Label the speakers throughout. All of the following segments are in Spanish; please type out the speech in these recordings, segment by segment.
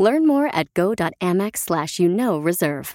Speaker 1: Learn more at go.amex slash you know reserve.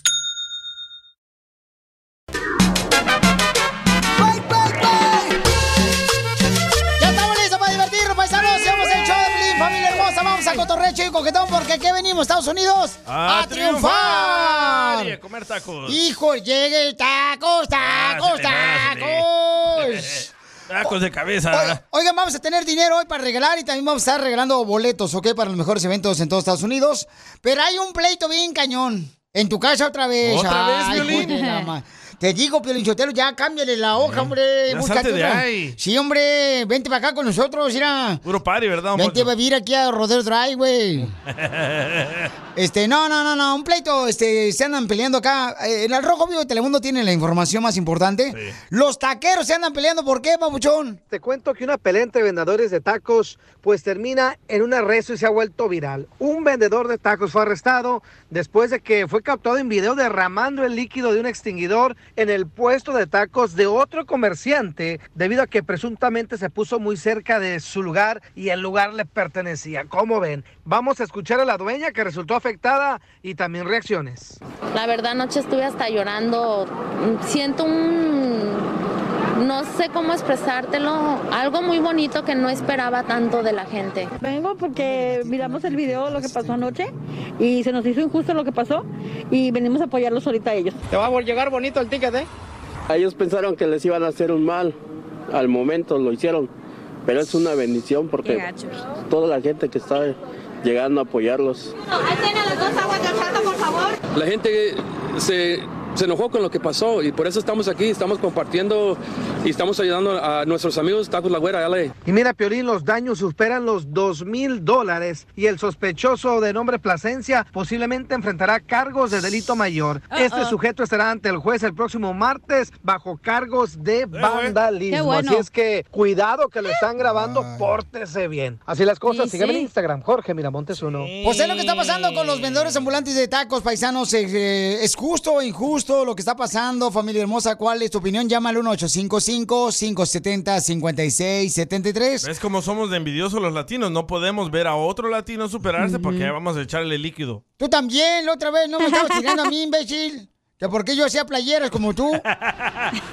Speaker 2: Ya estamos listos para divertirnos, paisanos. Somos el show de Piolín, familia hermosa. Vamos a cotorrecho y coquetón porque aquí venimos, Estados Unidos, a, triunfar.
Speaker 3: Y a comer tacos.
Speaker 2: Hijo, llegue el tacos, tacos,
Speaker 3: Ah, sí,
Speaker 2: tacos.
Speaker 3: Tacos de
Speaker 2: Oiga-
Speaker 3: cabeza.
Speaker 2: Oigan, vamos a tener dinero hoy para regalar y también vamos a estar regalando boletos, ¿ok? Para los mejores eventos en todos Estados Unidos. Pero hay un pleito bien cañón. En tu casa otra vez.
Speaker 4: ¿Otra vez,
Speaker 2: Ay, hijo
Speaker 4: Piolín?
Speaker 2: de la ma- Te digo, Piolín Sotelo, ya cámbiale la hoja, hombre.
Speaker 3: ya
Speaker 2: Búscate
Speaker 3: salte de
Speaker 2: otra.
Speaker 3: ahí.
Speaker 2: Sí, hombre, vente para acá con nosotros, mira.
Speaker 3: Puro party, ¿verdad, don
Speaker 2: Vente a
Speaker 3: Poncho?
Speaker 2: vivir aquí a Rodeo Drive, güey. Este, no, no, no, no, un pleito, este, se andan peleando acá. Eh, En el Rojo Vivo de Telemundo tiene la información más importante. Los taqueros se andan peleando, ¿por qué, papuchón?
Speaker 5: Te cuento que una pelea entre vendedores de tacos pues termina en un arresto y se ha vuelto viral. Un vendedor de tacos fue arrestado después de que fue captado en video derramando el líquido de un extinguidor en el puesto de tacos de otro comerciante debido a que presuntamente se puso muy cerca de su lugar y el lugar le pertenecía. ¿Cómo ven? Vamos a escuchar a la dueña que resultó afectada y también reacciones.
Speaker 6: La verdad anoche estuve hasta llorando. Mm, Siento un... No sé cómo expresártelo. Algo muy bonito que no esperaba tanto de la gente.
Speaker 7: Vengo porque miramos el video de lo que pasó anoche y se nos hizo injusto lo que pasó y venimos a apoyarlos ahorita a ellos.
Speaker 8: Te va a llegar bonito el ticket, ¿eh? Ellos pensaron que les iban a hacer un mal. Al momento lo hicieron. Pero es una bendición porque toda la gente que está llegando a apoyarlos.
Speaker 9: La gente se, se enojó con lo que pasó y por eso estamos aquí, estamos compartiendo y estamos ayudando a nuestros amigos Tacos La Güera, LA.
Speaker 5: Y mira, Piolín, los daños superan los 2 mil dólares y el sospechoso de nombre Plasencia posiblemente enfrentará cargos de delito mayor. Este
Speaker 10: Uh-oh.
Speaker 5: sujeto estará ante el juez el próximo martes bajo cargos
Speaker 2: Eh,
Speaker 5: de
Speaker 10: Qué
Speaker 5: vandalismo.
Speaker 10: bueno.
Speaker 5: Así es que cuidado que lo están grabando, pórtese bien. Así las cosas,
Speaker 2: Sí,
Speaker 5: sígueme en
Speaker 2: sí.
Speaker 5: Instagram, Jorge Miramontes uno.
Speaker 2: Pues es lo que está pasando con los vendedores ambulantes de tacos, paisanos. Eh, eh, ¿Es justo o injusto lo que está pasando, familia hermosa? ¿Cuál es tu opinión? Llama al 1855-570-5673.
Speaker 3: ¿Ves cómo somos de envidiosos los latinos? No podemos ver a otro latino superarse
Speaker 2: Ujú.
Speaker 3: porque vamos a echarle líquido.
Speaker 2: Tú también, la otra vez, no me estabas tirando a mí, imbécil. Que por qué yo hacía playeras como tú.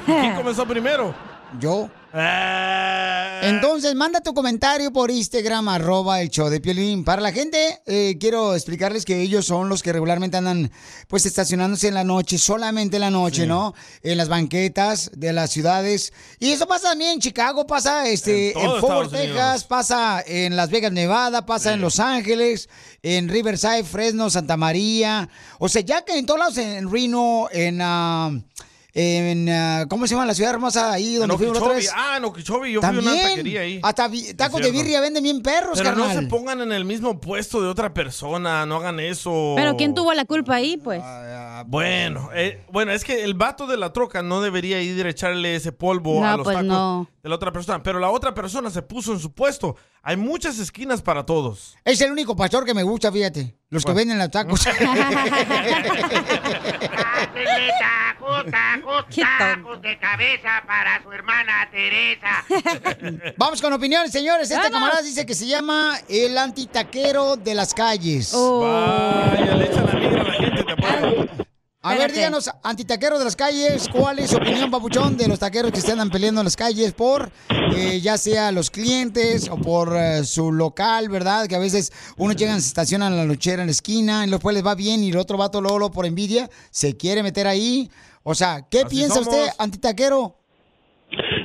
Speaker 3: ¿Quién comenzó primero?
Speaker 2: Yo.
Speaker 11: Ah.
Speaker 2: Entonces, manda tu comentario por Instagram, arroba el show de Piolín. Para la gente, eh, quiero explicarles que ellos son los que regularmente andan, pues, estacionándose en la noche, solamente en la noche, ¿no? En las banquetas de las ciudades. Y eso pasa también en Chicago, pasa este,
Speaker 11: En
Speaker 2: en,
Speaker 11: todo
Speaker 2: Fort
Speaker 11: Estados
Speaker 2: Texas,
Speaker 11: Unidos.
Speaker 2: pasa en Las Vegas, Nevada, pasa en Los Ángeles, en Riverside, Fresno, Santa María. O sea, ya que en todos lados, en Reno, en... ah, en, ah, ¿Cómo se llama la ciudad hermosa ahí
Speaker 3: En
Speaker 2: donde fuimos la otra
Speaker 3: Okeechobee.
Speaker 2: vez?
Speaker 3: Ah, en Okeechobee. Yo fui a una taquería ahí.
Speaker 2: También. Hasta vi- tacos
Speaker 3: Es
Speaker 2: de
Speaker 3: cierto.
Speaker 2: birria venden bien perros,
Speaker 3: Pero no
Speaker 2: carnal.
Speaker 3: se pongan en el mismo puesto de otra persona. No hagan eso.
Speaker 12: Pero ¿quién tuvo la culpa ahí, pues?
Speaker 3: Bueno, eh, bueno, es que el vato de la troca no debería ir a echarle ese polvo a
Speaker 12: No,
Speaker 3: los
Speaker 12: pues,
Speaker 3: tacos
Speaker 12: no.
Speaker 3: de la otra persona. Pero la otra persona se puso en su puesto. Hay muchas esquinas para todos.
Speaker 2: Es el único pastor que me gusta, fíjate. Los que
Speaker 3: ¿Cuál?
Speaker 2: venden los tacos.
Speaker 13: tacos, tacos, tacos de cabeza para su hermana Teresa.
Speaker 2: Vamos con opiniones, señores. Este
Speaker 13: Vamos.
Speaker 2: camarada dice que se llama el antitaquero de las calles.
Speaker 3: Vaya, le echan la migra a la gente, te apuesto.
Speaker 2: A ver, díganos, antitaqueros de las calles, ¿cuál es su opinión, papuchón, de los taqueros que se andan peleando en las calles por, eh, ya sea los clientes o por eh, su local, ¿verdad? Que a veces uno llegan, se estacionan en la luchera en la esquina, y después les va bien y el otro vato Lolo, por envidia, se quiere meter ahí. O sea, ¿qué piensa
Speaker 14: somos.
Speaker 2: usted, antitaquero?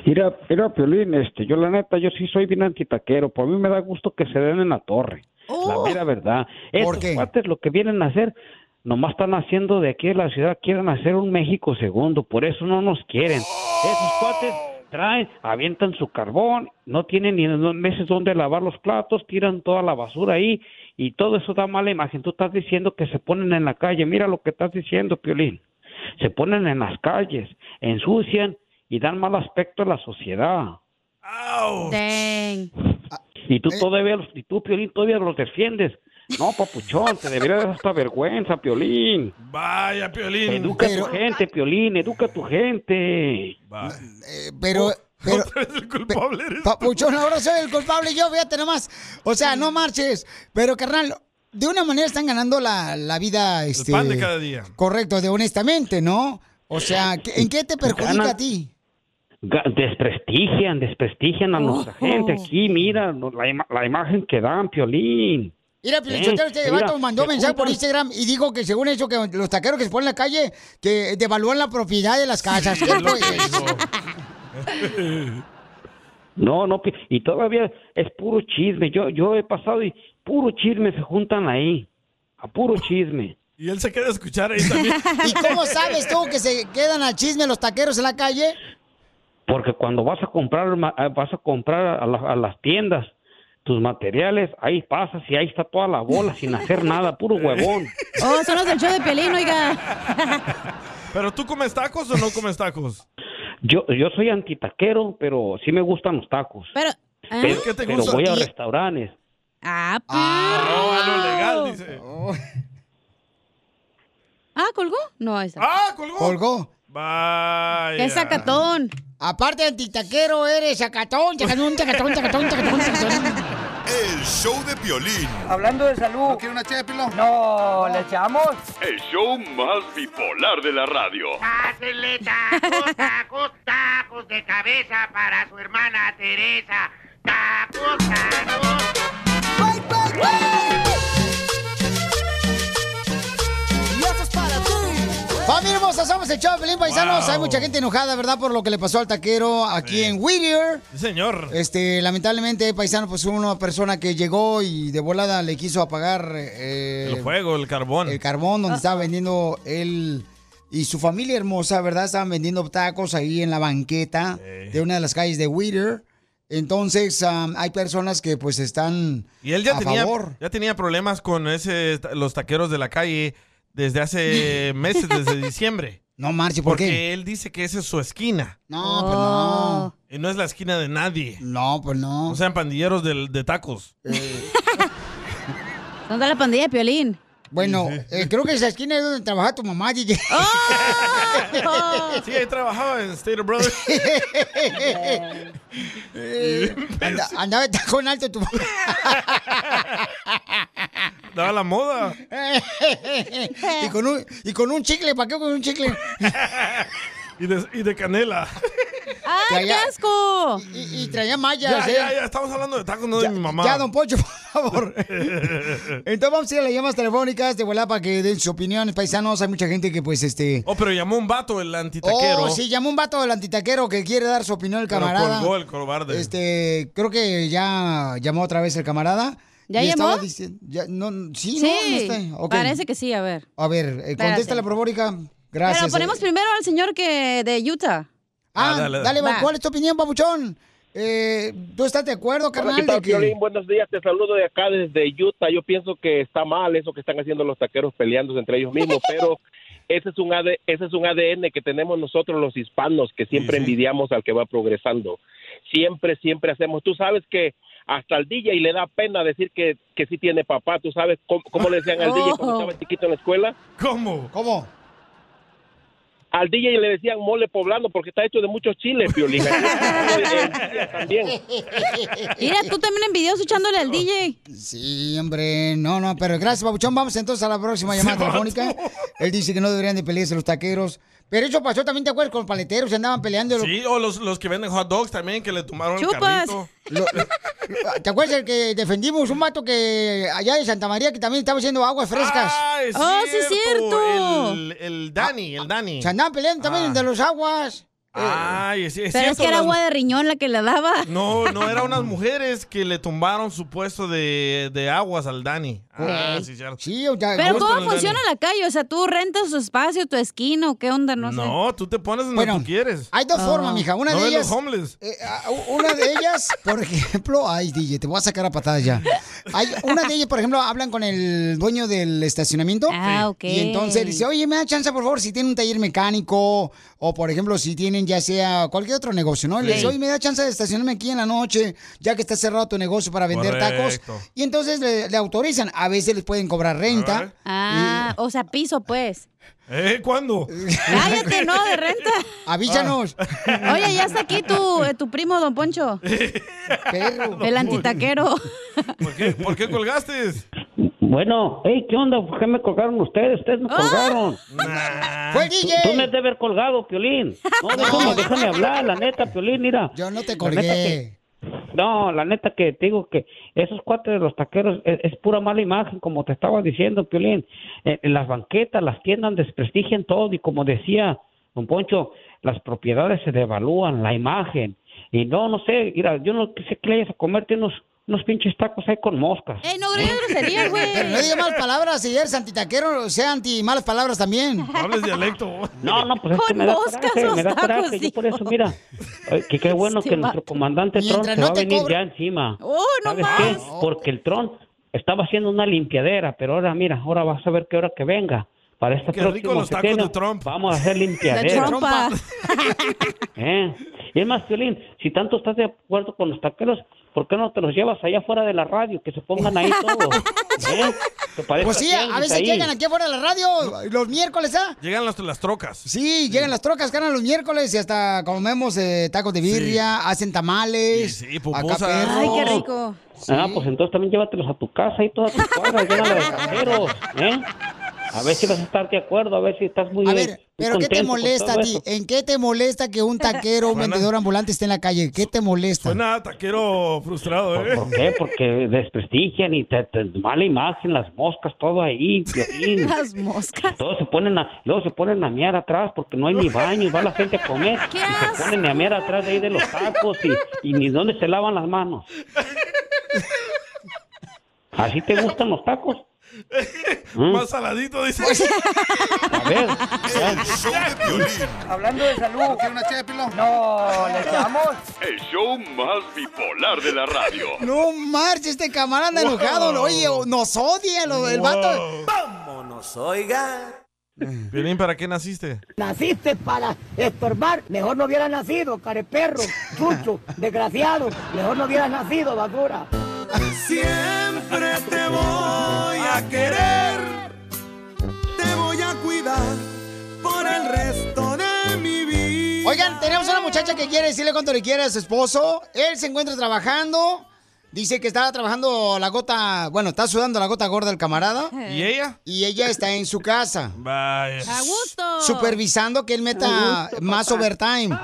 Speaker 14: Mira, mira, Piolín, este, yo la neta, yo sí soy bien antitaquero. Por mí me da gusto que se den en la torre. La mera verdad. Estos cuates lo que vienen a hacer, nomás están haciendo de aquí de la ciudad, quieren hacer un México segundo. Por eso no nos quieren. Esos cuates traen, avientan su carbón, no tienen ni dos meses donde lavar los platos, tiran toda la basura ahí y todo eso da mala imagen. Tú estás diciendo que se ponen en la calle. Mira lo que estás diciendo, Piolín. Se ponen en las calles, ensucian y dan mal aspecto a la sociedad.
Speaker 3: Oh.
Speaker 14: Y tú todavía, los- y tú, Piolín, todavía los defiendes. No, papuchón, te debería dar hasta vergüenza, Piolín.
Speaker 3: Vaya, Piolín.
Speaker 14: Educa a tu gente, Piolín, educa a tu gente.
Speaker 3: Eh,
Speaker 2: Ah, Pero, pero,
Speaker 3: el culpable
Speaker 2: Papuchón, ahora soy el culpable yo, fíjate nomás. O sea, no marches. Pero, carnal, de una manera están ganando la, la vida. Este,
Speaker 3: pan de cada día.
Speaker 2: Correcto, de honestamente, ¿no? O sea, ¿qué- ¿en qué te perjudica
Speaker 14: Ganan-
Speaker 2: a ti?
Speaker 14: Ga- Desprestigian, desprestigian a nuestra gente aquí, mira no, la, ima- la imagen que dan, Piolín.
Speaker 2: Mira, Pilichotero, este
Speaker 14: Eh,
Speaker 2: vato
Speaker 14: mira,
Speaker 2: mandó
Speaker 14: se
Speaker 2: mensaje por
Speaker 14: juntan-
Speaker 2: Instagram y dijo que según eso, que los taqueros que se ponen en la calle, que devalúan la propiedad de las casas. ¿Qué, pues?
Speaker 14: No, no, pi- y todavía es puro chisme. Yo, yo he pasado y puro chisme se juntan ahí, a puro chisme.
Speaker 3: Y él se queda a escuchar ahí también.
Speaker 2: ¿Y cómo sabes tú que se quedan al chisme los taqueros en la calle?
Speaker 14: Porque cuando vas a comprar, ma- ah, vas a comprar a, la- a las tiendas tus materiales, ahí pasas y ahí está toda la bola sin hacer nada, puro huevón.
Speaker 6: Oh, son los del show de Pelín, oiga.
Speaker 3: ¿Pero tú comes tacos o no comes tacos?
Speaker 14: Yo, yo soy antitaquero, pero sí me gustan los tacos.
Speaker 6: Pero. ¿Ah?
Speaker 14: Pero, pero voy a restaurantes.
Speaker 6: Ah,
Speaker 3: legal, dice.
Speaker 6: Ah, ¿colgó? No, ahí está.
Speaker 3: Ah, colgó.
Speaker 2: Colgó.
Speaker 3: Vaya.
Speaker 6: Qué sacatón.
Speaker 2: Aparte de antitaquero, eres sacatón, sacatón, sacatón, sacatón, sacatón, sacatón.
Speaker 15: El show de Piolín.
Speaker 16: Hablando de salud. ¿No quiere una ché No, ¿le echamos?
Speaker 17: El show más bipolar de la radio.
Speaker 13: Pásenle tacos, tacos, tacos de cabeza para su hermana Teresa. Tacos, tacos.
Speaker 2: Familia hermosa, somos el show, de Pelín Paisanos.
Speaker 3: Wow.
Speaker 2: Hay mucha gente enojada, ¿verdad? Por lo que le pasó al taquero aquí en Whittier.
Speaker 3: Sí, señor.
Speaker 2: Este, lamentablemente, paisano, pues una persona que llegó y de volada le quiso apagar eh,
Speaker 3: El fuego, el carbón.
Speaker 2: el carbón donde estaba vendiendo él y su familia hermosa, ¿verdad? Estaban vendiendo tacos ahí en la banqueta de una de las calles de Whittier. Entonces, am, hay personas que pues están
Speaker 3: Y él ya
Speaker 2: a
Speaker 3: tenía,
Speaker 2: favor.
Speaker 3: ya tenía problemas con ese los taqueros de la calle desde hace meses, desde diciembre.
Speaker 2: No marche, ¿por
Speaker 3: Porque
Speaker 2: qué?
Speaker 3: él dice que esa es su esquina.
Speaker 2: No, pues no.
Speaker 3: Y no es la esquina de nadie.
Speaker 2: No, pues no. Eh.
Speaker 3: No sean pandilleros del- de, tacos.
Speaker 6: Son de la pandilla de Piolín.
Speaker 2: Bueno, eh, creo que esa esquina es donde trabaja tu mamá, DJ.
Speaker 6: ¡Oh!
Speaker 3: Sí, ahí trabajaba en Stater Brothers.
Speaker 2: Eh, anda- andaba de tacón alto tu mamá.
Speaker 3: Daba la moda.
Speaker 2: y, con un, y con un chicle, ¿para qué con un chicle?
Speaker 3: Y de, y de canela.
Speaker 2: ¡Ay,
Speaker 3: qué
Speaker 6: asco!
Speaker 2: Y, y- y traía mallas,
Speaker 3: Ya,
Speaker 2: ¿eh?
Speaker 3: ya, ya, estamos hablando de tacos, no de mi mamá.
Speaker 2: Ya, don Poncho, por favor. Entonces vamos a ir a las llamas telefónicas de volada para que den sus opiniones, paisanos. Hay mucha gente que pues este...
Speaker 3: Oh, pero llamó un vato el antitaquero.
Speaker 2: Oh, sí, llamó un vato del antitaquero que quiere dar su opinión el
Speaker 3: Pero
Speaker 2: camarada.
Speaker 3: colgó el cobarde.
Speaker 2: Este, creo que ya llamó otra vez el camarada.
Speaker 6: ¿Ya
Speaker 2: y
Speaker 6: llamó?
Speaker 2: Estaba diciendo, ya, no,
Speaker 6: Sí,
Speaker 2: sí, no, no está. Ok.
Speaker 6: parece que sí, a ver.
Speaker 2: A ver, eh, contéstale, por favor, hija. Gracias. eh.
Speaker 6: Pero ponemos primero al señor que de Utah.
Speaker 2: Ah,
Speaker 6: Ah, dale,
Speaker 2: dale,
Speaker 6: dale.
Speaker 2: va,
Speaker 6: Va.
Speaker 2: ¿cuál es tu opinión, papuchón? Eh, ¿Tú estás de acuerdo,
Speaker 10: Hola,
Speaker 2: carnal?
Speaker 10: ¿qué tal,
Speaker 2: de que-
Speaker 10: Piolín? Buenos días, te saludo de acá desde Utah. Yo pienso que está mal eso que están haciendo los taqueros peleándose entre ellos mismos, pero ese es un AD ese es un ADN que tenemos nosotros los hispanos, que siempre envidiamos al que va progresando. Siempre, siempre hacemos. Tú sabes que hasta al DJ le da pena decir que, que sí tiene papá. ¿Tú sabes cómo, cómo le decían al DJ cuando estaba chiquito en la escuela?
Speaker 3: ¿Cómo?
Speaker 2: Oh. ¿Cómo?
Speaker 10: Al DJ le decían mole poblano porque está hecho de muchos chiles, Piolín.
Speaker 18: también.
Speaker 6: Mira, tú también envidioso echándole al DJ.
Speaker 2: Sí, hombre, no, no, pero gracias, Babuchón. Vamos entonces a la próxima llamada telefónica. Él dice que no deberían de pelearse los taqueros. Pero eso pasó también, ¿te acuerdas? Con los paleteros se andaban peleando. los-
Speaker 3: Sí, o los, los que venden hot dogs también, que le tomaron el
Speaker 2: Chupas.
Speaker 3: carrito.
Speaker 2: Lo- ¿Te acuerdas el que defendimos un mato que allá de Santa María que también estaba haciendo aguas frescas?
Speaker 3: Ah, es
Speaker 6: Oh,
Speaker 3: El, Ah. el Dani, el Dani.
Speaker 2: Se andaban peleando también de los aguas.
Speaker 3: Ay, es, es
Speaker 6: Pero es
Speaker 3: cierto,
Speaker 6: que era
Speaker 3: las-
Speaker 6: agua de riñón la que le daba.
Speaker 3: No, no, eran unas mujeres que le tumbaron su puesto de, de aguas al Dani. Ah,
Speaker 6: Ey.
Speaker 3: sí, cierto.
Speaker 2: Sí,
Speaker 6: Pero
Speaker 3: Justo en el
Speaker 6: ¿cómo funciona
Speaker 3: Dani.
Speaker 6: la calle? O sea, tú rentas tu espacio, tu esquina o qué onda, no, sé. Ah.
Speaker 3: No, tú te pones donde
Speaker 2: Bueno,
Speaker 3: tú quieres.
Speaker 2: Hay dos formas, mija. Una
Speaker 3: Ah. No
Speaker 2: de
Speaker 3: ves
Speaker 2: ellas.
Speaker 3: los homeless.
Speaker 2: eh, ah, u- una de ellas, por ejemplo. Ay, DJ, te voy a sacar a patadas ya. Hay una de ellas, por ejemplo, hablan con el dueño del estacionamiento.
Speaker 6: Ah, ok.
Speaker 2: Y entonces dice, oye, me da chance, por favor, si tienen un taller mecánico o, por ejemplo, si tienen ya sea cualquier otro negocio, ¿no? Y Le dice,
Speaker 6: Sí.
Speaker 2: oye, me da chance de estacionarme aquí en la noche, ya que está cerrado tu negocio para vender
Speaker 6: Correcto.
Speaker 2: tacos. Y entonces le, le autorizan. A veces les pueden cobrar renta.
Speaker 6: Ah, o sea, piso, pues.
Speaker 3: ¿Eh? ¿Cuándo?
Speaker 6: Cállate, no, de renta.
Speaker 2: Avísanos.
Speaker 10: Ah,
Speaker 6: Oye, ya está aquí tu, eh, tu primo, don Poncho. El antitaquero.
Speaker 3: ¿Por qué, por qué colgaste?
Speaker 14: Bueno, hey, ¿qué onda? ¿Por qué me colgaron ustedes? Ustedes me colgaron.
Speaker 2: Fue el DJ.
Speaker 14: Tú, tú me has de haber colgado, Piolín. No, déjame, déjame hablar, la neta, Piolín, mira.
Speaker 2: Yo no te
Speaker 14: La neta
Speaker 2: colgué.
Speaker 14: que- no, la neta que te digo que esos cuates de los taqueros es, es pura mala imagen, como te estaba diciendo, Piolín. Eh, en las banquetas, las tiendas desprestigian todo y como decía don Poncho, las propiedades se devalúan, la imagen. Y no, no sé, mira, yo no sé que le vayas a comerte unos, unos pinches tacos ahí con moscas.
Speaker 6: ¡Ey, no grites groserías, güey!
Speaker 2: Pero no digas malas palabras, si eres antitaquero, sea anti malas palabras también.
Speaker 3: Hables dialecto.
Speaker 14: No, no, pues es que
Speaker 2: Con
Speaker 14: me da
Speaker 2: moscas
Speaker 14: coraje,
Speaker 2: los
Speaker 14: me da
Speaker 2: tacos,
Speaker 14: coraje. Yo por eso, mira, ay, que qué bueno
Speaker 2: Este
Speaker 14: que nuestro
Speaker 2: vato.
Speaker 14: comandante Tron
Speaker 2: Mientras
Speaker 14: se
Speaker 2: no
Speaker 14: va a
Speaker 2: te
Speaker 14: venir
Speaker 2: cobre-
Speaker 14: ya encima.
Speaker 6: ¡Oh, no
Speaker 14: ¿Sabes
Speaker 6: más!
Speaker 2: Ah,
Speaker 14: qué? Porque el Tron estaba haciendo una limpiadera, pero ahora, mira, ahora vas a ver qué hora que venga. Para esta
Speaker 3: Qué rico
Speaker 14: próxima
Speaker 3: los tacos
Speaker 14: quincena,
Speaker 3: de Trump.
Speaker 14: Vamos a hacer
Speaker 6: De
Speaker 14: limpiadera.
Speaker 6: trompa.
Speaker 14: ¿eh? Y es más, Piolín, si tanto estás de acuerdo con los taqueros, ¿por qué no te los llevas allá afuera de la radio? Que se pongan ahí todos. ¿eh? Que parezca
Speaker 2: Pues sí, a
Speaker 14: tianguis
Speaker 2: veces
Speaker 14: ahí.
Speaker 2: llegan aquí afuera de la radio los miércoles, ¿ah?
Speaker 3: Llegan las, las trocas.
Speaker 2: Sí, llegan las trocas, ganan los miércoles y hasta comemos eh, tacos de birria, hacen tamales.
Speaker 3: Sí,
Speaker 2: acá
Speaker 14: pupusas.
Speaker 2: perro.
Speaker 14: Ay, qué rico. Ah, pues entonces también llévatelos a tu casa y toda tu cuadra, llénala de taqueros, ¿eh? A ver si vas a estar de acuerdo, a ver si estás muy
Speaker 2: A
Speaker 14: bien,
Speaker 2: ver,
Speaker 14: muy
Speaker 2: pero ¿qué te
Speaker 14: contento con
Speaker 2: molesta
Speaker 14: todo
Speaker 2: a ti?
Speaker 14: eso.
Speaker 2: ¿En qué te molesta que un taquero o un
Speaker 14: Suena-
Speaker 2: vendedor ambulante esté en la calle? ¿Qué te molesta?
Speaker 3: Suena taquero frustrado, ¿eh?
Speaker 14: ¿Por qué? Porque desprestigian y te, te- mala imagen, las moscas, todo ahí, Piolín.
Speaker 6: Las moscas.
Speaker 14: Todos se ponen a, luego se ponen a mear atrás porque no hay ni baño y va la gente a comer y se ponen a mear atrás de ahí de los tacos y, y ni dónde se lavan las manos. ¿Así te gustan los tacos? ¿Mm?
Speaker 3: Más saladito, dice.
Speaker 16: Pues
Speaker 14: A ver,
Speaker 16: Hablando de salud. ¿No quiere una ché de pilón? No, le echamos.
Speaker 17: El show más bipolar de la radio.
Speaker 2: No marches, este camarada
Speaker 17: Wow.
Speaker 2: enojado. Oye, nos odia lo- el vato.
Speaker 3: Vámonos, oiga. Violín, ¿para qué naciste?
Speaker 19: Naciste para estorbar. Mejor no hubieras nacido, careperro, chucho, desgraciado. Mejor no hubieras nacido, basura.
Speaker 13: Siempre te voy a querer, te voy a cuidar por el resto de mi vida.
Speaker 2: Oigan, tenemos una muchacha que quiere decirle cuánto le quiere a su esposo. Él se encuentra trabajando. Dice que está trabajando la gota, bueno, está sudando la gota gorda del camarada.
Speaker 3: ¿Y ella?
Speaker 2: Y ella está en su casa.
Speaker 3: Vaya.
Speaker 2: A gusto. Supervisando que él meta más overtime.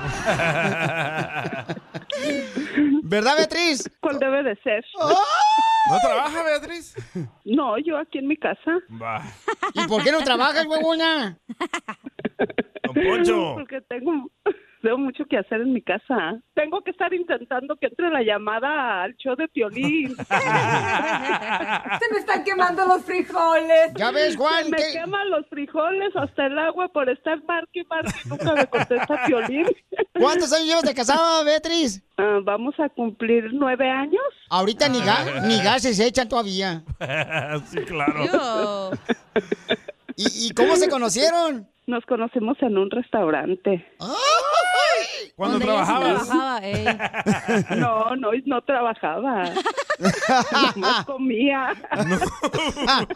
Speaker 2: ¿Verdad, Beatriz?
Speaker 20: ¿Cuál debe de ser?
Speaker 3: ¿No trabaja, Beatriz?
Speaker 20: No, yo aquí en mi casa.
Speaker 3: Va.
Speaker 2: ¿Y por qué no trabajas, huevona?
Speaker 3: Poncho.
Speaker 20: Porque tengo, tengo mucho que hacer en mi casa. Tengo que estar intentando que entre la llamada al show de Piolín.
Speaker 21: Se me están quemando los frijoles.
Speaker 2: Ya ves, Juan,
Speaker 20: Se me
Speaker 2: ¿qué?
Speaker 20: queman los frijoles hasta el agua por estar marque, y marque. Nunca me contesta Piolín. Ah,
Speaker 2: ¿Cuántos años llevas de casada, Beatriz?
Speaker 20: vamos a cumplir nueve años.
Speaker 2: Ahorita ni, ga- ni gases se echan todavía.
Speaker 3: sí, claro.
Speaker 2: ¿Y, y cómo se conocieron? Ah.
Speaker 20: Nos conocemos en un restaurante.
Speaker 3: ¿Cuándo
Speaker 20: Donde ella sí
Speaker 3: trabajabas?
Speaker 20: No, no, no trabajaba. No comía.
Speaker 2: Ah,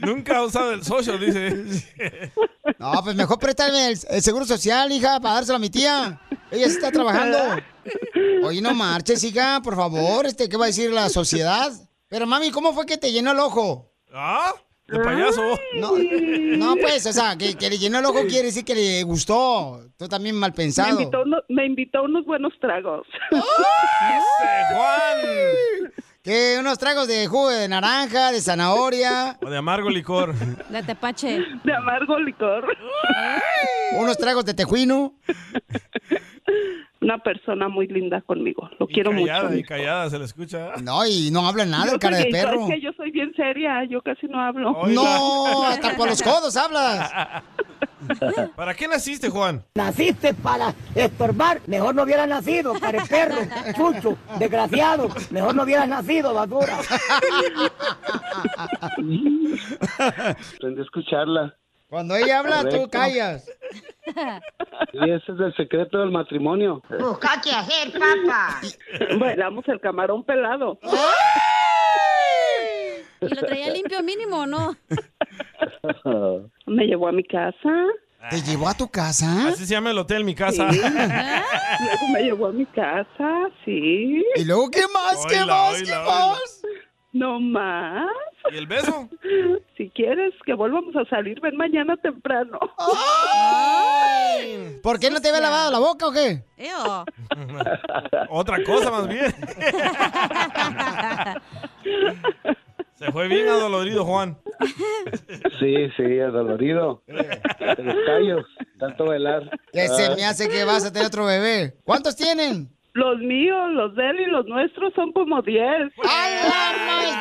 Speaker 3: Nunca ha usado el socio, dice.
Speaker 2: No, pues mejor préstame el, el seguro social, hija, para dárselo a mi tía. Ella sí está trabajando. Oye, no marches, hija, por favor. Este, ¿Qué va a decir la sociedad? Pero, mami, ¿cómo fue que te llenó el ojo?
Speaker 3: ¿Ah? ¿De payaso?
Speaker 2: No, no, pues, o sea, que, que le llenó el ojo quiere decir que le gustó. Tú también mal
Speaker 20: Me
Speaker 2: pensado.
Speaker 20: invitó, uno- me invitó unos buenos tragos.
Speaker 2: Juan! Que unos tragos de jugo de naranja, de zanahoria,
Speaker 3: O de amargo licor.
Speaker 6: De tepache.
Speaker 20: De amargo licor.
Speaker 2: unos tragos de tejuino.
Speaker 20: Una persona muy linda conmigo. Lo quiero
Speaker 3: Callada
Speaker 20: mucho.
Speaker 3: y callada, se le escucha.
Speaker 2: No, y no habla nada, el cara de
Speaker 20: soy gay,
Speaker 2: perro.
Speaker 20: es que yo soy bien seria, yo casi no hablo.
Speaker 2: No, hasta por los codos hablas.
Speaker 3: ¿Para qué naciste, Juan?
Speaker 22: Naciste para estorbar, mejor no hubieras nacido, perro, chucho, desgraciado, mejor no hubieras nacido, basura.
Speaker 23: Aprendí a escucharla.
Speaker 2: Cuando ella habla, tú
Speaker 23: Correcto.
Speaker 2: callas.
Speaker 23: Y ese es el secreto del matrimonio.
Speaker 20: Busca qué hacer, papá. Bailamos el camarón pelado.
Speaker 6: ¿Y lo traía limpio mínimo o no?
Speaker 20: Me llevó a mi casa.
Speaker 2: ¿Te llevó a tu casa?
Speaker 3: Así se llama el hotel, mi casa.
Speaker 20: Sí. Luego me llevó a mi casa, sí.
Speaker 2: ¿Y luego qué más?
Speaker 3: ¿Qué Oíla, más? ¿Qué oíla, oíla.
Speaker 20: más? No más.
Speaker 3: ¿Y el beso?
Speaker 20: Si quieres que volvamos a salir, ven mañana temprano.
Speaker 2: ¿Por qué no te había lavado la boca o qué?
Speaker 3: Otra cosa más bien. Se fue bien adolorido, Juan.
Speaker 23: Sí, sí, adolorido. De los callos, tanto Ah, velar.
Speaker 2: Que se me hace que vas a tener otro bebé. ¿Cuántos tienen?
Speaker 20: Los míos, los de él y los nuestros son como 10.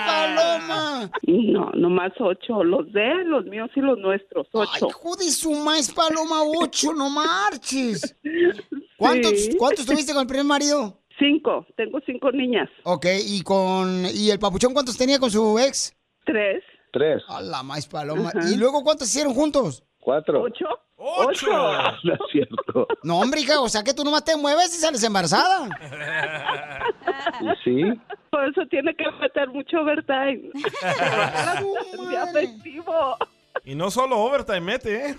Speaker 2: paloma!
Speaker 20: No, nomás 8. Los de él, los míos y los nuestros, 8.
Speaker 2: Joder, su maíz paloma 8, no marches. ¿Cuántos, ¿Cuántos tuviste con el primer marido?
Speaker 20: Cinco, tengo cinco niñas.
Speaker 2: Ok, ¿y con y el papuchón cuántos tenía con su ex?
Speaker 20: Tres.
Speaker 23: Tres.
Speaker 2: A la maíz paloma. ¿Y luego cuántos hicieron juntos?
Speaker 23: Cuatro. Ah,
Speaker 20: ¿Ocho?
Speaker 2: ¡Ocho!
Speaker 23: No es cierto.
Speaker 2: No, hombre, hija, o sea que tú nomás te mueves y sales embarazada.
Speaker 23: Sí.
Speaker 20: Por eso tiene que meter mucho overtime. El día festivo.
Speaker 3: Y no solo overtime mete, ¿eh?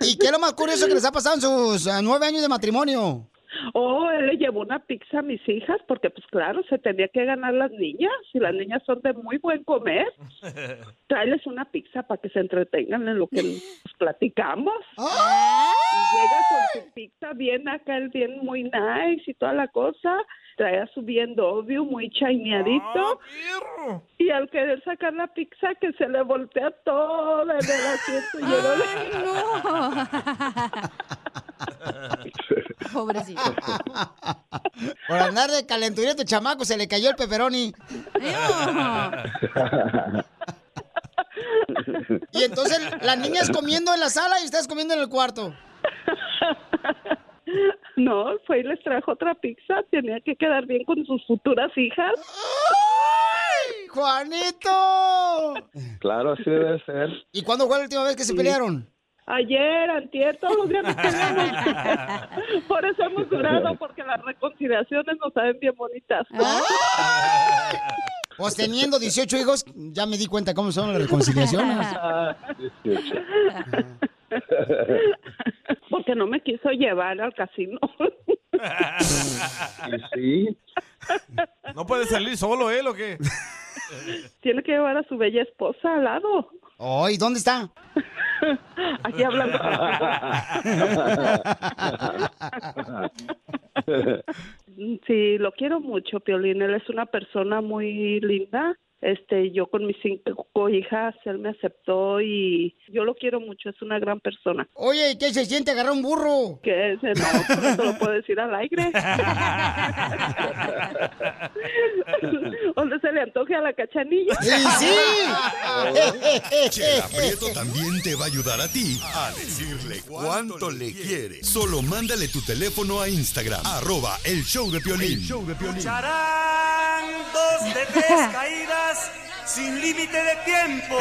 Speaker 2: ¿Y qué es lo más curioso que les ha pasado en sus eh, nueve años de matrimonio?
Speaker 20: Oh, él le llevó una pizza a mis hijas porque, pues claro, se tenía que ganar las niñas y las niñas son de muy buen comer. Tráeles una pizza para que se entretengan en lo que nos platicamos. Y llega con su pizza bien acá, el bien muy nice y toda la cosa. Traía su bien obvio, muy chaineadito. y al querer sacar la pizza, que se le voltea toda en el asiento. y yo no le-
Speaker 6: Pobrecito.
Speaker 2: Por andar de calentura tu chamaco se le cayó el pepperoni. Y entonces las niñas comiendo en la sala y ustedes comiendo en el cuarto.
Speaker 20: No, fue y les trajo otra pizza. Tenía que quedar bien con sus futuras hijas.
Speaker 2: ¡Ay, Juanito!
Speaker 23: Claro, así debe ser.
Speaker 2: ¿Y cuándo fue la última vez que se pelearon?
Speaker 20: Ayer, antier, todos los días nos peleamos. Por eso hemos durado, porque las reconciliaciones nos saben bien bonitas.
Speaker 2: Pues teniendo 18 hijos, ya me di cuenta cómo son las reconciliaciones.
Speaker 20: Ah. Porque no me quiso llevar al casino.
Speaker 23: Sí.
Speaker 3: ¿No puede salir solo él o qué?
Speaker 20: Tiene que llevar a su bella esposa al lado.
Speaker 2: Ay, Oh, ¿dónde está?
Speaker 20: Aquí hablando. Sí, lo quiero mucho, Piolín. Él es una persona muy linda. Este, yo con mis cinco hijas, él me aceptó y yo lo quiero mucho. Es una gran persona.
Speaker 2: Oye, ¿y ¿qué se siente agarrar un burro?
Speaker 20: Que ese no, pero eso lo puedo decir al aire. Donde se le antoje a la cachanilla.
Speaker 15: Chela Prieto también te va a ayudar a ti a decirle cuánto le quiere. Solo mándale tu teléfono a Instagram, arroba el show de Piolín.
Speaker 13: Lucharán dos de tres caídas sin límite de tiempo.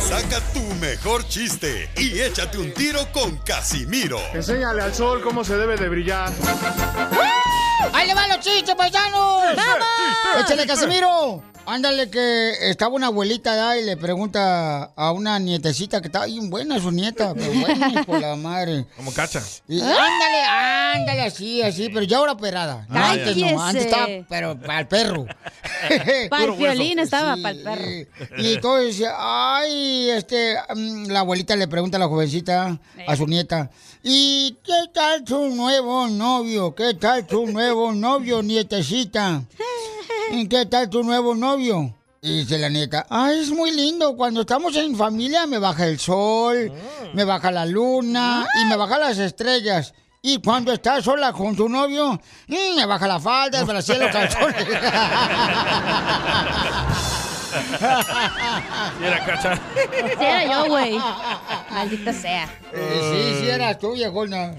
Speaker 15: Saca tu mejor chiste y échate un tiro con Casimiro.
Speaker 7: Enséñale al sol cómo se debe de brillar.
Speaker 2: ¡Ahí le van los chistes, paisanos!
Speaker 7: ¡Vamos!
Speaker 2: ¡Échale, Casimiro! Ándale que estaba una abuelita allá y le pregunta a una nietecita que estaba bien buena su nieta, pero bueno, por la madre.
Speaker 3: Como cacha.
Speaker 2: Y ándale, ándale, así, así, pero ya ahora operada.
Speaker 3: Ah,
Speaker 2: antes
Speaker 3: ya.
Speaker 2: no, antes estaba, pero para el perro.
Speaker 6: Para el
Speaker 2: Puro hueso.
Speaker 6: violín estaba,
Speaker 2: Sí,
Speaker 6: para el perro.
Speaker 2: Y entonces, dice, ay, este, mm, la abuelita le pregunta a la jovencita, a su nieta, ¿y qué tal su nuevo novio? ¿Qué tal su nuevo novio, nietecita? ¿Y qué tal tu nuevo novio? Y dice la nieta, ay, es muy lindo, cuando estamos en familia me baja el sol, me baja la luna y me baja las estrellas. Y cuando estás sola con tu novio, mm, me baja la falda, el brasier, los calzones.
Speaker 3: Y era cacha.
Speaker 6: Sí, era yo, güey. Maldita sea.
Speaker 2: Eh, Sí, sí, eras tú, viejona.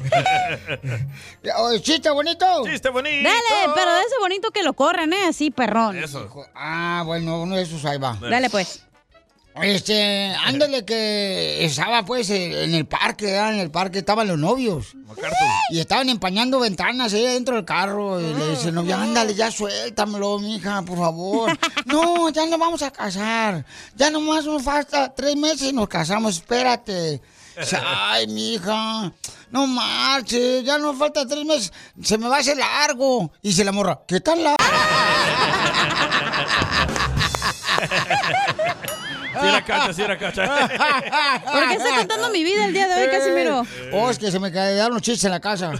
Speaker 2: Oh, ¿Chiste bonito?
Speaker 3: Chiste bonito.
Speaker 6: Dale, pero de ese bonito que lo corran, ¿eh? Así, perrón.
Speaker 3: Eso.
Speaker 2: Ah, bueno, uno de esos ahí va.
Speaker 6: Dale, pues.
Speaker 2: Este, ándale que estaba pues eh, en el parque, ¿verdad? en el parque estaban los novios. Y estaban empañando ventanas ahí dentro del carro. Y
Speaker 6: Ah,
Speaker 2: le dice el novio, ándale, ya suéltamelo, mija, por favor. no, ya no vamos a casar. Ya nomás nos falta tres meses y nos casamos, espérate. Dice, Ay, mija, no marches, ya nos falta tres meses. Se me va a hacer largo. Y se la morra, ¿qué tal la...?
Speaker 3: Sí era cacha, sí era cacha.
Speaker 6: ¿Por qué está contando mi vida el día de hoy, Casimiro?
Speaker 2: Oh, es que se me quedaron los chistes en la casa.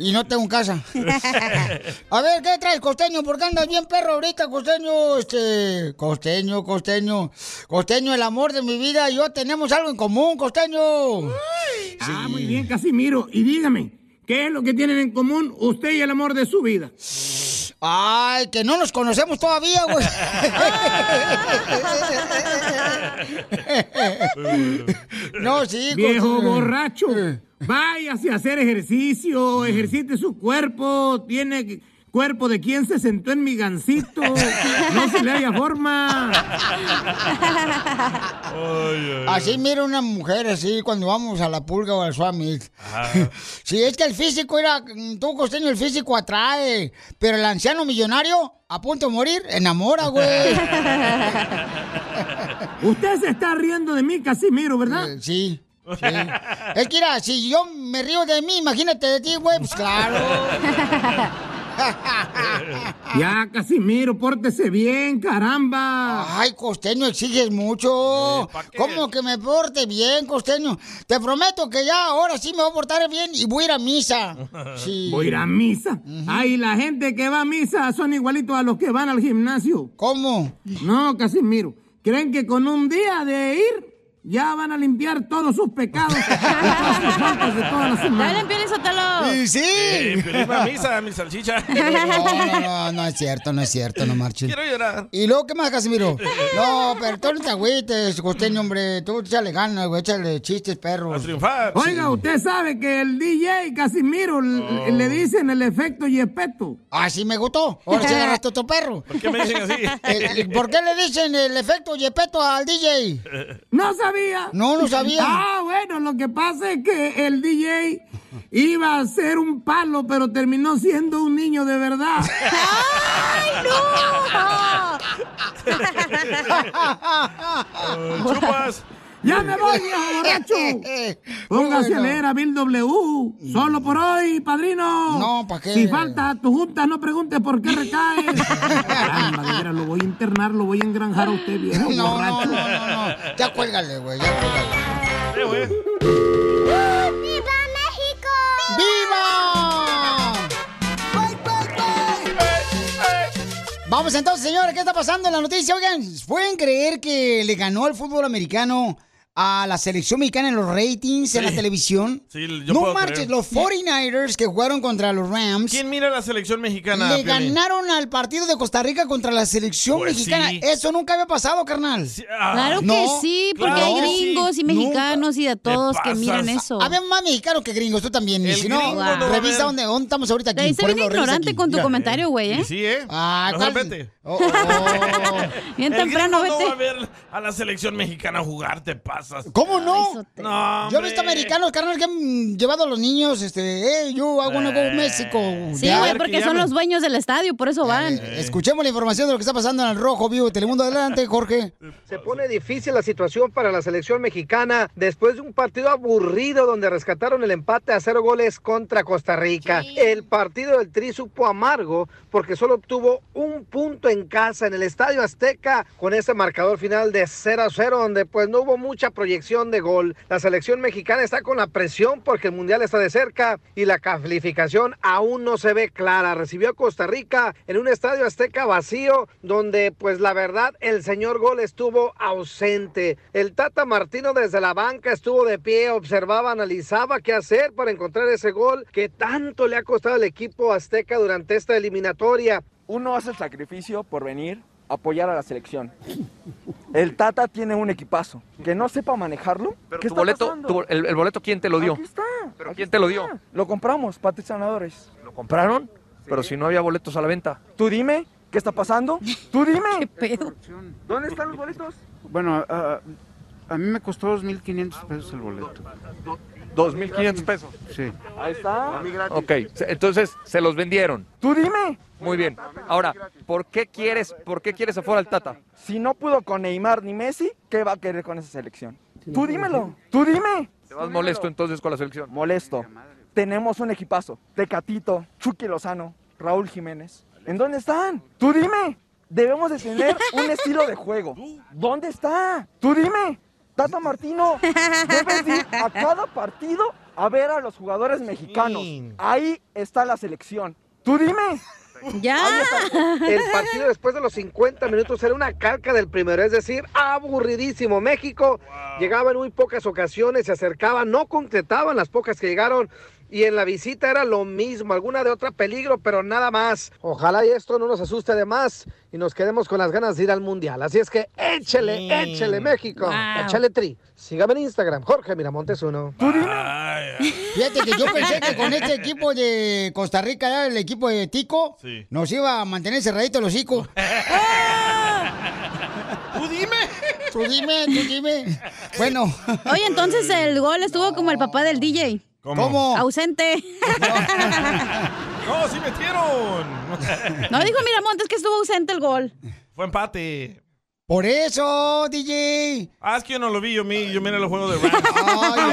Speaker 2: y no tengo casa. A ver, ¿qué traes, costeño? ¿Por qué andas bien perro ahorita, costeño? Este, costeño, costeño. Costeño, el amor de mi vida y yo tenemos algo en común, costeño.
Speaker 10: Ah, muy bien, Casimiro. Y dígame, ¿qué es lo que tienen en común usted y el amor de su vida?
Speaker 2: Ay, que no nos conocemos todavía, güey. no, sí, Eh.
Speaker 10: Viejo
Speaker 2: costeño.
Speaker 10: borracho. Váyase a hacer ejercicio, ejercite su cuerpo, tiene que- cuerpo de quien se sentó en mi gancito. No se le haya forma.
Speaker 2: Así mira una mujer así cuando vamos a la pulga o al swamit. Si es que el físico era, mm, tú costeño, el físico atrae, pero el anciano millonario a punto de morir enamora, güey.
Speaker 10: Usted se está riendo de mí, Casimiro, ¿verdad?
Speaker 2: Eh, sí. Es que mira, si yo me río de mí, imagínate de ti, güey, pues claro.
Speaker 10: Ya, Casimiro, pórtese bien, caramba. Eh,
Speaker 2: Ay, costeño, exiges mucho. ¿Cómo que me porte bien, costeño? Te prometo que ya ahora sí me voy a portar bien y voy a ir a misa. Sí.
Speaker 10: Voy a ir a misa. Ay, la gente que va a misa son igualitos a los que van al gimnasio.
Speaker 2: ¿Cómo?
Speaker 10: No, Casimiro. Creen que con un día de ir ya van a limpiar todos sus pecados.
Speaker 2: Ah,
Speaker 6: Dale, Piolín Sotelo.
Speaker 3: Eh, Piolín va a misa, mi salchicha.
Speaker 2: No, no, no, no es cierto, no es cierto, no marches.
Speaker 3: Quiero llorar.
Speaker 2: ¿Y luego qué más, Casimiro? No, pero tú no te agüites, costeño, hombre. Tú échale ganas, güey, échale chistes, perros. A
Speaker 3: triunfar.
Speaker 10: Oiga, usted sabe que el DJ Casimiro l- le dicen el efecto Yepeto.
Speaker 2: Así Ah, me gustó. Ahora sí agarraste otro perro. ¿Por
Speaker 10: qué me dicen así?
Speaker 2: ¿Por qué le dicen el efecto Yepeto al DJ?
Speaker 10: No sabía.
Speaker 2: No, no sabía.
Speaker 10: Ah, bueno, lo que pasa es que el DJ iba a ser un palo, pero terminó siendo un niño de verdad. ¡Ay,
Speaker 13: no!
Speaker 10: ¡Chupas! ¡Ya me voy, viejo borracho! Póngase a
Speaker 13: Bueno.
Speaker 10: leer a Bill W. Solo por hoy, padrino.
Speaker 13: No, ¿pa' qué?
Speaker 10: Si falta a tu junta, no preguntes por qué recaes. Caramba, de veras, lo voy a internar, lo voy a engranjar a usted, viejo
Speaker 2: No, no, no,
Speaker 10: borracho.
Speaker 2: no, no. Ya cuélgale, güey, ya cuélgale.
Speaker 13: ¡Viva México!
Speaker 2: ¡Viva! Vamos entonces, señores, ¿qué está pasando en la noticia? Oigan, ¿pueden creer que le ganó el fútbol americano a la selección mexicana en los ratings, en la televisión?
Speaker 3: Sí, yo
Speaker 2: no
Speaker 3: puedo
Speaker 2: marches,
Speaker 3: creer.
Speaker 2: los 49ers que jugaron contra los Rams.
Speaker 3: ¿Quién mira la selección mexicana?
Speaker 2: le
Speaker 3: Piolín?
Speaker 2: ganaron al partido de Costa Rica contra la selección
Speaker 3: Pues
Speaker 2: mexicana.
Speaker 3: sí.
Speaker 2: Eso nunca había pasado, carnal.
Speaker 3: ah.
Speaker 6: Claro que sí, porque hay gringos y mexicanos y de todos que miran eso.
Speaker 2: Había más mexicanos que gringos, tú también. Y
Speaker 6: El
Speaker 2: si no,
Speaker 6: gringo no va a
Speaker 2: revisa
Speaker 6: ver.
Speaker 2: dónde, dónde estamos ahorita aquí.
Speaker 6: Te hice
Speaker 2: Por
Speaker 6: bien
Speaker 2: ejemplo, revisa
Speaker 6: ignorante
Speaker 2: aquí.
Speaker 6: con tu comentario, güey, ¿eh?
Speaker 3: Sí, ¿eh?
Speaker 2: Ah,
Speaker 3: Mejor
Speaker 2: ¿cuál? oh.
Speaker 3: vete.
Speaker 6: Bien
Speaker 3: El
Speaker 6: temprano,
Speaker 3: gringo
Speaker 6: vete.
Speaker 3: No va a ver a la selección mexicana jugar, te pasas.
Speaker 2: ¿Cómo no?
Speaker 3: No,
Speaker 2: yo he visto americanos, carnal, que han llevado a los niños, este, eh, yo hago una go México.
Speaker 6: Sí,
Speaker 2: Ya.
Speaker 6: güey, porque son los dueños del estadio, por eso van.
Speaker 2: Escuchemos la información de lo que está pasando en el Rojo Vivo de Telemundo. Adelante, Jorge.
Speaker 5: Se pone difícil la situación para la selección mexicana después de un partido aburrido donde rescataron el empate a cero goles contra Costa Rica. El partido del Tri supo amargo porque solo obtuvo un punto en casa en el Estadio Azteca con ese marcador final de 0 a 0 donde pues no hubo mucha proyección de gol. La selección mexicana está con la presión porque el Mundial está de cerca y la calificación aún no se ve clara. Recibió a Costa Rica en un Estadio Azteca vacío donde pues la verdad el señor gol estuvo ausente. El Tata Martino desde la banca estuvo de pie, observaba, analizaba qué hacer para encontrar ese gol que tanto le ha costado al equipo azteca durante esta eliminatoria.
Speaker 24: Uno hace el sacrificio por venir a apoyar a la selección. El Tata tiene un equipazo. Que no sepa manejarlo.
Speaker 25: Pero
Speaker 24: ¿qué
Speaker 25: tu
Speaker 24: está
Speaker 25: boleto,
Speaker 24: pasando?
Speaker 25: tu bol- el, el boleto, ¿quién te lo dio?
Speaker 24: Aquí está.
Speaker 25: ¿Pero
Speaker 24: aquí
Speaker 25: quién te lo
Speaker 24: está.
Speaker 25: dio?
Speaker 24: Lo compramos, patrocinadores.
Speaker 25: ¿Lo compraron? Pero si no había boletos a la venta.
Speaker 24: Tú dime, ¿qué está pasando? Tú dime. ¿Dónde están los boletos?
Speaker 7: Bueno, a, a mí me costó 2.500 pesos el boleto.
Speaker 25: 2.500 pesos.
Speaker 7: Sí.
Speaker 24: Ahí está.
Speaker 25: Ok, se- entonces se los vendieron.
Speaker 24: Tú dime.
Speaker 25: Muy bien. Ahora, ¿por qué quieres, por qué quieres afuera al Tata?
Speaker 24: Si no pudo con Neymar ni Messi, ¿qué va a querer con esa selección? Tú dímelo. Tú dime.
Speaker 25: ¿Te vas molesto entonces con la selección?
Speaker 24: Molesto. Tenemos un equipazo. Tecatito, Chucky Lozano, Raúl Jiménez. ¿En dónde están? Tú dime. Debemos de tener un estilo de juego. ¿Dónde está? Tú dime. Tata Martino, debes ir a cada partido a ver a los jugadores mexicanos. Ahí está la selección. Tú dime.
Speaker 6: Ya.
Speaker 5: El partido después de los 50 minutos era una calca del primero, es decir, aburridísimo. México llegaba en muy pocas ocasiones, se acercaba, no concretaban las pocas que llegaron. Y en la visita era lo mismo, alguna de otra peligro, pero nada más. Ojalá y esto no nos asuste de más y nos quedemos con las ganas de ir al Mundial. Así es que échele,
Speaker 25: Sí.
Speaker 5: échele México,
Speaker 25: Wow.
Speaker 5: échele tri. Sígame en Instagram, Jorge Miramontes uno.
Speaker 2: Fíjate que yo pensé que con este equipo de Costa Rica, ya el equipo de Tico,
Speaker 5: Sí.
Speaker 2: nos iba a mantener cerradito los hocico.
Speaker 3: Tú dime.
Speaker 2: Tú dime, tú dime. Bueno.
Speaker 6: Oye, entonces el gol estuvo como el papá del DJ.
Speaker 3: ¿Cómo? ¿Cómo?
Speaker 6: Ausente.
Speaker 3: No, sí metieron.
Speaker 6: No dijo Miramontes que estuvo ausente el gol.
Speaker 3: Fue empate.
Speaker 2: Por eso, DJ.
Speaker 3: Ah, es que yo no lo vi, yo, mi, yo miré los juegos de Rams.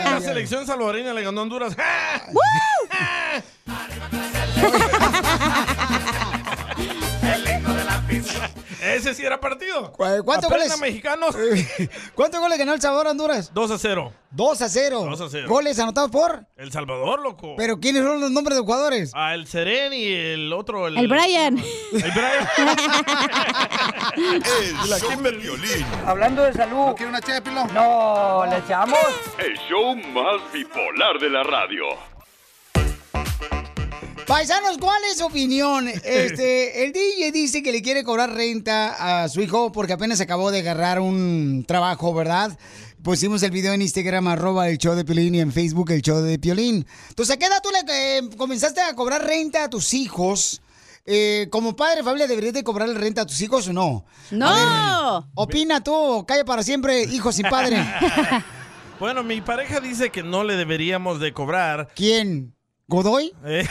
Speaker 3: la selección salvadoreña le ganó a Honduras. ¡Ah! Ese sí era partido.
Speaker 2: ¿Cuántos
Speaker 3: Aprenda,
Speaker 2: goles?
Speaker 3: mexicanos.
Speaker 2: ¿Cuántos goles ganó El Salvador a Honduras?
Speaker 3: 2 a 0.
Speaker 2: 2 a 0.
Speaker 3: 2 a Oh. 0.
Speaker 2: Goles anotados por.
Speaker 3: El Salvador, loco.
Speaker 2: Pero ¿quiénes son los nombres de los jugadores?
Speaker 3: Ah, el Seren y el otro. El,
Speaker 6: El Brian.
Speaker 3: El Brian.
Speaker 15: El show de violín.
Speaker 16: Hablando de salud. ¿No quiere una ché de pilón? No, ¿le echamos?
Speaker 17: El show más bipolar de la radio.
Speaker 2: Paisanos, ¿cuál es su opinión? Este, el DJ dice que le quiere cobrar renta a su hijo porque apenas acabó de agarrar un trabajo, ¿verdad? Pusimos el video en Instagram, arroba el show de Piolín y en Facebook el show de Piolín. Entonces, ¿a qué edad tú le eh, comenzaste a cobrar renta a tus hijos? Eh, como padre de familia, ¿deberías de cobrarle renta a tus hijos o no?
Speaker 6: ¡No!
Speaker 2: A ver, opina tú, calla para siempre, hijo sin padre.
Speaker 3: Bueno, mi pareja dice que no le deberíamos de cobrar.
Speaker 2: ¿Quién? ¿Godoy?
Speaker 3: Eh.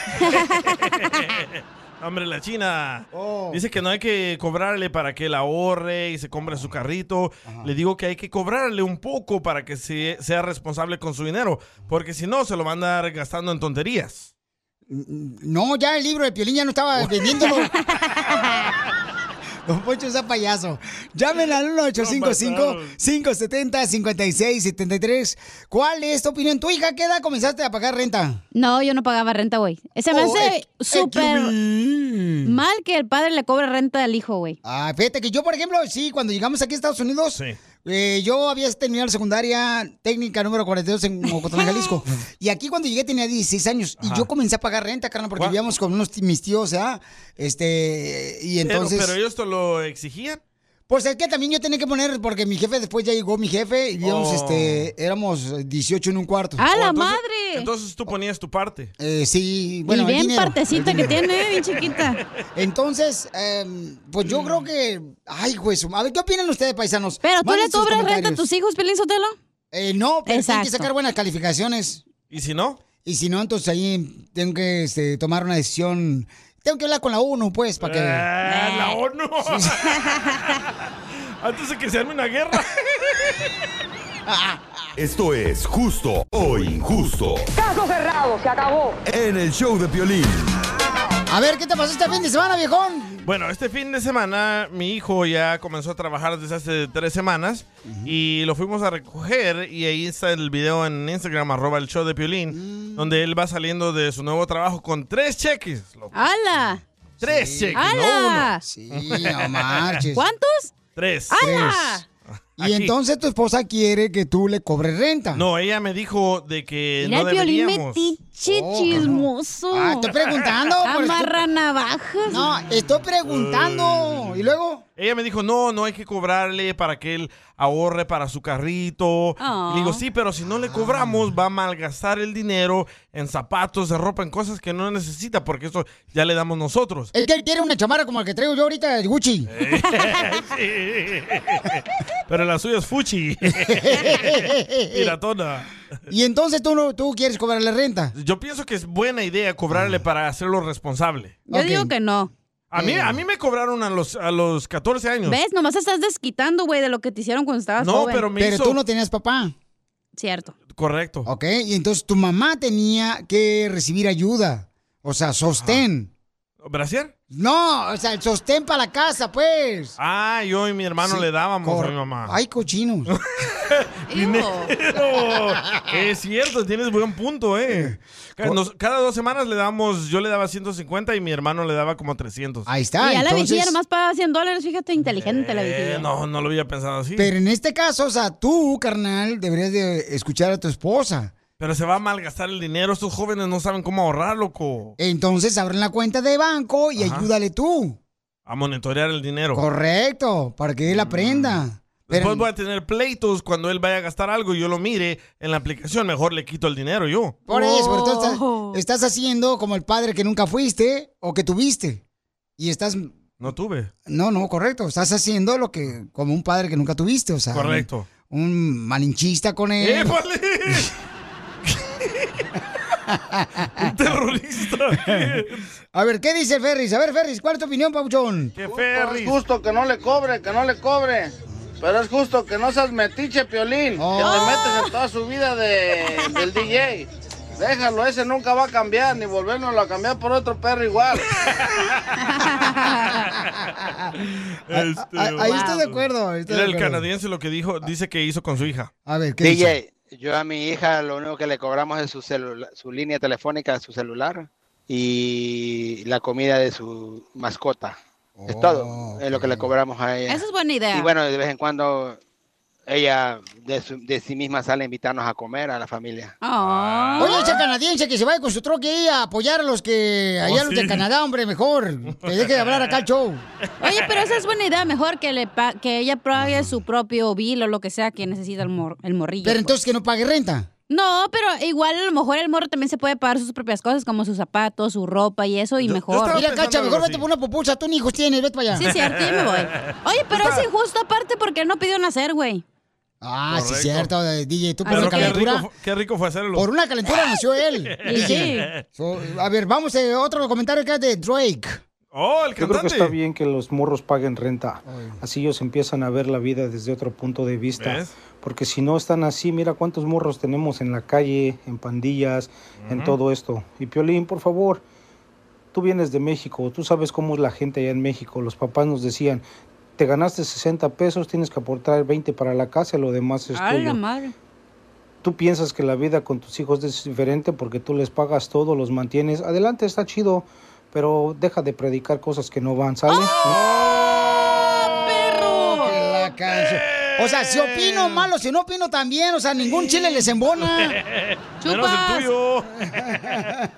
Speaker 3: Hombre, la China. Dice que no hay que cobrarle para que él ahorre y se compre su carrito. Le digo que hay que cobrarle un poco para que se- sea responsable con su dinero, porque si no, se lo van a andar gastando en tonterías.
Speaker 2: No, ya el libro de Piolín ya no estaba vendiéndolo. Don Poncho está payaso. Llamen al 1-855-570-5673. ¿Cuál es tu opinión? ¿Tu hija qué edad comenzaste a pagar renta?
Speaker 6: No, yo no pagaba renta, güey. Se me
Speaker 2: Oh,
Speaker 6: hace
Speaker 2: ex-
Speaker 6: súper
Speaker 2: excuse me.
Speaker 6: mal que el padre le cobre renta al hijo, güey.
Speaker 2: Ah, fíjate que yo, por ejemplo, sí, cuando llegamos aquí a Estados Unidos, eh, yo había terminado la secundaria técnica número 42 en Ocotlán, Jalisco. y aquí cuando llegué tenía 16 años y yo comencé a pagar renta, carnal, porque vivíamos con unos, ti- mis tíos, ¿ah? Este, y
Speaker 3: Pero-
Speaker 2: entonces...
Speaker 3: Pero, ellos te lo exigían.
Speaker 2: Pues es que también yo tenía que poner, porque mi jefe después ya llegó mi jefe y digamos,
Speaker 3: Oh.
Speaker 2: este, éramos 18 en un cuarto.
Speaker 6: ¡A la
Speaker 3: Entonces-
Speaker 6: madre!
Speaker 3: Entonces tú ponías tu parte.
Speaker 2: Ah, Eh, sí, bueno,
Speaker 6: y
Speaker 2: el
Speaker 6: bien
Speaker 2: dinero,
Speaker 6: partecita
Speaker 2: el
Speaker 6: que
Speaker 2: dinero.
Speaker 6: tiene, bien chiquita.
Speaker 2: Entonces, em, pues yo creo que. Ay, güey, su- a ver, ¿qué opinan ustedes, paisanos?
Speaker 6: Pero tú
Speaker 2: Manden
Speaker 6: le
Speaker 2: sus
Speaker 6: cobras renta a
Speaker 2: comentarios.
Speaker 6: tus hijos, Pelín Sotelo.
Speaker 2: Eh, no, pero tienen que
Speaker 6: Exacto.
Speaker 2: sacar buenas calificaciones.
Speaker 3: ¿Y si no?
Speaker 2: Y si no, entonces ahí tengo que este, tomar una decisión. Tengo que hablar con la ONU, pues, para que.
Speaker 3: Eh, la ONU. Antes de que se arme una guerra.
Speaker 15: Esto es justo o injusto.
Speaker 2: Caso cerrado, se acabó.
Speaker 15: En el show de Piolín.
Speaker 2: A ver, ¿qué te pasó este fin de semana, viejón?
Speaker 3: Bueno, este fin de semana mi hijo ya comenzó a trabajar desde hace tres semanas y lo fuimos a recoger y ahí está el video en Instagram, arroba el show de
Speaker 2: Mm.
Speaker 3: Piolín, donde él va saliendo de su nuevo trabajo con tres cheques. loco.
Speaker 6: ¡Hala!
Speaker 3: Tres cheques, no
Speaker 6: ¡Hala!
Speaker 3: uno.
Speaker 2: Sí, no marches. Ah.
Speaker 6: ¿Cuántos?
Speaker 3: Tres.
Speaker 6: ¡Hala!
Speaker 2: Y
Speaker 3: Aquí.
Speaker 2: entonces tu esposa quiere que tú le cobres renta.
Speaker 3: No, ella me dijo de que
Speaker 6: Mira
Speaker 3: no
Speaker 6: el violín
Speaker 3: deberíamos.
Speaker 6: metiche chismoso.
Speaker 2: Ah, estoy preguntando, por eso-
Speaker 6: Amarra navajas.
Speaker 2: No, estoy preguntando. ¿Y luego?
Speaker 3: Ella me dijo, no, no hay que cobrarle para que él ahorre para su carrito.
Speaker 6: Ah.
Speaker 3: Y digo, sí, pero si no le cobramos, va a malgastar el dinero en zapatos, en ropa, en cosas que no necesita, porque eso ya le damos nosotros.
Speaker 2: Es que él quiere una chamarra como la que traigo yo ahorita, el Gucci.
Speaker 3: Eh, pero la suya es fuchi. Piratona.
Speaker 2: y entonces tú, no, tú quieres cobrarle renta.
Speaker 3: Yo pienso que es buena idea cobrarle
Speaker 2: Ah.
Speaker 3: para hacerlo responsable.
Speaker 6: Yo digo que no.
Speaker 3: A mí,
Speaker 2: Eh.
Speaker 3: a mí me cobraron a los, a los 14 años.
Speaker 6: ¿Ves? Nomás estás desquitando, güey, de lo que te hicieron cuando estabas
Speaker 3: No,
Speaker 6: joven.
Speaker 3: pero me Pero hizo- tú no
Speaker 2: tenías papá.
Speaker 6: Cierto.
Speaker 3: Correcto.
Speaker 2: Ok, y entonces tu mamá tenía que recibir ayuda. O sea, sostén.
Speaker 3: ¿Brasier?
Speaker 2: No, o sea, el sostén para la casa, pues.
Speaker 3: Ah, yo y mi hermano
Speaker 2: Sí,
Speaker 3: le dábamos
Speaker 2: cor-
Speaker 3: a mi mamá.
Speaker 2: Ay, cochinos.
Speaker 3: Dinero. es cierto, tienes buen punto, eh. Ca- nos- Cada, dos semanas le damos, yo le daba 150 y mi hermano le daba como 300.
Speaker 2: Ahí
Speaker 6: y ya la vigía nomás paga 100 dólares. Fíjate, inteligente la vigía.
Speaker 3: Eh, no, no lo había pensado así.
Speaker 2: Pero
Speaker 3: Pero,
Speaker 2: en este caso, o sea, tú, carnal, deberías de escuchar a tu esposa.
Speaker 3: se va a malgastar el dinero, estos jóvenes no saben cómo ahorrar, loco.
Speaker 2: Entonces abren la cuenta de banco y
Speaker 3: Ajá.
Speaker 2: ayúdale tú.
Speaker 3: A monitorear el dinero.
Speaker 2: Correcto, para que él
Speaker 3: Mm.
Speaker 2: aprenda. Pero-
Speaker 3: Después voy a tener pleitos cuando él vaya a gastar algo y yo lo mire en la aplicación, mejor le quito el dinero yo.
Speaker 2: Por eso, pero tú estás-
Speaker 6: Oh.
Speaker 2: estás, haciendo como el padre que nunca fuiste o que tuviste. Y estás...
Speaker 3: No tuve.
Speaker 2: No, no, correcto. Estás haciendo lo que... Como un padre que nunca tuviste, o sea...
Speaker 3: Correcto.
Speaker 2: Un, un malinchista con él.
Speaker 3: ¡Épale! Un terrorista.
Speaker 2: A ver, ¿qué dice el Ferris? A ver, Ferris, ¿cuál es tu opinión, Pauchón?
Speaker 16: Es justo que no le cobre, que no le cobre. Pero es justo que no seas metiche, Piolín. Que
Speaker 2: Oh.
Speaker 16: te metes en toda su vida de, del DJ. Déjalo, ese nunca va a cambiar, ni volvernoslo a cambiar por otro perro igual.
Speaker 2: Ah, Ahí estoy de acuerdo. estoy de
Speaker 3: Este, Era el
Speaker 2: acuerdo.
Speaker 3: canadiense lo que dijo, dice que hizo con su hija.
Speaker 2: A ver, ¿qué dice?
Speaker 26: DJ, yo a mi hija lo único que le cobramos es su, celula- su línea telefónica, su celular y la comida de su mascota. es
Speaker 2: Oh,
Speaker 26: todo, es lo que le cobramos a ella.
Speaker 6: Esa es buena idea.
Speaker 26: Y bueno, de vez en cuando ella de, su- de sí misma sale a invitarnos a comer a la familia.
Speaker 6: Ah.
Speaker 2: Oye, ese canadiense que se vaya con su troque ahí a apoyar a los que...
Speaker 26: Oh,
Speaker 2: Allá los de
Speaker 26: sí.
Speaker 2: Canadá, hombre, mejor. Que deje de hablar acá el show.
Speaker 6: Oye, pero esa es buena idea. Mejor que le pa- que ella pague su propio bill o lo que sea que necesita el, mor- el morrillo.
Speaker 2: Pero
Speaker 6: pues.
Speaker 2: entonces que no pague renta.
Speaker 6: No, pero igual a lo mejor el morro también se puede pagar sus propias cosas, como sus zapatos, su ropa y eso, y mejor.
Speaker 2: Mira, Cacha, mejor vete por una pupusa. Tú ni hijos tienes, vete para allá.
Speaker 6: Sí, es cierto, yo me voy. Oye, pero es injusto aparte porque no pidió nacer, güey.
Speaker 2: Ah, sí,
Speaker 3: Correcto.
Speaker 2: cierto, eh, DJ. Tú por
Speaker 3: Pero
Speaker 2: una
Speaker 3: qué rico,
Speaker 2: calentura.
Speaker 3: fu- qué rico fue hacerlo.
Speaker 2: Por una calentura nació él.
Speaker 3: Y
Speaker 2: DJ.
Speaker 3: sí.
Speaker 2: So, a ver, vamos a otro comentario que es de Drake.
Speaker 3: Oh,
Speaker 27: Yo
Speaker 3: el
Speaker 27: creo que
Speaker 3: cantante.
Speaker 27: está bien que los morros paguen renta. Así ellos empiezan a ver la vida desde otro punto de vista.
Speaker 3: ¿Ves?
Speaker 27: Porque si no están así, mira cuántos morros tenemos en la calle, en pandillas, en
Speaker 8: Ujú.
Speaker 27: todo esto. Y Piolín, por favor, tú vienes de México, tú sabes cómo es la gente allá en México. Los papás nos decían, te ganaste 60 pesos, tienes que aportar 20 para la casa, lo demás es
Speaker 6: A la
Speaker 27: tuyo.
Speaker 6: madre.
Speaker 27: Tú piensas que la vida con tus hijos es diferente porque tú les pagas todo, los mantienes. Adelante, está chido, pero deja de
Speaker 6: ¡Ah,
Speaker 27: predicar cosas que no van, ¿sale?
Speaker 2: Oh, que la canción. O sea, si opino malo, si no opino también, o sea, ningún chile les embona.
Speaker 6: Chupas.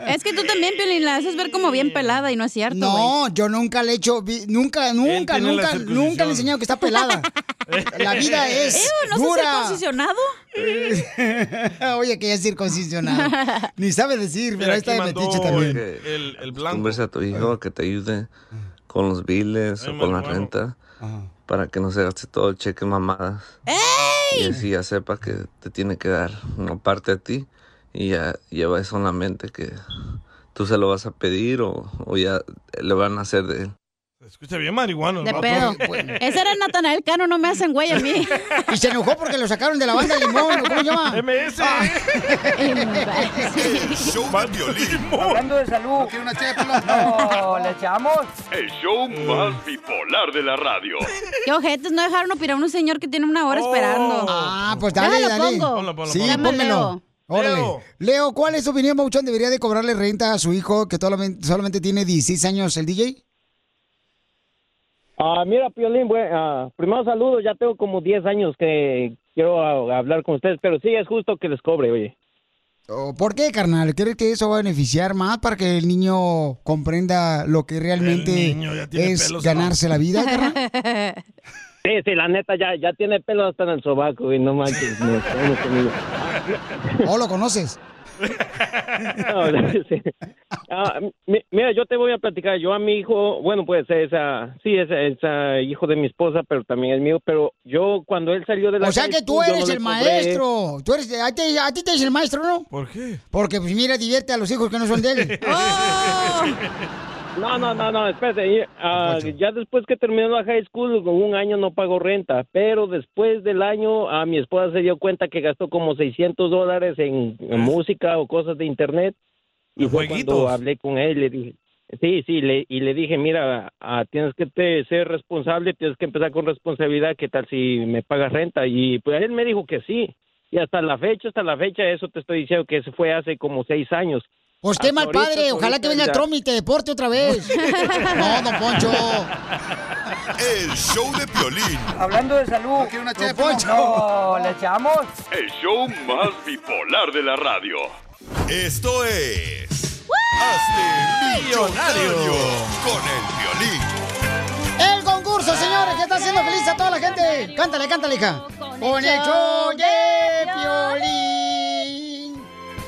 Speaker 6: Es que tú también, Piolín, la haces ver como bien pelada y no es cierto.
Speaker 2: No, yo nunca le he hecho, vi- nunca, nunca,
Speaker 6: tiene la
Speaker 2: nunca,
Speaker 6: circuncisión.
Speaker 2: nunca le he enseñado que está pelada. La vida es
Speaker 6: Ew, ¿no
Speaker 2: dura.
Speaker 6: ¿No circuncionado?
Speaker 2: Oye, que ya es circuncionado. Ni sabe decir, pero ahí está de metiche también.
Speaker 3: El, el blanco.
Speaker 14: Conversa a tu hijo a que te ayude con los biles o con la renta para que no se gaste todo el cheque en mamadas. Y así ya sepa que te tiene que dar una parte a ti y ya lleva eso en la mente que tú se lo vas a pedir o, o ya le van a hacer de él.
Speaker 3: Escucha bien marihuano. el
Speaker 6: De
Speaker 3: vato.
Speaker 6: pedo.
Speaker 2: pues,
Speaker 6: Ese era Natanael Cano, no me hacen güey a mí.
Speaker 2: Y se enojó porque lo sacaron de la banda Limón, ¿o ¿cómo se llama? Ah.
Speaker 3: MS.
Speaker 9: Hablando de salud. No, ¿le echamos?
Speaker 17: El show más bipolar de la radio.
Speaker 6: Qué ojetes, no dejaron opinar a un señor que tiene una hora esperando.
Speaker 2: Ah, pues dale,
Speaker 6: Déjalo,
Speaker 2: dale.
Speaker 6: pongo.
Speaker 2: sí,
Speaker 6: Llama a
Speaker 2: pónmelo.
Speaker 6: Leo.
Speaker 2: Órale.
Speaker 6: Leo.
Speaker 2: Leo. ¿cuál es tu opinión, Mauchón? ¿Debería de cobrarle renta a su hijo que solamente, solamente tiene 16 años el DJ?
Speaker 8: Ah, mira, Piolín, bue- ah, primero saludo, ya tengo como 10 años que quiero ah, hablar con ustedes, pero sí es justo que les cobre, oye.
Speaker 2: ¿O ¿Por qué, carnal? ¿Crees que eso va a beneficiar más para que el niño comprenda lo que realmente es ganarse la vida, carnal?
Speaker 8: Sí, sí, la neta, ya, ya tiene pelo hasta en el sobaco, y no manches. no, no, conmigo.
Speaker 2: ¿O lo conoces?
Speaker 8: No, sí. Ah, mi- mira, yo te voy a platicar, yo a mi hijo, bueno, pues es, ah, sí, es, es, ah, hijo de mi esposa, pero también es mío, pero yo cuando él salió de la...
Speaker 2: O sea
Speaker 8: high
Speaker 2: que tú
Speaker 8: school, yo no
Speaker 2: eres
Speaker 8: le
Speaker 2: el
Speaker 8: cobré.
Speaker 2: maestro. Tú eres, a, ti, a ti te es el maestro, ¿no? ¿Por qué? Porque, pues mira, divierte a los hijos que no son de él.
Speaker 8: No, no, no, no, espérate. y, ah, ya después que terminó la high school, pues, con un año no pagó renta, pero después del año a mi esposa se dio cuenta que gastó como 600 dólares en, en música o cosas de internet. Y fue cuando
Speaker 28: jueguitos.
Speaker 8: hablé con él, le dije, sí, sí, le, y le dije, mira, ah, tienes que te- ser responsable, tienes que empezar con responsabilidad, ¿qué tal si me pagas renta? Y pues él me dijo que sí. Y hasta la fecha, hasta la fecha, eso te estoy diciendo que eso fue hace como seis años.
Speaker 2: Pues qué
Speaker 8: Hasta
Speaker 2: mal
Speaker 8: ahorita,
Speaker 2: padre.
Speaker 8: hasta
Speaker 2: Ojalá que
Speaker 8: ahorita,
Speaker 2: venga
Speaker 8: mira.
Speaker 2: Trump y te deporte otra vez. No, don Poncho.
Speaker 15: El show de Piolín.
Speaker 9: Hablando de salud. ¿No
Speaker 15: de
Speaker 9: Poncho? No, ¿le echamos?
Speaker 17: El show más bipolar de la radio.
Speaker 15: Esto es. Hazte millonario con el violín.
Speaker 2: El concurso, señores, que está haciendo feliz a toda la gente. Cántale, cántale, hija. Con el show de Piolín.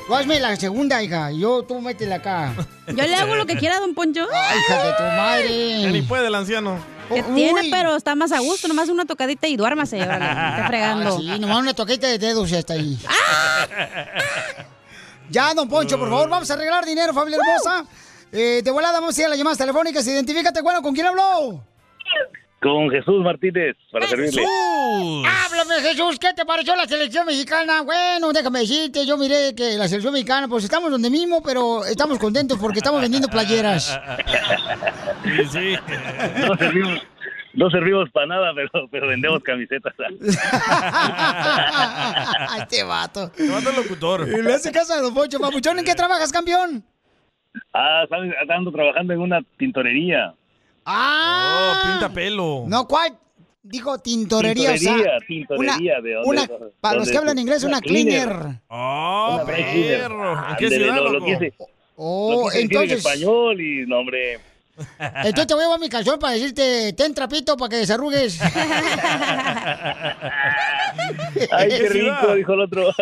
Speaker 2: Tú hazme la segunda, hija. y Yo, tú métela acá.
Speaker 6: Yo le hago lo que quiera, don Poncho.
Speaker 2: hija de tu madre.
Speaker 3: Ya ni puede el anciano.
Speaker 6: Que tiene, pero está más a gusto, nomás una tocadita y duérmase. órale, Está fregando.
Speaker 2: Ah, sí, nomás una toqueta de dedos y hasta ahí. Ya, don Poncho, por favor, vamos a arreglar dinero, familia hermosa. Eh, de volada vamos a ir a las llamadas telefónicas. Identifícate, bueno, ¿con quién habló?
Speaker 28: Con Jesús Martínez, para servirle.
Speaker 2: Háblame, Jesús, ¿qué te pareció la selección mexicana? Bueno, déjame decirte, yo miré que la selección mexicana, pues estamos donde mismo, pero estamos contentos porque estamos vendiendo playeras.
Speaker 28: Sí, sí. No servimos, no servimos para nada, pero, pero vendemos camisetas.
Speaker 2: Ay, este vato.
Speaker 28: mata el locutor.
Speaker 2: Y le hace caso a Don Poncho. Papuchón, ¿en qué trabajas, campeón?
Speaker 28: Ah, ¿sabes? Ando trabajando en una tintorería.
Speaker 2: ¡Ah!
Speaker 28: pinta pelo.
Speaker 2: No, ¿cuál? Dijo tintorería, o sea.
Speaker 28: Tintorería, tintorería,
Speaker 2: una-
Speaker 28: ¿de dónde-
Speaker 2: una-
Speaker 28: dónde-
Speaker 2: para los
Speaker 28: dónde
Speaker 2: que hablan
Speaker 28: es?
Speaker 2: inglés, una
Speaker 28: Una cleaner.
Speaker 2: cleaner.
Speaker 28: Oh,
Speaker 3: perro. ¿En qué ciudad,
Speaker 28: lo, lo
Speaker 3: loco?
Speaker 28: quise,
Speaker 2: Oh,
Speaker 28: lo quise decir en
Speaker 2: entonces-
Speaker 28: español y no, hombre.
Speaker 2: Entonces te voy a llevar mi calzón para decirte, ten trapito para que desarrugues.
Speaker 28: Ay, qué
Speaker 2: ¿Qué ciudad?
Speaker 28: rico, dijo el otro.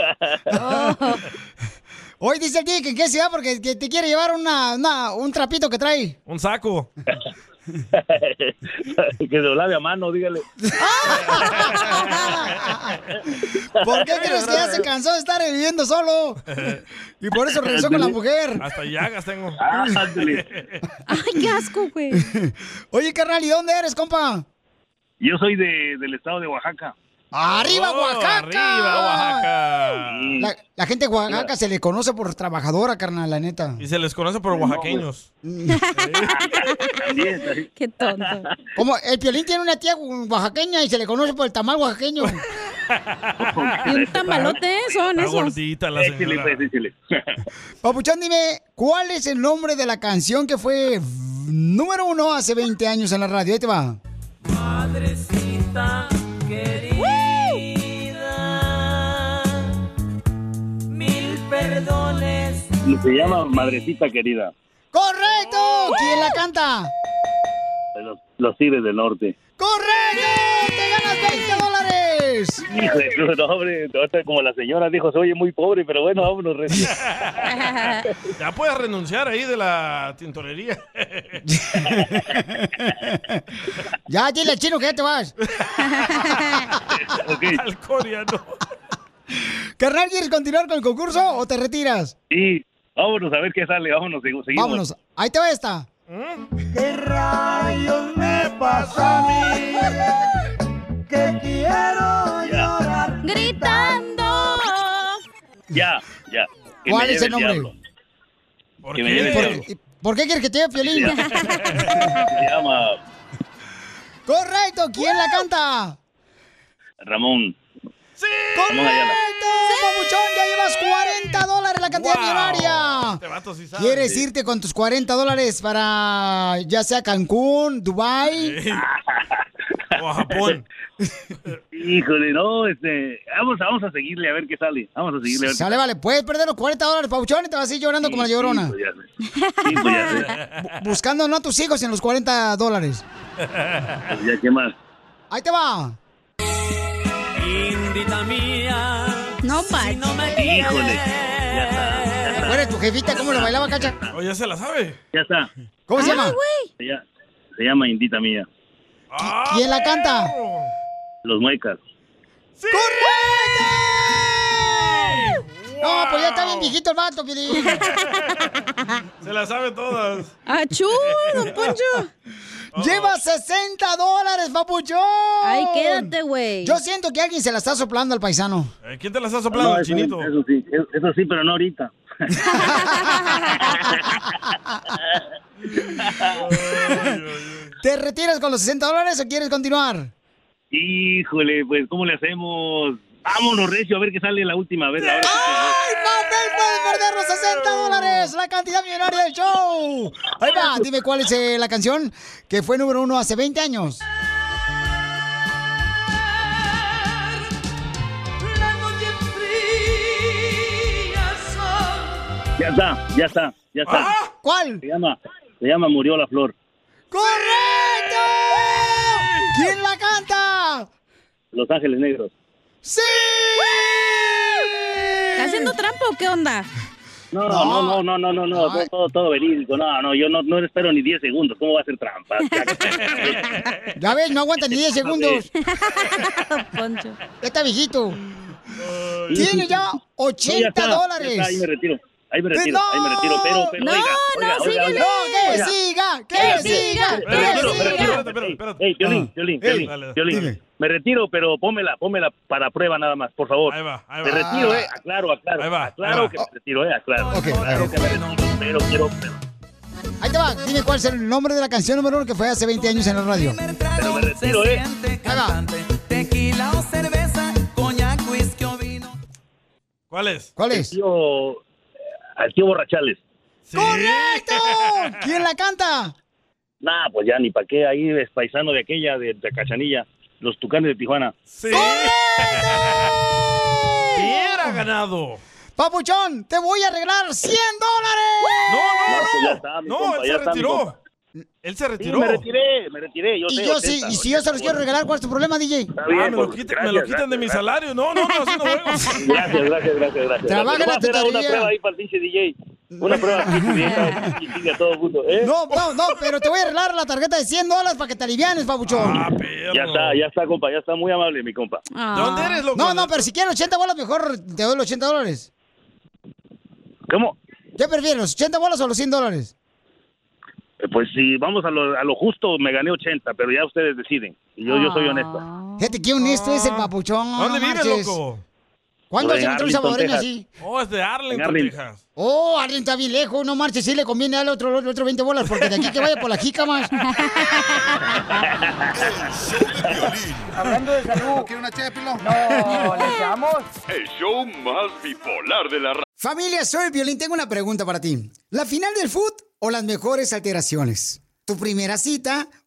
Speaker 2: Hoy dice el DJ que en qué ciudad porque que te quiere llevar una, una- un trapito que trae.
Speaker 28: Un saco. que se lo lave a mano, dígale.
Speaker 2: ¿Por qué crees que ya se cansó de estar viviendo solo? Y por eso regresó con la mujer.
Speaker 3: Hasta llagas tengo.
Speaker 2: Ay, qué asco, güey. Oye, carnal, ¿y dónde eres, compa?
Speaker 28: Yo soy de, del estado de Oaxaca.
Speaker 2: ¡Arriba,
Speaker 28: Oh,
Speaker 2: Oaxaca!
Speaker 28: arriba, Oaxaca. Sí.
Speaker 2: La, la gente de Oaxaca se le conoce por trabajadora, carnal, la neta.
Speaker 3: Y se les conoce por oaxaqueños.
Speaker 6: Qué tonto.
Speaker 2: Como el Piolín tiene una tía oaxaqueña y se le conoce por el tamal oaxaqueño.
Speaker 6: Y un tamalote son
Speaker 3: Está
Speaker 6: esos.
Speaker 3: gordita la
Speaker 28: Échele,
Speaker 3: señora.
Speaker 28: pues, échele.
Speaker 2: Papuchón, dime, ¿cuál es el nombre de la canción que fue v- número uno hace 20 años en la radio? Ahí te va.
Speaker 9: Madrecita querida. perdones.
Speaker 28: Se llama Madrecita Querida,
Speaker 2: ¡Correcto! ¿Quién la canta?
Speaker 28: de los, los Tigres del Norte.
Speaker 2: ¡Correcto! ¡Te ganas 20 dólares!
Speaker 28: Hijo de cruz, no, hombre, ahorita como la señora dijo, soy muy pobre, pero bueno, vámonos. recién.
Speaker 3: Ya puedes renunciar ahí de la tintorería.
Speaker 2: Ya, dile al chino que ya te vas.
Speaker 3: Al coreano.
Speaker 2: Carnal, ¿quieres continuar con el concurso o te retiras?
Speaker 28: Y vámonos a ver qué sale, vámonos, segu- seguimos.
Speaker 2: Vámonos. Ahí te va esta.
Speaker 9: ¿Qué rayos me pasa a mí? Que quiero llorar. Gritando.
Speaker 28: Ya, ya. Que
Speaker 2: ¿Cuál
Speaker 28: me
Speaker 2: es
Speaker 28: lleve
Speaker 2: el nombre?
Speaker 28: diablo. Que me
Speaker 2: qué?
Speaker 28: lleve el
Speaker 2: ¿Por
Speaker 28: diablo.
Speaker 2: ¿Por qué quieres que te lleve violín?
Speaker 28: Se llama
Speaker 2: Correcto, ¿quién la canta?
Speaker 28: Ramón. Ramón Ayala.
Speaker 2: ¡Correcto! Papuchón, ya llevas 40 dólares la cantidad
Speaker 3: Wow.
Speaker 2: millonaria.
Speaker 3: Este vato sí sabe.
Speaker 2: ¿Quieres irte con tus 40 dólares para ya sea Cancún, Dubai?
Speaker 28: O a Japón. Híjole, no, este, vamos, vamos a seguirle a ver qué sale. Vamos a seguirle a ver. qué
Speaker 2: Sale, vale, puedes perder los 40 dólares, Papuchón, y te vas a ir llorando como la llorona.
Speaker 28: pues Sí, pues ya sé.
Speaker 2: Bu- Buscando no a tus hijos en los 40 dólares.
Speaker 28: Pues ya, ¿qué más?
Speaker 2: Ahí te va.
Speaker 9: Indita mía.
Speaker 6: No,
Speaker 9: Si no me
Speaker 28: Híjole.
Speaker 2: Eres tu jefita, ¿cómo la bailaba, cacha?
Speaker 3: Oh, ya se la sabe.
Speaker 28: Ya está.
Speaker 2: ¿Cómo se
Speaker 28: Ay,
Speaker 2: llama?
Speaker 28: Ya- se llama Indita Mía.
Speaker 2: ¿Quién la canta?
Speaker 28: Los muecas.
Speaker 2: No, pues ya está bien viejito el vato, Piolín.
Speaker 3: Se la sabe todas.
Speaker 2: ¡Achú, don Poncho!
Speaker 28: Oh.
Speaker 2: ¡Lleva 60 dólares, papuchón!
Speaker 6: Ay, quédate, güey.
Speaker 2: Yo siento que alguien se la está soplando al paisano.
Speaker 3: Eh, ¿Quién te la está soplando,
Speaker 28: No, eso-
Speaker 3: chinito?
Speaker 28: Eso sí, eso- eso sí, pero no ahorita.
Speaker 2: ¿Te retiras con los 60 dólares o quieres continuar?
Speaker 28: Híjole, pues, ¿cómo le hacemos? Vámonos, Recio, a ver qué sale la última vez. Ahora
Speaker 2: ¡Ay, Papel puede perder los 60 dólares, la cantidad millonaria del show. Ahí va, dime cuál es eh, la canción que fue número uno hace 20 años.
Speaker 9: La noche fría son.
Speaker 28: Ya está, ya está, ya está.
Speaker 2: Ah. ¿Cuál?
Speaker 28: Se llama, se llama Murió la Flor.
Speaker 2: ¡Correcto! ¿Quién la canta?
Speaker 28: Los Ángeles Negros.
Speaker 2: ¡Sí!
Speaker 6: ¿Está haciendo trampa o qué onda?
Speaker 28: No, no, no, no, no, no, no, todo, todo, todo verídico. No, no, yo no, no espero ni 10 segundos. ¿Cómo va a ser trampa?
Speaker 2: Ya ves, no aguanta ni 10 segundos. Poncho. Está viejito. Tiene ya
Speaker 28: No, ya
Speaker 2: 80
Speaker 28: está, ya
Speaker 2: dólares.
Speaker 28: está, ahí me retiro. Ahí me retiro,
Speaker 2: ¡No!
Speaker 28: ahí me retiro. Pero, pero,
Speaker 2: No,
Speaker 28: oiga, oiga,
Speaker 2: Ah, no,
Speaker 28: oiga,
Speaker 2: síguele.
Speaker 28: oiga,
Speaker 2: No, que
Speaker 28: oiga.
Speaker 2: siga, que
Speaker 28: Oiga,
Speaker 2: siga,
Speaker 28: espérate,
Speaker 2: que
Speaker 28: espérate,
Speaker 2: siga.
Speaker 28: espérate, espérate, espérate. Ey,
Speaker 2: Ah.
Speaker 28: Piolín, Piolín, Piolín, Piolín, Me retiro, pero pómela, pómela para prueba nada más, por favor. Ahí va,
Speaker 3: ahí
Speaker 28: Me
Speaker 3: va.
Speaker 28: retiro, eh, aclaro, aclaro. aclaro que me retiro, eh, aclaro. Aclaro que me retiro, pero quiero, pero,
Speaker 2: Ahí te va, dime cuál es el nombre de la canción número uno que fue hace 20 años en la radio.
Speaker 28: pero me retiro, eh.
Speaker 9: Tequila o cerveza, coñac, whisky o vino.
Speaker 3: ¿Cuál es?
Speaker 2: ¿Cuál es?
Speaker 28: Tío, al tío Borrachales.
Speaker 2: ¡Correcto! ¿Quién la canta?
Speaker 28: Nah, pues ya ni pa' qué, ahí es paisano de aquella, de, de Cachanilla, los Tucanes de Tijuana.
Speaker 3: Sí. Hubiera ganado.
Speaker 2: Papuchón, te voy a arreglar 100
Speaker 3: No,
Speaker 2: dólares.
Speaker 28: pues ya está, mi
Speaker 3: No,
Speaker 28: compa,
Speaker 3: él
Speaker 28: ya
Speaker 3: se
Speaker 28: está, mi
Speaker 3: retiró.
Speaker 28: compa.
Speaker 3: Él se
Speaker 28: Sí,
Speaker 3: retiró.
Speaker 28: me retiré, me retiré. Yo
Speaker 2: Y
Speaker 28: sé,
Speaker 2: yo,
Speaker 28: 80,
Speaker 2: sí, y si yo se los quiero regalar, ¿cuál es tu problema, DJ?
Speaker 28: Está
Speaker 3: Ah,
Speaker 28: bien,
Speaker 3: me lo,
Speaker 28: pues,
Speaker 3: quitan, me
Speaker 28: gracias,
Speaker 3: lo quitan de mi
Speaker 28: gracias,
Speaker 3: salario. No, no, no, así no juego.
Speaker 28: Gracias, gracias, gracias, gracias.
Speaker 3: Trabaja
Speaker 28: Voy a
Speaker 3: la
Speaker 28: hacer
Speaker 3: tutoría.
Speaker 28: Una prueba ahí para el pinche DJ. Una prueba aquí, y sigue a todo mundo. ¿eh?
Speaker 2: No, no, no, pero te voy a arreglar la tarjeta de 100 dólares para que te alivianes, papuchón.
Speaker 3: Ah,
Speaker 28: Ya está, ya está, compa, ya está muy amable, mi compa.
Speaker 2: Ah. No, no, pero si quieren 80 bolas, mejor te doy los 80 dólares.
Speaker 28: ¿Cómo?
Speaker 2: ¿Qué prefieres, los 80 bolas o los 100 dólares?
Speaker 28: Eh, Pues si vamos a lo, a lo justo, me gané 80, pero ya ustedes deciden. Y Yo, yo soy honesto.
Speaker 2: Fíjate qué honesto es
Speaker 3: Ah.
Speaker 2: el papuchón.
Speaker 28: ¿Dónde
Speaker 2: no
Speaker 28: vive,
Speaker 2: marches.
Speaker 28: loco?
Speaker 2: ¿Cuándo
Speaker 28: Por
Speaker 2: se
Speaker 28: en
Speaker 2: encontró un
Speaker 28: Arlington,
Speaker 2: salvadoreño
Speaker 28: Texas.
Speaker 2: así?
Speaker 3: Oh, es de Arlington,
Speaker 28: En Arlington.
Speaker 3: Texas.
Speaker 2: Oh, Arlen está bien lejos, no marches, sí le conviene al otro, al otro 20 bolas, porque de aquí que vaya por la jica más.
Speaker 9: Hablando de salud. ¿Quiere una No, le echamos.
Speaker 17: El show más bipolar de la radio.
Speaker 2: Familia, soy el violín, tengo una pregunta para ti. ¿La final del foot o las mejores alteraciones? ¿Tu primera cita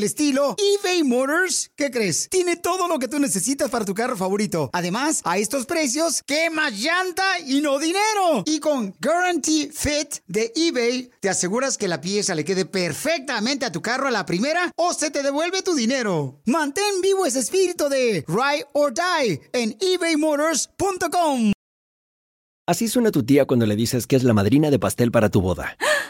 Speaker 2: el estilo, eBay Motors, ¿qué crees? Tiene todo lo que tú necesitas para tu carro favorito. Además, a estos precios, ¿qué más llanta y no dinero? Y con Guarantee Fit de eBay, te aseguras que la pieza le quede perfectamente a tu carro a la primera o se te devuelve tu dinero. Mantén vivo ese espíritu de Ride or Die en ebaymotors.com.
Speaker 10: Así suena tu tía cuando le dices que es la madrina de pastel para tu boda.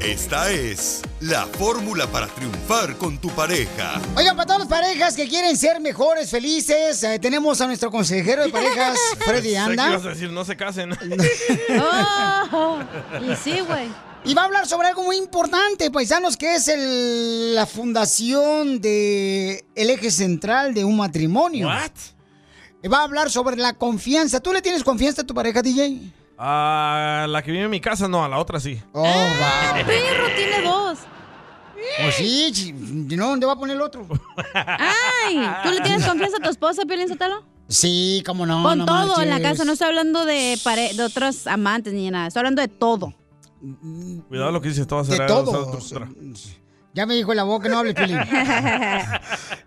Speaker 15: Esta es la fórmula para triunfar con tu pareja.
Speaker 2: Oigan, para todas las parejas que quieren ser mejores, felices, eh, tenemos a nuestro consejero de parejas, Freddy
Speaker 3: Sé que
Speaker 2: Anda.
Speaker 3: ibas a decir, no se casen.
Speaker 6: Oh,
Speaker 2: y sí, güey. Y va a hablar sobre algo muy importante, paisanos, que es el- la fundación de el eje central de un matrimonio. ¿What? Va a hablar sobre la confianza. ¿Tú le tienes confianza a tu pareja, DJ?
Speaker 3: A la que vive en mi casa, no, a la otra sí.
Speaker 2: Oh, va.
Speaker 6: Perro tiene dos.
Speaker 2: Pues sí, chi- no, ¿dónde va a poner el otro?
Speaker 6: Ay, ¿tú le tienes confianza a tu esposa, Piolín Sotelo?
Speaker 2: Sí, cómo no.
Speaker 6: Con
Speaker 2: no
Speaker 6: todo en la
Speaker 2: marches.
Speaker 6: casa, no estoy hablando de, pare- de otros amantes ni nada, estoy hablando de todo.
Speaker 3: Cuidado lo que dices, todo
Speaker 2: De todos. Ya me dijo la boca que no hable, Piolín.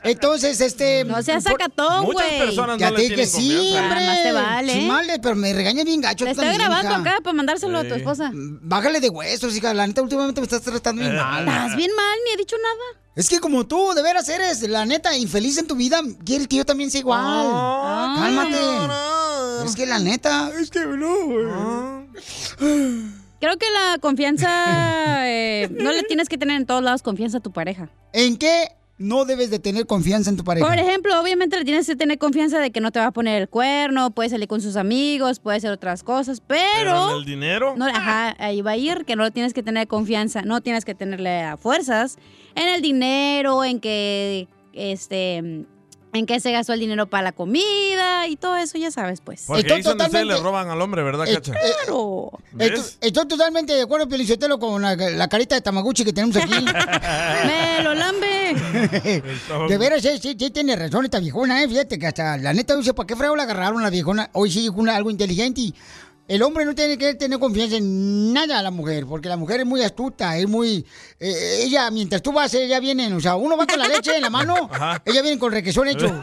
Speaker 2: Entonces, este. No
Speaker 6: seas sacatón, Muchas güey. personas
Speaker 2: ya
Speaker 6: no
Speaker 2: te
Speaker 6: le
Speaker 2: dije
Speaker 6: tienen
Speaker 2: sí,
Speaker 6: confianza.
Speaker 2: hombre.
Speaker 6: Ah, más te vale.
Speaker 2: Sí, mal, pero me regaña bien gacho.
Speaker 6: Le
Speaker 2: tú
Speaker 6: estoy
Speaker 2: también,
Speaker 6: grabando
Speaker 2: hija.
Speaker 6: acá para mandárselo a tu
Speaker 2: Sí.
Speaker 6: esposa.
Speaker 2: Bájale de huesos, hija. La neta, últimamente me estás tratando
Speaker 6: Eh,
Speaker 2: bien mal.
Speaker 6: Estás bien mal, ni he dicho nada.
Speaker 2: Es que como tú, de veras eres, la neta, infeliz en tu vida, quieres que yo también sea igual.
Speaker 6: Ah.
Speaker 2: Cálmate. Es que la neta, es que no, güey.
Speaker 6: Ah. Creo que la confianza, eh, no le tienes que tener en todos lados confianza a tu pareja.
Speaker 2: ¿En qué no debes de tener confianza en tu pareja?
Speaker 6: Por ejemplo, obviamente le tienes que tener confianza de que no te va a poner el cuerno, puede salir con sus amigos, puede hacer otras cosas, pero...
Speaker 3: Pero en el dinero.
Speaker 6: No, ajá, ahí va a ir, que no le tienes que tener confianza, no tienes que tenerle a fuerzas en el dinero, en que, este, en que se gastó el dinero para la comida y todo eso, ya sabes, pues.
Speaker 3: Porque ahí es donde ustedes le roban al hombre, ¿verdad,
Speaker 2: Eh,
Speaker 3: Cacha?
Speaker 6: Claro.
Speaker 3: ¿Ves?
Speaker 2: Estoy, estoy totalmente de acuerdo, Pelichotelo, con la, la carita de Tamaguchi que tenemos aquí.
Speaker 6: ¡Me lo lambe!
Speaker 2: De veras, eh, sí, sí, sí tiene razón esta viejona, ¿eh? Fíjate que hasta la neta dice, ¿para qué frego la agarraron la viejona? Hoy sí dijo una- algo inteligente. y El hombre no tiene que tener confianza en nada a la mujer, porque la mujer es muy astuta, es muy... eh, ella, mientras tú vas, ella viene, o sea, uno va con la leche en la mano, ella viene con requesón hecho.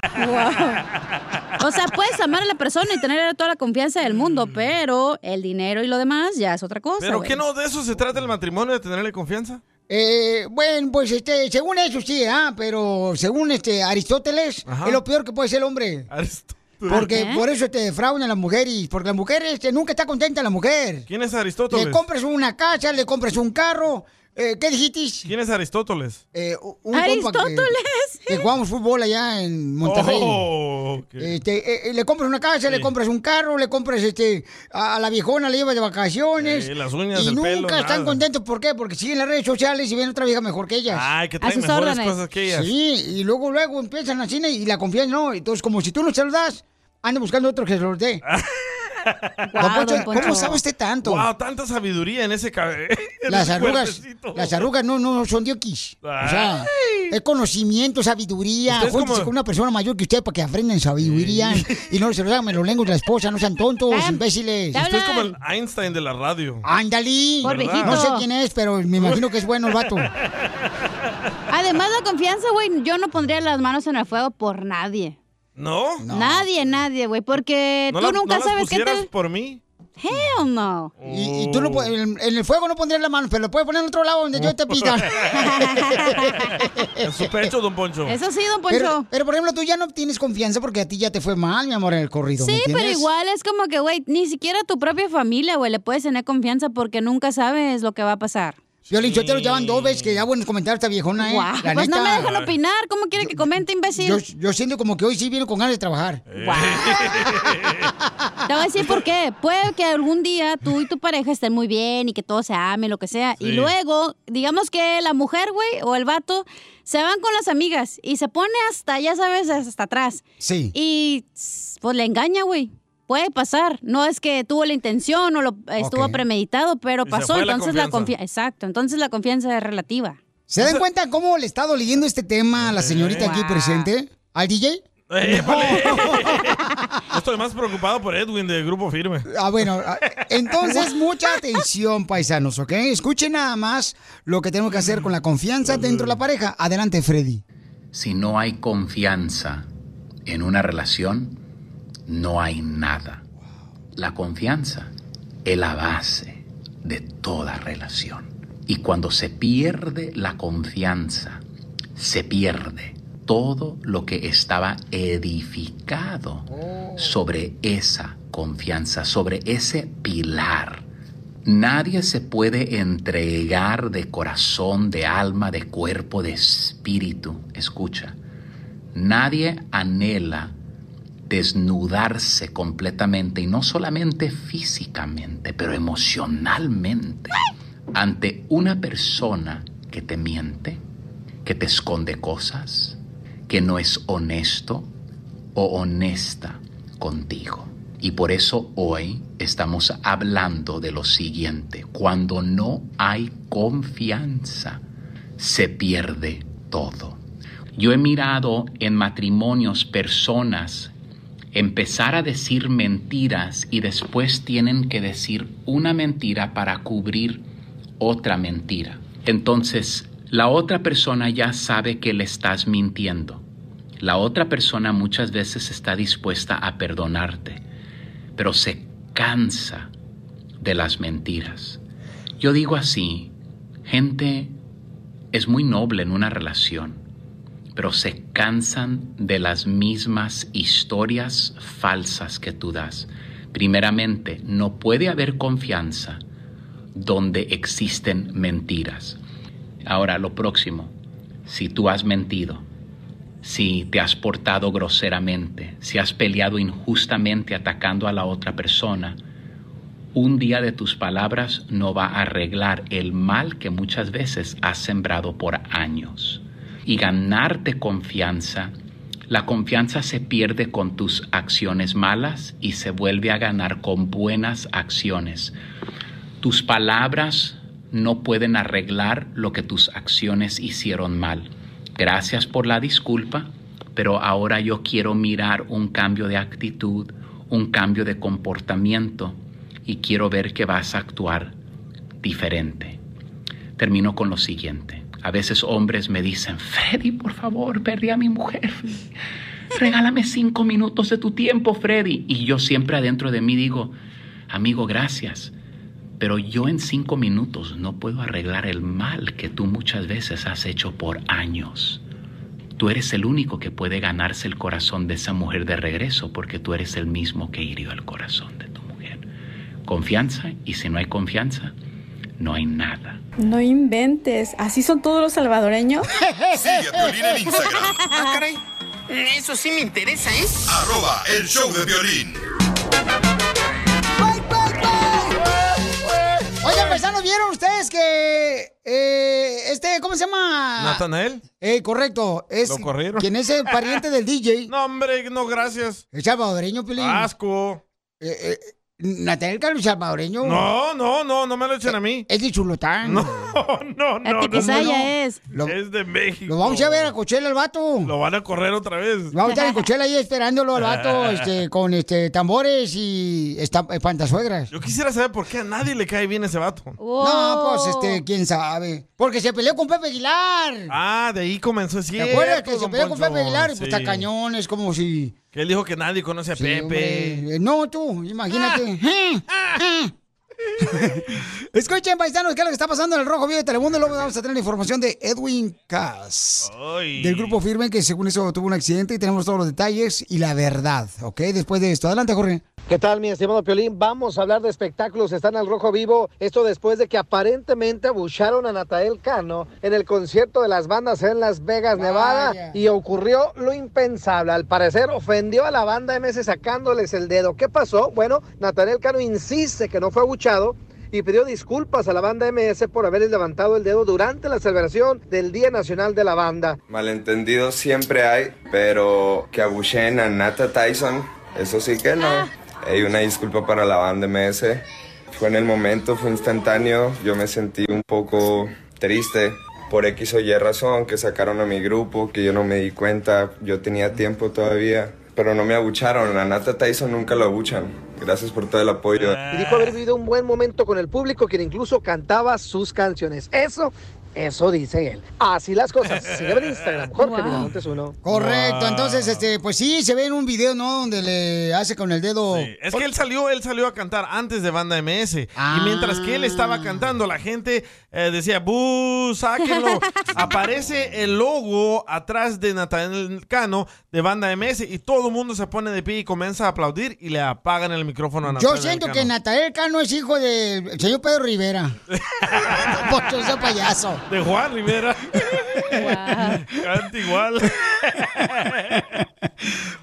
Speaker 6: O sea, puedes amar a la persona y tener toda la confianza del mundo, pero el dinero y lo demás ya es otra cosa.
Speaker 3: Mm. ¿Pero
Speaker 6: güey.
Speaker 3: qué no de eso se trata el matrimonio, de tenerle confianza?
Speaker 2: Eh, bueno, pues este, según eso sí, ah, pero según este Aristóteles, es lo peor que puede ser el hombre. Porque
Speaker 3: ¿Por qué?
Speaker 2: por eso te defraudan a las mujeres, porque la mujer este, nunca está contenta la mujer.
Speaker 3: ¿Quién es
Speaker 2: Le
Speaker 3: Aristóteles?
Speaker 2: compras una casa, le compras un carro. Eh, ¿Qué dijiste?
Speaker 3: ¿Quién es Aristóteles?
Speaker 2: Eh, un compa que-
Speaker 6: Aristóteles.
Speaker 2: Que, jugamos fútbol allá en Monterrey.
Speaker 3: Oh, ok.
Speaker 2: Este, eh, eh, le compras una casa, le compras un carro, le compras este a, a la viejona, le llevas de vacaciones.
Speaker 3: Eh, las uñas,
Speaker 2: y
Speaker 3: el
Speaker 2: nunca
Speaker 3: pelo,
Speaker 2: están
Speaker 3: nada.
Speaker 2: contentos. ¿Por qué? Porque siguen las redes sociales y ven otra vieja mejor que ellas.
Speaker 3: Ay, que traen sus mejores órdenes. cosas que ellas.
Speaker 2: Sí, y luego, luego empiezan a cine y la confianza no. Entonces, como si tú no se lo das, anda buscando otro que se los dé. Don
Speaker 3: Guau,
Speaker 2: Poncho,
Speaker 3: don Poncho.
Speaker 2: ¿Cómo sabe usted tanto?
Speaker 3: Wow, tanta sabiduría en ese cabello.
Speaker 2: Las arrugas, las arrugas no, no son de oquis. O sea, es conocimiento, sabiduría.
Speaker 3: Usted es
Speaker 2: Júntese
Speaker 3: como-
Speaker 2: con una persona mayor que usted para que aprendan sabiduría y no se lo hagan los lengos de la esposa, no sean tontos, imbéciles.
Speaker 3: Usted es como el Einstein de la radio.
Speaker 2: Ah. Ándale.
Speaker 3: Por viejito.
Speaker 2: No sé quién es, pero me imagino que es bueno el vato.
Speaker 6: Además, la confianza, güey, yo no pondría las manos en el fuego por nadie.
Speaker 3: ¿No?
Speaker 6: Nadie, nadie, güey, porque
Speaker 3: ¿No
Speaker 6: tú
Speaker 3: la-
Speaker 6: nunca
Speaker 3: ¿Oh? no las
Speaker 6: sabes qué
Speaker 3: pusieras
Speaker 6: tal.
Speaker 3: por mí?
Speaker 6: Hell no.
Speaker 2: Y, y tú no puedes- en, en el fuego no pondrías la mano, pero lo puedes poner en otro lado donde yo te pida.
Speaker 3: En su pecho, don Poncho.
Speaker 2: Pero, pero, por ejemplo, tú ya no tienes confianza porque a ti ya te fue mal, mi amor, en el corrido. ¿me
Speaker 6: Sí, pero
Speaker 2: entiendes?
Speaker 6: igual es como que, güey, ni siquiera tu propia familia, güey, le puedes tener confianza porque nunca sabes lo que va a pasar.
Speaker 2: Yo le te lo llevan dos veces que ya buenos comentarios esta viejona, eh.
Speaker 6: Guau,
Speaker 2: La
Speaker 6: pues no me
Speaker 2: neta.
Speaker 6: dejan opinar. ¿Cómo quiere que comente, imbécil?
Speaker 2: Yo, yo siento como que hoy sí viene con ganas de trabajar.
Speaker 6: Eh. Te voy a decir por qué. Puede que algún día tú y tu pareja estén muy bien y que todo se ame, lo que sea.
Speaker 2: Sí.
Speaker 6: Y luego, digamos que la mujer, güey, o el vato, se van con las amigas y se pone hasta, ya sabes, hasta atrás.
Speaker 2: Sí.
Speaker 6: Y tss, pues le engaña, güey. Puede pasar. No es que tuvo la intención o lo estuvo
Speaker 2: Ok.
Speaker 6: premeditado, pero
Speaker 2: Y se
Speaker 6: pasó.
Speaker 2: fue la
Speaker 6: entonces la
Speaker 2: confianza.
Speaker 6: confianza. Exacto. Entonces la confianza es relativa.
Speaker 2: ¿Se dan cuenta cómo le está doliendo este tema a
Speaker 6: Eh.
Speaker 2: la señorita aquí presente? ¿Al DJ?
Speaker 3: Épale. Eh, Estoy más preocupado por Edwin de Grupo Firme.
Speaker 2: Ah, bueno, ah, entonces mucha atención, paisanos, ¿ok? Escuchen nada más lo que tenemos que hacer con la confianza dentro de la pareja. Adelante, Freddy.
Speaker 22: Si no hay confianza en una relación, no hay nada. La confianza es la base de toda relación. Y cuando se pierde la confianza, se pierde todo lo que estaba edificado
Speaker 10: Oh.
Speaker 22: sobre esa confianza, sobre ese pilar. Nadie se puede entregar de corazón, de alma, de cuerpo, de espíritu. Escucha, nadie anhela desnudarse completamente y no solamente físicamente, pero emocionalmente ante una persona que te miente, que te esconde cosas, que no es honesto o honesta contigo. Y por eso hoy estamos hablando de lo siguiente. Cuando no hay confianza, se pierde todo. Yo he mirado en matrimonios personas empezar a decir mentiras y después tienen que decir una mentira para cubrir otra mentira. Entonces, la otra persona ya sabe que le estás mintiendo. La otra persona muchas veces está dispuesta a perdonarte, pero se cansa de las mentiras. Yo digo así, gente es muy noble en una relación, pero se cansan de las mismas historias falsas que tú das. Primeramente, no puede haber confianza donde existen mentiras. Ahora, lo próximo, si tú has mentido, si te has portado groseramente, si has peleado injustamente atacando a la otra persona, un día de tus palabras no va a arreglar el mal que muchas veces has sembrado por años. Y ganarte confianza, la confianza se pierde con tus acciones malas y se vuelve a ganar con buenas acciones. Tus palabras no pueden arreglar lo que tus acciones hicieron mal. Gracias por la disculpa, pero ahora yo quiero mirar un cambio de actitud, un cambio de comportamiento y quiero ver que vas a actuar diferente. Termino con lo siguiente. A veces hombres me dicen, Freddy, por favor, perdí a mi mujer. Regálame cinco minutos de tu tiempo, Freddy. Y yo siempre adentro de mí digo, amigo, gracias. Pero yo en cinco minutos no puedo arreglar el mal que tú muchas veces has hecho por años. Tú eres el único que puede ganarse el corazón de esa mujer de regreso porque tú eres el mismo que hirió el corazón de tu mujer. Confianza y si no hay confianza, no hay nada.
Speaker 20: No inventes, así son todos los salvadoreños.
Speaker 15: Sigue a Piolín en Instagram.
Speaker 20: Ah, caray. Eso sí me interesa, ¿eh?
Speaker 15: Arroba el show de violín.
Speaker 2: Oigan, paisanos, ¿vieron ustedes que eh, este, ¿cómo se llama?
Speaker 3: ¿Natanael?
Speaker 2: Eh, correcto. Es,
Speaker 3: ¿Lo corrieron?
Speaker 2: Quien es el pariente del DJ.
Speaker 3: No, hombre, no, gracias.
Speaker 2: El salvadoreño, Piolín.
Speaker 6: Ah,
Speaker 2: Eh,
Speaker 3: Asco.
Speaker 2: Natanael Cano, salvadoreño.
Speaker 3: No, no, no, no me lo echen a
Speaker 2: Eh,
Speaker 3: mí.
Speaker 2: Es de Chulotán.
Speaker 3: No, no, no. no, no.
Speaker 6: es.
Speaker 3: es de México.
Speaker 2: Lo vamos a ver a Coachella el vato.
Speaker 3: Lo van a correr otra vez.
Speaker 2: Vamos a estar en Coachella ahí esperándolo al vato este, con este, tambores y eh, estam- espantazuegras.
Speaker 3: Yo quisiera saber por qué a nadie le cae bien ese vato.
Speaker 2: No, pues este, quién sabe. Porque se peleó con Pepe Aguilar.
Speaker 3: Ah, de ahí comenzó así.
Speaker 2: ¿Te acuerdas que se peleó con Pepe Aguilar? Y pues está cañón, es como si.
Speaker 3: Que él dijo que nadie conoce a Pepe. Ah.
Speaker 2: hombre, eh, no, tú, imagínate. Escuchen, paisanos, ¿qué es lo que está pasando en el Rojo Vivo de Telemundo? Luego vamos a tener la información de Edwin Cass,
Speaker 3: Ay.
Speaker 2: del grupo Firme, que según eso tuvo un accidente y tenemos todos los detalles y la verdad, ¿ok? Después de esto. Adelante, Jorge.
Speaker 5: ¿Qué tal, mi estimado Piolín? Vamos a hablar de espectáculos. Están al rojo vivo. Esto después de que aparentemente abucharon a Natael Cano en el concierto de las bandas en Las Vegas, Nevada. Y ocurrió lo impensable. Al parecer ofendió a la banda MS sacándoles el dedo. ¿Qué pasó? Bueno, Natael Cano insiste que no fue abuchado y pidió disculpas a la banda MS por haberles levantado el dedo durante la celebración del Día Nacional de la Banda.
Speaker 1: Malentendidos siempre hay, pero que abucheen a Nata Tyson, eso sí que
Speaker 24: Ah.
Speaker 1: no. Hay una disculpa para la banda MS. Fue en el momento, fue instantáneo. Yo me sentí un poco triste por X o Y razón, que sacaron a mi grupo, que yo no me di cuenta. Yo tenía tiempo todavía, pero no me abucharon. A Nata Tyson nunca lo abuchan. Gracias por todo el apoyo.
Speaker 5: y dijo haber vivido un buen momento con el público, quien incluso cantaba sus canciones. Eso, eso dice él. Así las cosas. Sígueme en Instagram, Jorge Miramontes uno.
Speaker 2: Correcto, entonces, este, pues sí, se ve en un video, ¿no? Donde le hace con el dedo.
Speaker 3: Es que él salió, él salió a cantar antes de banda MS.
Speaker 2: Ah.
Speaker 3: Y mientras que él estaba cantando, la gente eh, decía, ¡bu! ¡Sáquenlo! Aparece el logo atrás de Nathaniel Cano de banda MS y todo el mundo se pone de pie y comienza a aplaudir y le apagan el micrófono a
Speaker 2: Yo
Speaker 3: Nathaniel
Speaker 2: siento
Speaker 3: Cano.
Speaker 2: que Natael Cano es hijo del señor Pedro Rivera. Porque ese payaso.
Speaker 3: De Juan Rivera. Canta igual.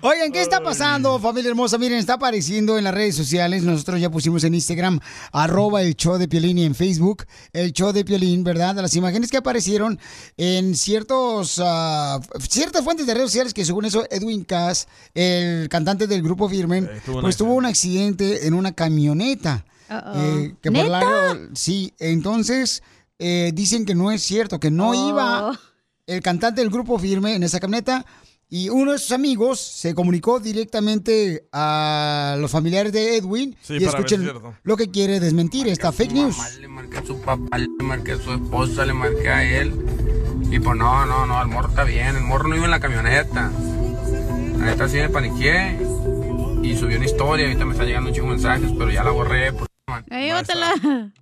Speaker 2: Oigan, ¿qué está pasando, familia hermosa? Miren, está apareciendo en las redes sociales. Nosotros ya pusimos en Instagram, arroba el show de Piolín y en Facebook, el show de Piolín, ¿verdad? Las imágenes que aparecieron en ciertos, ah, ciertas fuentes de redes sociales que según eso, Edwin Cass, el cantante del grupo Firme,
Speaker 13: tuvo un
Speaker 2: pues tuvo un accidente en una camioneta.
Speaker 13: Uh-oh.
Speaker 6: Oh,
Speaker 2: Eh, que por
Speaker 13: ¿Neta?
Speaker 2: largo- sí, entonces eh, dicen que no es cierto, que no
Speaker 13: Oh.
Speaker 2: iba el cantante del grupo firme en esa camioneta y uno de sus amigos se comunicó directamente a los familiares de Edwin
Speaker 29: Sí, para ver
Speaker 2: y
Speaker 29: si
Speaker 2: escuchen
Speaker 29: es cierto.
Speaker 2: lo que quiere desmentir esta fake news.
Speaker 29: marqué a su papá, le marqué a su esposa, le marqué a él. Y pues no, no, no, el morro está bien, el morro no iba en la camioneta. La neta sí me paniqué y subí una historia, ahorita me están llegando un chingo de mensajes, pero ya la borré. por-
Speaker 2: Ahí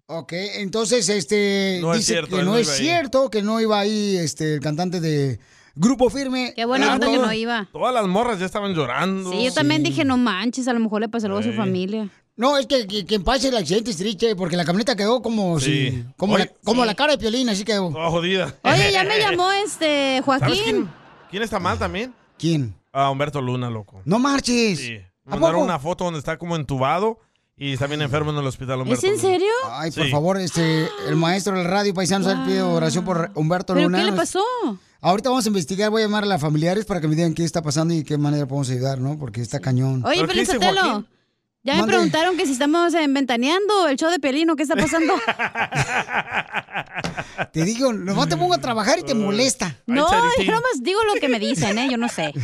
Speaker 2: Ok, entonces este
Speaker 29: No es
Speaker 2: dice
Speaker 29: cierto,
Speaker 2: que
Speaker 29: él
Speaker 2: no
Speaker 29: no
Speaker 2: es
Speaker 29: iba ahí.
Speaker 2: cierto, que no iba ahí este el cantante de Grupo Firme.
Speaker 6: Qué buena
Speaker 2: Y
Speaker 6: onda que
Speaker 2: todo-
Speaker 6: no iba.
Speaker 3: Todas las morras ya estaban llorando.
Speaker 6: Sí, yo también dije, no manches, a lo mejor le pasó algo a su
Speaker 3: Sí.
Speaker 6: familia.
Speaker 2: No, es que, que, que pase el accidente es triste porque la camioneta quedó como
Speaker 3: Sí.
Speaker 2: si- como,
Speaker 3: Oye,
Speaker 2: la, como la cara de Piolín, así quedó.
Speaker 3: Toda jodida.
Speaker 6: Oye, ya me llamó este
Speaker 3: ¿Sabes
Speaker 6: Joaquín.
Speaker 3: quién, quién está mal también?
Speaker 2: ¿Quién?
Speaker 3: Ah, Humberto Luna, loco.
Speaker 2: No marches.
Speaker 3: Sí.
Speaker 2: ¿A
Speaker 3: Mandaron
Speaker 2: poco?
Speaker 3: una foto donde está como entubado y está bien enfermo en el hospital Humberto Luna.
Speaker 2: Ay, por
Speaker 3: Sí.
Speaker 2: favor, este, el maestro de la radio paisano se pide oración por Humberto
Speaker 6: ¿Pero
Speaker 2: Luna.
Speaker 6: qué le
Speaker 2: Nos-
Speaker 6: pasó?
Speaker 2: Ahorita vamos a investigar, voy a llamar a las familiares para que me digan qué está pasando y de qué manera podemos ayudar, ¿no? Porque está cañón.
Speaker 6: Oye, Pelín Sotelo. Ya me
Speaker 2: Mande.
Speaker 6: preguntaron que si estamos en Ventaneando, el show de Pelino, ¿qué está pasando?
Speaker 2: Te digo, nomás te pongo a trabajar y te molesta.
Speaker 6: no, yo nomás digo lo que me dicen, ¿eh? Yo no sé.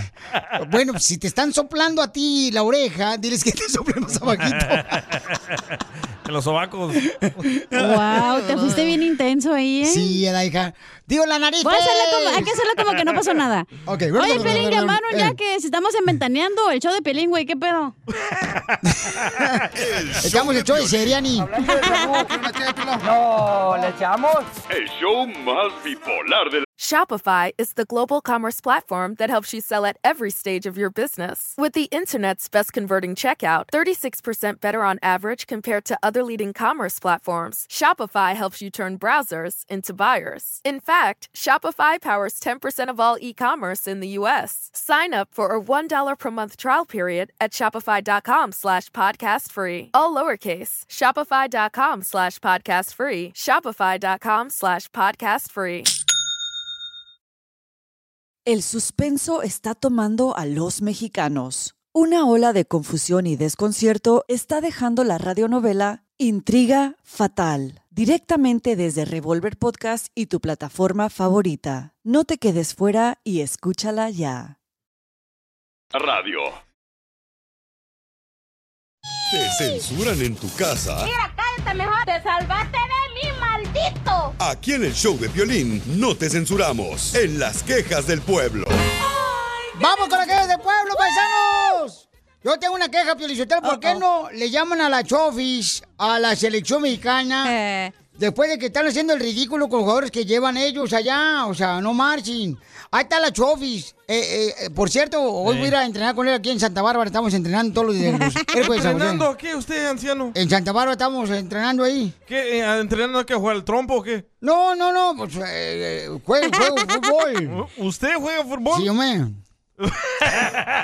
Speaker 2: Bueno, pues, si te están soplando a ti la oreja, diles que te soplen más abajito.
Speaker 3: en los sobacos.
Speaker 6: Wow, te fuiste bien intenso ahí, ¿eh?
Speaker 2: Sí, la hija. Digo, la nariz. pues.
Speaker 6: Voy a hacerle como- hay que hacerlo como que no pasó nada.
Speaker 2: Ok,
Speaker 6: Oye, Pelín, llamaron
Speaker 2: eh,
Speaker 6: ya que si estamos en Ventaneando, el show de Pelín, güey, ¿qué pedo?
Speaker 2: Estamos el show de Seriani.
Speaker 25: No, ¿le echamos?
Speaker 17: El show más bipolar de la
Speaker 23: Shopify is the global commerce platform that helps you sell at every stage of your business. With the internet's best converting checkout, 36% better on average compared to other leading commerce platforms, Shopify helps you turn browsers into buyers. In fact, Shopify powers 10% of all e commerce in the US. Sign up for a $1 per month trial period at shopify.com slash podcast free. All lowercase, shopify.com slash podcast free, shopify.com slash podcast free.
Speaker 30: El suspenso está tomando a los mexicanos. Una ola de confusión y desconcierto está dejando la radionovela Intriga Fatal, directamente desde Revolver Podcast y tu plataforma favorita. No te quedes fuera y escúchala ya.
Speaker 17: radio.
Speaker 15: ¿Te censuran en tu casa?
Speaker 31: cállate mejor. Te salvaste de mí, maldito.
Speaker 15: Aquí en el show de violín no te censuramos. En las quejas del pueblo.
Speaker 2: ¡Vamos con la queja del pueblo, paisanos! Yo tengo una queja, Piolichotel. ¿Por qué no le llaman a la Chofis, a la selección mexicana,
Speaker 3: Eh.
Speaker 2: después de que están haciendo el ridículo con los jugadores que llevan ellos allá? O sea, no marchen. Ahí está la Chofis. Eh, eh, por cierto, hoy
Speaker 3: Sí.
Speaker 2: voy a ir a entrenar con él aquí en Santa Bárbara. Estamos entrenando todos los días. Los- pues,
Speaker 3: ¿Entrenando qué usted, anciano?
Speaker 2: En Santa Bárbara estamos entrenando ahí.
Speaker 3: ¿Qué? eh, ¿Entrenando a qué? ¿Jugar el trompo o qué?
Speaker 2: No, no, no, pues eh, eh, juego, juego fútbol.
Speaker 3: ¿Usted juega fútbol?
Speaker 2: Sí, hombre.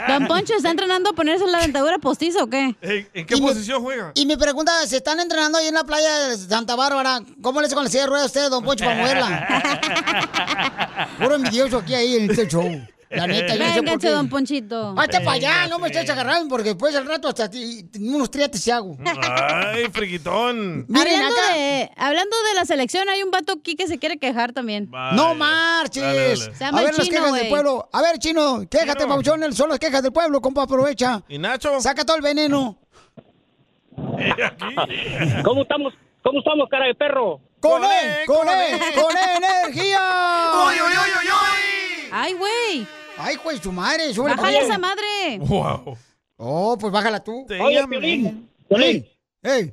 Speaker 6: Don Poncho, ¿está entrenando a ponerse la dentadura postiza o qué?
Speaker 3: ¿En qué
Speaker 2: Y me-
Speaker 3: posición juega?
Speaker 2: Y me pregunta, ¿se están entrenando ahí en la playa de Santa Bárbara? ¿Cómo le hace con la silla de ruedas a usted, don Poncho, para moverla? Puro envidioso aquí ahí en este show. La neta, yo no sé por
Speaker 6: Véngase,
Speaker 2: qué.
Speaker 6: don Ponchito.
Speaker 2: Hasta para Ah, allá, no me estés agarrando porque después del rato hasta ti- unos triates se hago.
Speaker 3: Ay, friquitón.
Speaker 6: hablando, de, hablando de la selección, hay un vato aquí que se quiere quejar también.
Speaker 2: No marches.
Speaker 6: Se llama
Speaker 2: A
Speaker 6: el
Speaker 2: ver las
Speaker 6: pues, chino,
Speaker 2: quejas del
Speaker 6: güey.
Speaker 2: pueblo. A ver, chino, quéjate, Pauchón, él son las quejas del pueblo, compa, aprovecha.
Speaker 3: ¿Y Nacho?
Speaker 2: Saca todo el veneno.
Speaker 14: ¿Cómo estamos? ¿Cómo estamos, cara de perro?
Speaker 2: ¡Con él! ¡Con él! ¡Con energía!
Speaker 14: ¡Uy, uy, uy, uy,
Speaker 2: ¡Ay, güey! ¡Ay, güey, tu madre! ¡Súbele
Speaker 6: Bájale
Speaker 2: poquito.
Speaker 6: esa madre.
Speaker 2: Oh, pues bájala tú.
Speaker 14: Oye, Piolín, Piolín. Ey,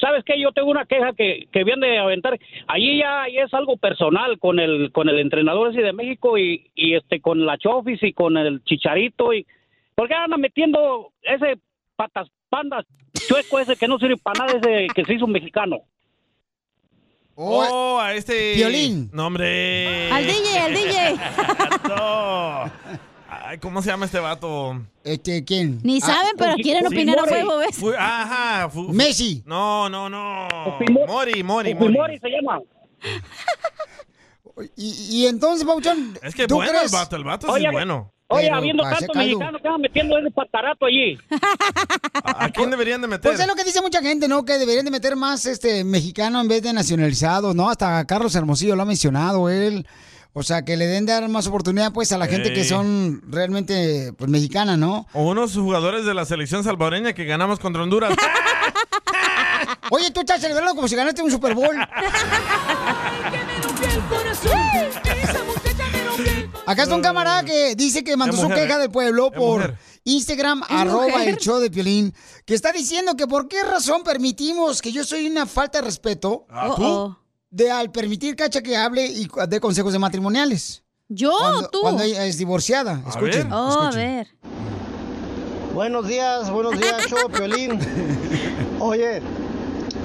Speaker 14: ¿sabes qué? Yo tengo una queja que, que vienen de aventar. Allí ya ya es algo personal con el con el entrenador ese de México y, y este con la Chofis y con el Chicharito y ¿por qué andan metiendo ese patas pandas chueco ese que no sirve para nada ese que se hizo mexicano?
Speaker 3: Oh, a este.
Speaker 14: Violín.
Speaker 3: No, hombre.
Speaker 14: Al DJ, al DJ.
Speaker 3: No. Ay, ¿cómo se llama este vato?
Speaker 2: Este, ¿quién?
Speaker 6: Ni saben, pero quieren opinar a huevo, ¿ves?
Speaker 3: Fu- ajá. fu-
Speaker 2: Messi.
Speaker 3: No, no, no. Mori, Mori, Mori.
Speaker 14: Fujimori se llama.
Speaker 2: Y, y entonces, Pauchón.
Speaker 3: Es que
Speaker 2: ¿tú
Speaker 3: bueno
Speaker 2: crees?
Speaker 3: el vato, el vato sí es bueno.
Speaker 14: Oye,
Speaker 2: Pero
Speaker 14: habiendo
Speaker 2: para hacer
Speaker 14: tanto
Speaker 2: caldo.
Speaker 14: mexicano que andan metiendo ese patarato allí.
Speaker 3: ¿A quién deberían de meter?
Speaker 2: Pues es lo que dice mucha gente, ¿no? Que deberían de meter más este mexicano en vez de nacionalizado, ¿no? Hasta Carlos Hermosillo lo ha mencionado él. O sea, que le den dar más oportunidad pues a la gente que
Speaker 3: Ey.
Speaker 2: son realmente pues mexicana, ¿no?
Speaker 3: O unos jugadores de la selección salvadoreña que ganamos contra Honduras.
Speaker 2: Oye, tú estás celebrando como si ganaste un Super Bowl. Acá está un camarada que dice que mandó
Speaker 13: Es
Speaker 2: su
Speaker 13: mujer,
Speaker 2: queja
Speaker 13: ¿eh?
Speaker 2: del pueblo
Speaker 13: Es
Speaker 2: por
Speaker 13: mujer.
Speaker 2: Instagram,
Speaker 13: Es
Speaker 2: arroba
Speaker 13: mujer.
Speaker 2: el show de Piolín, que está diciendo que por qué razón permitimos que yo soy una falta de respeto
Speaker 6: Ah, ¿tú? Uh-oh.
Speaker 2: de al permitir, cacha, que hable y cu- de consejos de matrimoniales.
Speaker 6: ¿Yo
Speaker 2: cuando,
Speaker 6: tú?
Speaker 2: Cuando ella es divorciada. Escuchen,
Speaker 6: Oh, a
Speaker 2: escuchen.
Speaker 6: ver.
Speaker 5: Buenos días, buenos días, show Piolín. Oye,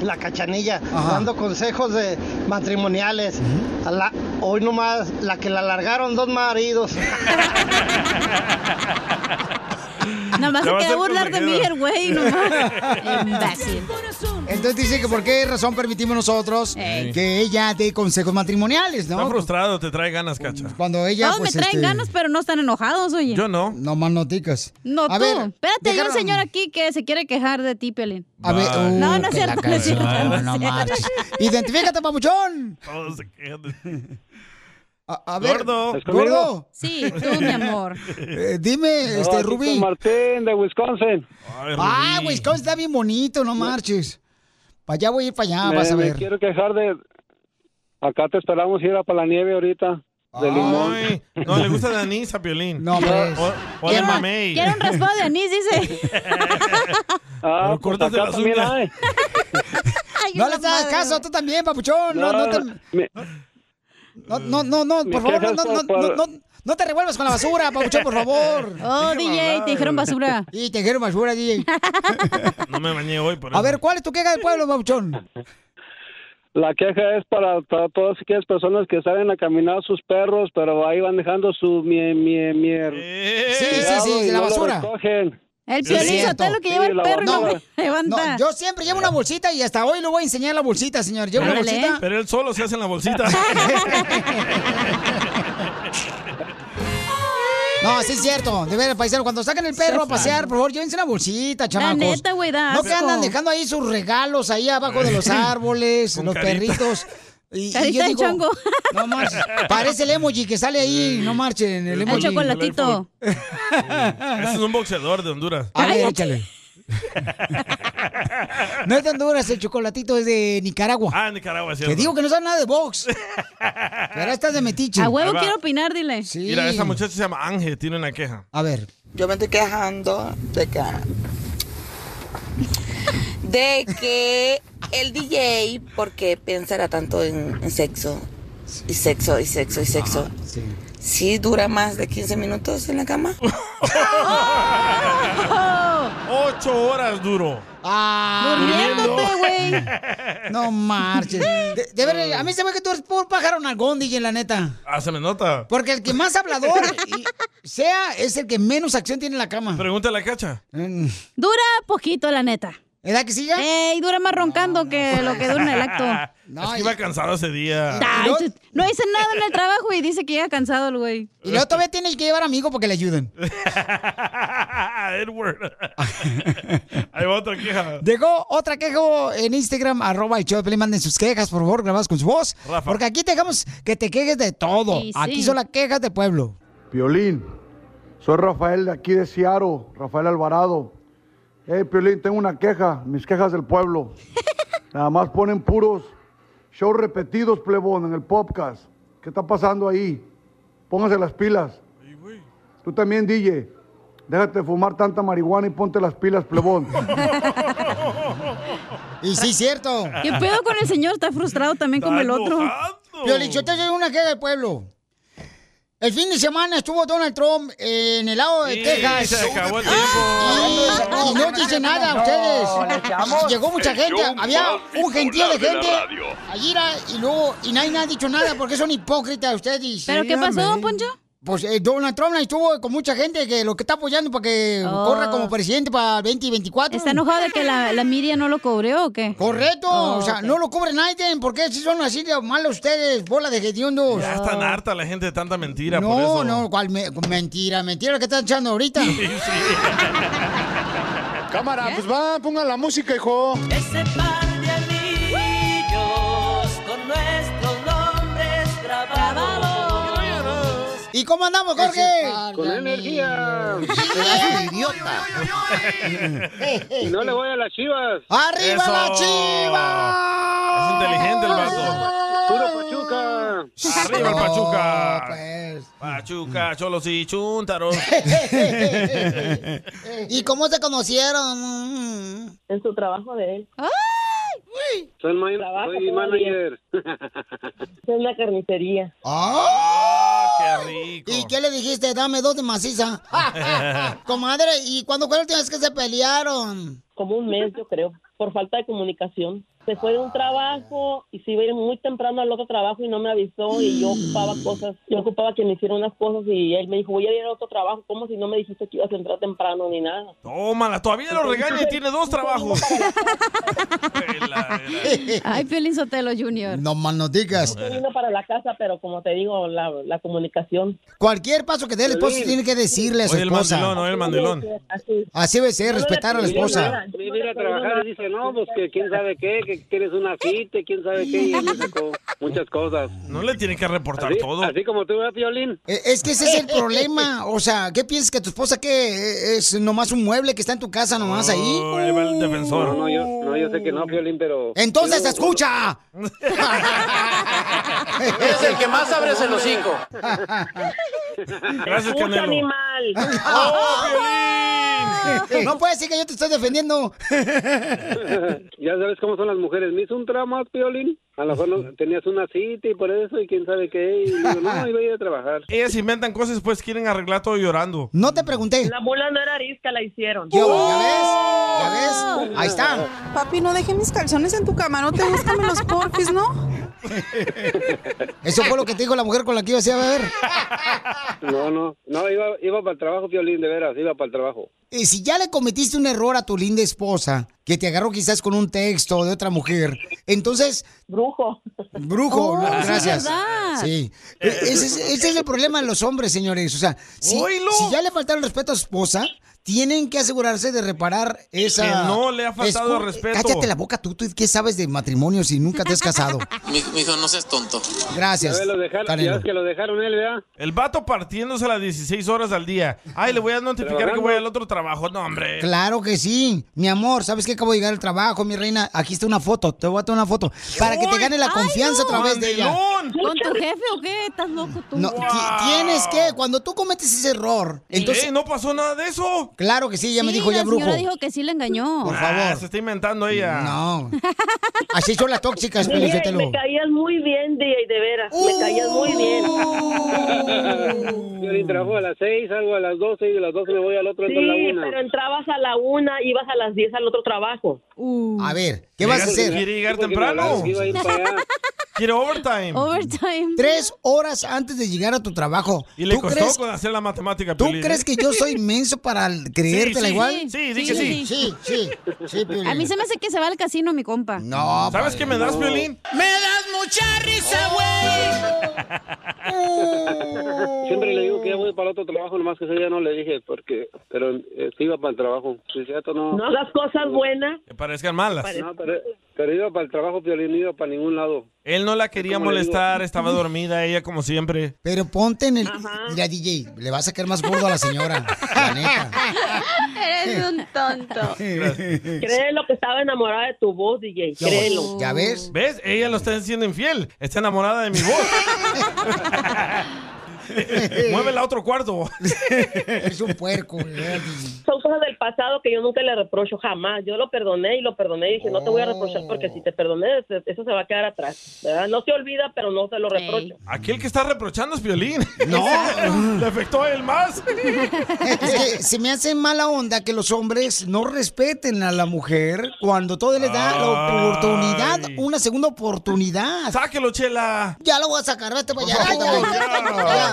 Speaker 5: la cachanilla, dando consejos de matrimoniales. A la- hoy nomás, la que la largaron dos maridos.
Speaker 6: Nada más
Speaker 5: Ya
Speaker 6: se
Speaker 5: va a
Speaker 6: quería
Speaker 5: ser
Speaker 6: burlar de mí
Speaker 5: consejera.
Speaker 6: el güey, nomás. Imbécil.
Speaker 2: Entonces dice que por qué razón permitimos nosotros
Speaker 3: Ey.
Speaker 2: que ella dé consejos matrimoniales,
Speaker 3: Está
Speaker 2: ¿no? pues,
Speaker 3: frustrado, te trae ganas, cacha.
Speaker 2: Cuando ella
Speaker 6: Todos
Speaker 2: pues,
Speaker 6: me traen
Speaker 2: este,
Speaker 6: ganas, pero no están enojados, oye.
Speaker 3: Yo no.
Speaker 2: No más noticas.
Speaker 6: No,
Speaker 2: A
Speaker 6: tú.
Speaker 2: ver,
Speaker 6: Espérate, hay un
Speaker 2: déjala-
Speaker 6: señor aquí que se quiere quejar de ti, Piolín.
Speaker 2: A ver, uh,
Speaker 6: no, no es
Speaker 2: que la
Speaker 6: cierto. no es cierto,
Speaker 2: canción,
Speaker 6: no es
Speaker 2: no
Speaker 6: cierto.
Speaker 2: marches. Identifícate, papuchón.
Speaker 3: Todos se quejan de ti.
Speaker 2: A, a ver,
Speaker 3: Gordo.
Speaker 8: ¿Es conmigo?
Speaker 2: gordo.
Speaker 6: Sí, tú, mi amor.
Speaker 2: Eh, dime,
Speaker 8: No,
Speaker 2: este,
Speaker 8: aquí
Speaker 2: Rubí.
Speaker 8: con Martín de Wisconsin.
Speaker 2: Ah, Wisconsin está bien bonito, no marches. Para allá voy a ir para allá,
Speaker 8: me,
Speaker 2: ah, vas a
Speaker 8: me
Speaker 2: ver.
Speaker 8: quiero quejar de... Acá te esperamos ir a para la nieve ahorita. De limón.
Speaker 3: Ay, no, le gusta de anís a Piolín.
Speaker 8: No,
Speaker 2: pues.
Speaker 8: hombre.
Speaker 3: O, o de
Speaker 8: Quiero-
Speaker 3: mamey.
Speaker 6: Quiero un raspado de anís, dice.
Speaker 8: Ah,
Speaker 14: pues
Speaker 3: Pero córtate
Speaker 8: acá
Speaker 3: las
Speaker 8: también
Speaker 3: uñas.
Speaker 8: hay.
Speaker 2: no le hagas caso, tú también, papuchón. No, no, te-
Speaker 8: me-
Speaker 2: no, no, no, no,
Speaker 8: Me
Speaker 2: por favor, no,
Speaker 8: quejas
Speaker 2: no, no,
Speaker 8: por-
Speaker 2: no, no- no te revuelvas con la basura, papuchón, por favor.
Speaker 6: Oh, DJ, te dijeron basura.
Speaker 2: Y te dijeron basura, DJ.
Speaker 3: No me bañé hoy por
Speaker 2: A ver, ¿cuál es tu queja del pueblo, papuchón?
Speaker 8: La queja es para, para todas aquellas personas que salen a caminar a sus perros, pero ahí van dejando su mie, mie, mier.
Speaker 2: Sí, sí, sí, la basura.
Speaker 6: El Piolín Sotelo que lleva el perro y
Speaker 2: No,
Speaker 6: no levanta.
Speaker 2: no, yo siempre llevo una bolsita y hasta hoy le voy a enseñar la bolsita, señor. Llevo una
Speaker 3: Pero-
Speaker 2: bolsita.
Speaker 3: Pero él solo se hace en la bolsita.
Speaker 2: No, sí es cierto. De ver, paisano, cuando sacan el perro a pasear, por favor, llévense una bolsita, chamacos.
Speaker 6: neta, güey, da
Speaker 2: No que
Speaker 6: asco.
Speaker 2: andan dejando ahí sus regalos ahí abajo de los árboles,
Speaker 6: Con
Speaker 2: los
Speaker 6: carita.
Speaker 2: perritos. Y, y
Speaker 6: Carita
Speaker 2: yo
Speaker 6: de
Speaker 2: digo,
Speaker 6: chango.
Speaker 2: No marches. Parece el emoji que sale ahí. No marchen. El
Speaker 3: El
Speaker 2: emoji.
Speaker 3: chocolatito. Ese es un boxeador de Honduras.
Speaker 2: A ver, échale. No es de Honduras, el chocolatito es de Nicaragua.
Speaker 3: Ah, en Nicaragua,
Speaker 2: Te
Speaker 3: cierto.
Speaker 2: digo que no sabe nada de box. Pero estás de metiche.
Speaker 6: A huevo
Speaker 3: Ahí va.
Speaker 6: quiero opinar, dile.
Speaker 3: Mira, esa muchacha se llama Ángel, tiene una queja.
Speaker 2: A ver.
Speaker 14: Yo me estoy quejando de que, de que el DJ, porque pensará tanto en, en sexo y sexo y sexo y sexo?
Speaker 2: Sí.
Speaker 14: ¿Sí dura más de 15 minutos en la cama?
Speaker 3: Ocho horas duro.
Speaker 2: Durmiéndote, güey. Ah. No marches. De, de ver, a mí se me que tú eres puro pájaro nalgón, DJ, la neta.
Speaker 3: Ah, se me nota.
Speaker 2: Porque el que más hablador y- sea es el que menos acción tiene en la cama.
Speaker 3: Pregúntale a Cacha.
Speaker 2: Mm.
Speaker 6: Dura poquito, la neta.
Speaker 2: ¿Edad que siga?
Speaker 6: Ey, dura más roncando que lo que dura en el acto.
Speaker 3: es que iba cansado ese día.
Speaker 6: Ay, tú- no hice nada en el trabajo y dice que llega cansado el güey.
Speaker 2: Y luego todavía tienes que llevar amigos porque le ayuden.
Speaker 3: Ah, Edward. Ahí va otra queja.
Speaker 2: Llegó otra queja en Instagram, arroba el show de Pelín. Manden sus quejas, por favor, grabadas con su voz.
Speaker 3: Rafa.
Speaker 2: Porque aquí te dejamos que te quejes de todo.
Speaker 26: Sí,
Speaker 2: Aquí
Speaker 26: sí.
Speaker 2: son las quejas del pueblo.
Speaker 26: Piolín, soy Rafael de aquí de Seattle, Rafael Alvarado. Hey, Piolín, tengo una queja, mis quejas del pueblo. Nada más ponen puros shows repetidos, plebón, en el podcast. ¿Qué está pasando ahí? Pónganse las pilas. Tú también, DJ. Déjate de fumar tanta marihuana y ponte las pilas, plebón.
Speaker 2: Y sí, cierto.
Speaker 6: ¿Qué pedo con el señor? Está frustrado también como el otro.
Speaker 2: Piolichotero es una queja del pueblo. El fin de semana estuvo Donald Trump eh, en el lado de
Speaker 3: Sí,
Speaker 2: Texas.
Speaker 3: se acabó el
Speaker 2: Y, y no dice nada
Speaker 3: No, ¿le
Speaker 2: ustedes.
Speaker 3: echamos?
Speaker 2: Llegó mucha
Speaker 3: El
Speaker 2: gente.
Speaker 3: show
Speaker 2: Había
Speaker 3: más
Speaker 2: un gentío de
Speaker 3: bipolar
Speaker 2: gente.
Speaker 3: de la radio.
Speaker 2: Allí era, y luego, y nadie ha dicho nada porque son hipócritas ustedes.
Speaker 6: ¿Pero qué pasó,
Speaker 2: Dígame.
Speaker 6: Poncho?
Speaker 2: Pues eh, Donald Trump estuvo con mucha gente que lo que está apoyando para que
Speaker 6: Oh.
Speaker 2: corra como presidente para 2024.
Speaker 6: ¿Está enojado de que la, la media no lo cobrió o qué?
Speaker 2: Correcto,
Speaker 6: Oh,
Speaker 2: o sea,
Speaker 6: ok.
Speaker 2: no lo cubre nadie, porque si son así de malos ustedes, bola de hediondos.
Speaker 3: Ya están harta la gente de tanta mentira
Speaker 2: no,
Speaker 3: por eso.
Speaker 2: no, cual me- mentira, mentira lo que están echando ahorita. ¿Eh?
Speaker 9: Cámara, pues va, pongan la música, hijo.
Speaker 13: Ese par de anillos con nuestros nombres grabados.
Speaker 2: ¿Y cómo andamos, Jorge?
Speaker 13: Con energía.
Speaker 2: idiota.
Speaker 13: Y no le voy a las chivas.
Speaker 2: ¡Arriba
Speaker 13: la
Speaker 2: las chivas!
Speaker 13: Es inteligente el
Speaker 3: vato.
Speaker 13: Puro Pachuca.
Speaker 3: Arriba el Pachuca.
Speaker 2: pues.
Speaker 3: Pachuca, cholos y chuntaros.
Speaker 2: ¿Y cómo se conocieron? ¿Ah? En su trabajo de él.
Speaker 13: Soy, man-
Speaker 2: Trabajo
Speaker 13: soy manager.
Speaker 2: En la carnicería.
Speaker 3: Ah, ¡Qué rico!
Speaker 2: ¡Ah! ¿Y qué le dijiste? Dame dos de maciza. Comadre, ¿y cuándo fue la última vez que se pelearon?
Speaker 7: como un mes, yo creo, por falta de comunicación. Se fue de un trabajo y se iba a ir muy temprano al otro trabajo y no me avisó y yo ocupaba cosas, yo ocupaba que me hicieron unas cosas y él me dijo, voy a ir a otro trabajo, como si no me dijiste que ibas a entrar temprano ni nada.
Speaker 3: Tómala, todavía lo regaña y tiene dos trabajos.
Speaker 6: Ay, Piolín Sotelo Jr.
Speaker 2: No más no digas.
Speaker 7: Yo vine para la casa, pero como te digo, la, la comunicación.
Speaker 2: Cualquier paso que dé el esposo pues, tiene que decirle a su
Speaker 3: Oye, el
Speaker 2: esposa.
Speaker 3: mandilón, oye, el mandilón.
Speaker 7: Así.
Speaker 2: Así debe ser,
Speaker 7: No le
Speaker 2: respetar a la
Speaker 7: escribí
Speaker 2: esposa.
Speaker 7: nada.
Speaker 13: Me vine a trabajar y dice, no, pues que quién sabe qué, que quieres una cita, y quién sabe qué, y él me sacó muchas cosas.
Speaker 3: No le tiene que reportar
Speaker 13: Así-
Speaker 3: todo.
Speaker 13: Así como tú, ¿verdad, Piolín?
Speaker 2: Eh, Es que ese es el problema. O sea, ¿qué piensas que tu esposa que es nomás un mueble que está en tu casa nomás ahí?
Speaker 3: Oh, ahí va el defensor.
Speaker 13: No, no, yo, no, yo sé que no, Piolín, pero...
Speaker 2: Entonces escucha.
Speaker 13: Es el que más abre el hocico.
Speaker 3: Gracias, Canelo. Oh,
Speaker 7: animal!
Speaker 2: No puede decir que yo te estoy defendiendo.
Speaker 13: ya sabes cómo son las mujeres. Me hizo un tramo, Piolín. A lo mejor no- tenías una cita y por eso, y quién sabe qué. Y le digo, no, iba a ir a trabajar.
Speaker 3: Ellas inventan cosas y después quieren arreglar todo llorando.
Speaker 2: No te pregunté.
Speaker 7: La mula no era arisca, la hicieron.
Speaker 2: Ya, ya ves, ya ves. Ahí está.
Speaker 7: ¡Oh! Papi, no dejé mis calzones en tu camarote, búscamelos porfis, ¿no?
Speaker 2: Eso fue lo que te dijo la mujer con la que iba a ir a beber.
Speaker 13: No, no, no, iba, iba para el trabajo, Piolín, de veras, iba para el trabajo.
Speaker 2: Y si ya le cometiste un error a tu linda esposa, que te agarró quizás con un texto de otra mujer, entonces...
Speaker 7: Brujo.
Speaker 2: Brujo,
Speaker 13: Oh,
Speaker 2: no,
Speaker 13: sí es
Speaker 2: gracias.
Speaker 13: verdad.
Speaker 2: Sí. E- Ese es, ese es el problema de los hombres, señores. O sea, si,
Speaker 3: ¡Oílo!
Speaker 2: si ya le faltaron respeto a su esposa, tienen que asegurarse de reparar esa...
Speaker 3: Que no le ha faltado
Speaker 2: Escu-
Speaker 3: respeto.
Speaker 2: Cállate la boca tú, tú qué sabes de matrimonio si nunca te has casado.
Speaker 3: Eh.
Speaker 13: Mijo, no seas tonto.
Speaker 2: Gracias,
Speaker 13: Ya ves, lo dejaron, ya
Speaker 2: Canelo.
Speaker 13: ves que lo dejaron él, ¿verdad?
Speaker 3: El vato partiéndose las 16 horas al día. Ay, le voy a notificar que voy al otro trabajo. No, hombre. ¿Eh?
Speaker 2: Claro que sí, mi amor, ¿sabes que acabo de llegar al trabajo, mi reina? Aquí está una foto, te voy a tomar una foto, para que te gane la confianza a través de ella.
Speaker 3: Mandilón. ¡Violación!
Speaker 6: ¿Con tu jefe o qué? ¿Estás loco tú?
Speaker 2: No, ti- tienes
Speaker 3: Ah.
Speaker 2: que, cuando tú cometes ese error, entonces...
Speaker 3: ¿no pasó nada de eso? Ah,
Speaker 2: Claro que sí, ella me
Speaker 6: Sí,
Speaker 2: dijo ya
Speaker 6: la
Speaker 2: brujo.
Speaker 6: señora dijo que sí le engañó.
Speaker 2: Por favor.
Speaker 3: Se está inventando ella.
Speaker 2: No. Así son las tóxicas,
Speaker 7: Oye,
Speaker 2: Felicitelo.
Speaker 7: me caías muy bien, DJ, de veras. Me caías muy bien.
Speaker 2: Uh.
Speaker 7: Uh.
Speaker 13: Violín trabajo a las 6, salgo a las 12 y de las 12 me voy al otro
Speaker 7: Sí,
Speaker 13: entro a la 1.
Speaker 7: pero entrabas a la una, ibas a las 10 al otro trabajo.
Speaker 2: A ver,
Speaker 3: ¿qué vas a Llegaste- hacer? quiere llegar temprano. Quiere overtime.
Speaker 6: Overtime.
Speaker 2: Tres horas antes de llegar a tu trabajo.
Speaker 3: Y le
Speaker 2: ¿Tú
Speaker 3: costó
Speaker 2: crees,
Speaker 3: con hacer la matemática,
Speaker 2: ¿Tú
Speaker 3: Piolín,
Speaker 2: crees
Speaker 3: ¿eh?
Speaker 2: que yo soy menso para creértela
Speaker 3: sí,
Speaker 2: igual?
Speaker 3: sí, sí, di que sí.
Speaker 2: Sí, sí, sí, Piolín.
Speaker 6: A mí se me hace que se va al casino, mi compa.
Speaker 2: No,
Speaker 3: ¿Sabes qué me das, Piolín?
Speaker 6: Me das mucha risa,
Speaker 13: Siempre le digo que ya voy para otro trabajo, nomás que ese día no le dije, porque, pero eh, sí iba para el trabajo. Sí, cierto, no.
Speaker 7: No hagas cosas buenas.
Speaker 3: Que parezcan malas.
Speaker 13: No, pero, pero iba para el trabajo, Piolín, no iba para ningún lado.
Speaker 3: Él no la quería
Speaker 13: ¿Cómo le digo?
Speaker 3: molestar, estaba dormida ella como siempre.
Speaker 2: Pero ponte en el... Mira, DJ, le vas a caer más gordo a la señora. la neta.
Speaker 7: Eres un tonto.
Speaker 3: Gracias.
Speaker 7: Créelo que estaba enamorada de tu voz, DJ. Créelo.
Speaker 2: ves?
Speaker 3: ¿Ves? Ella lo está haciendo infiel. Está enamorada de mi voz. Muévela a otro cuarto.
Speaker 2: es un puerco.
Speaker 7: Son cosas del pasado que yo nunca le reprocho jamás. Yo lo perdoné y lo perdoné y dije, no te voy a reprochar porque si te perdoné, se- eso se va a quedar atrás. ¿verdad? No se olvida, pero no se lo reprocho.
Speaker 3: Aquel que está reprochando es violín.
Speaker 2: No.
Speaker 3: Le afectó a él más.
Speaker 2: Es que se me hace mala onda que los hombres no respeten a la mujer cuando todo les da la oportunidad, una segunda oportunidad.
Speaker 3: Sáquelo, chela.
Speaker 2: Ya lo voy a sacar, vete para allá.
Speaker 6: favor,
Speaker 2: ya. Ya,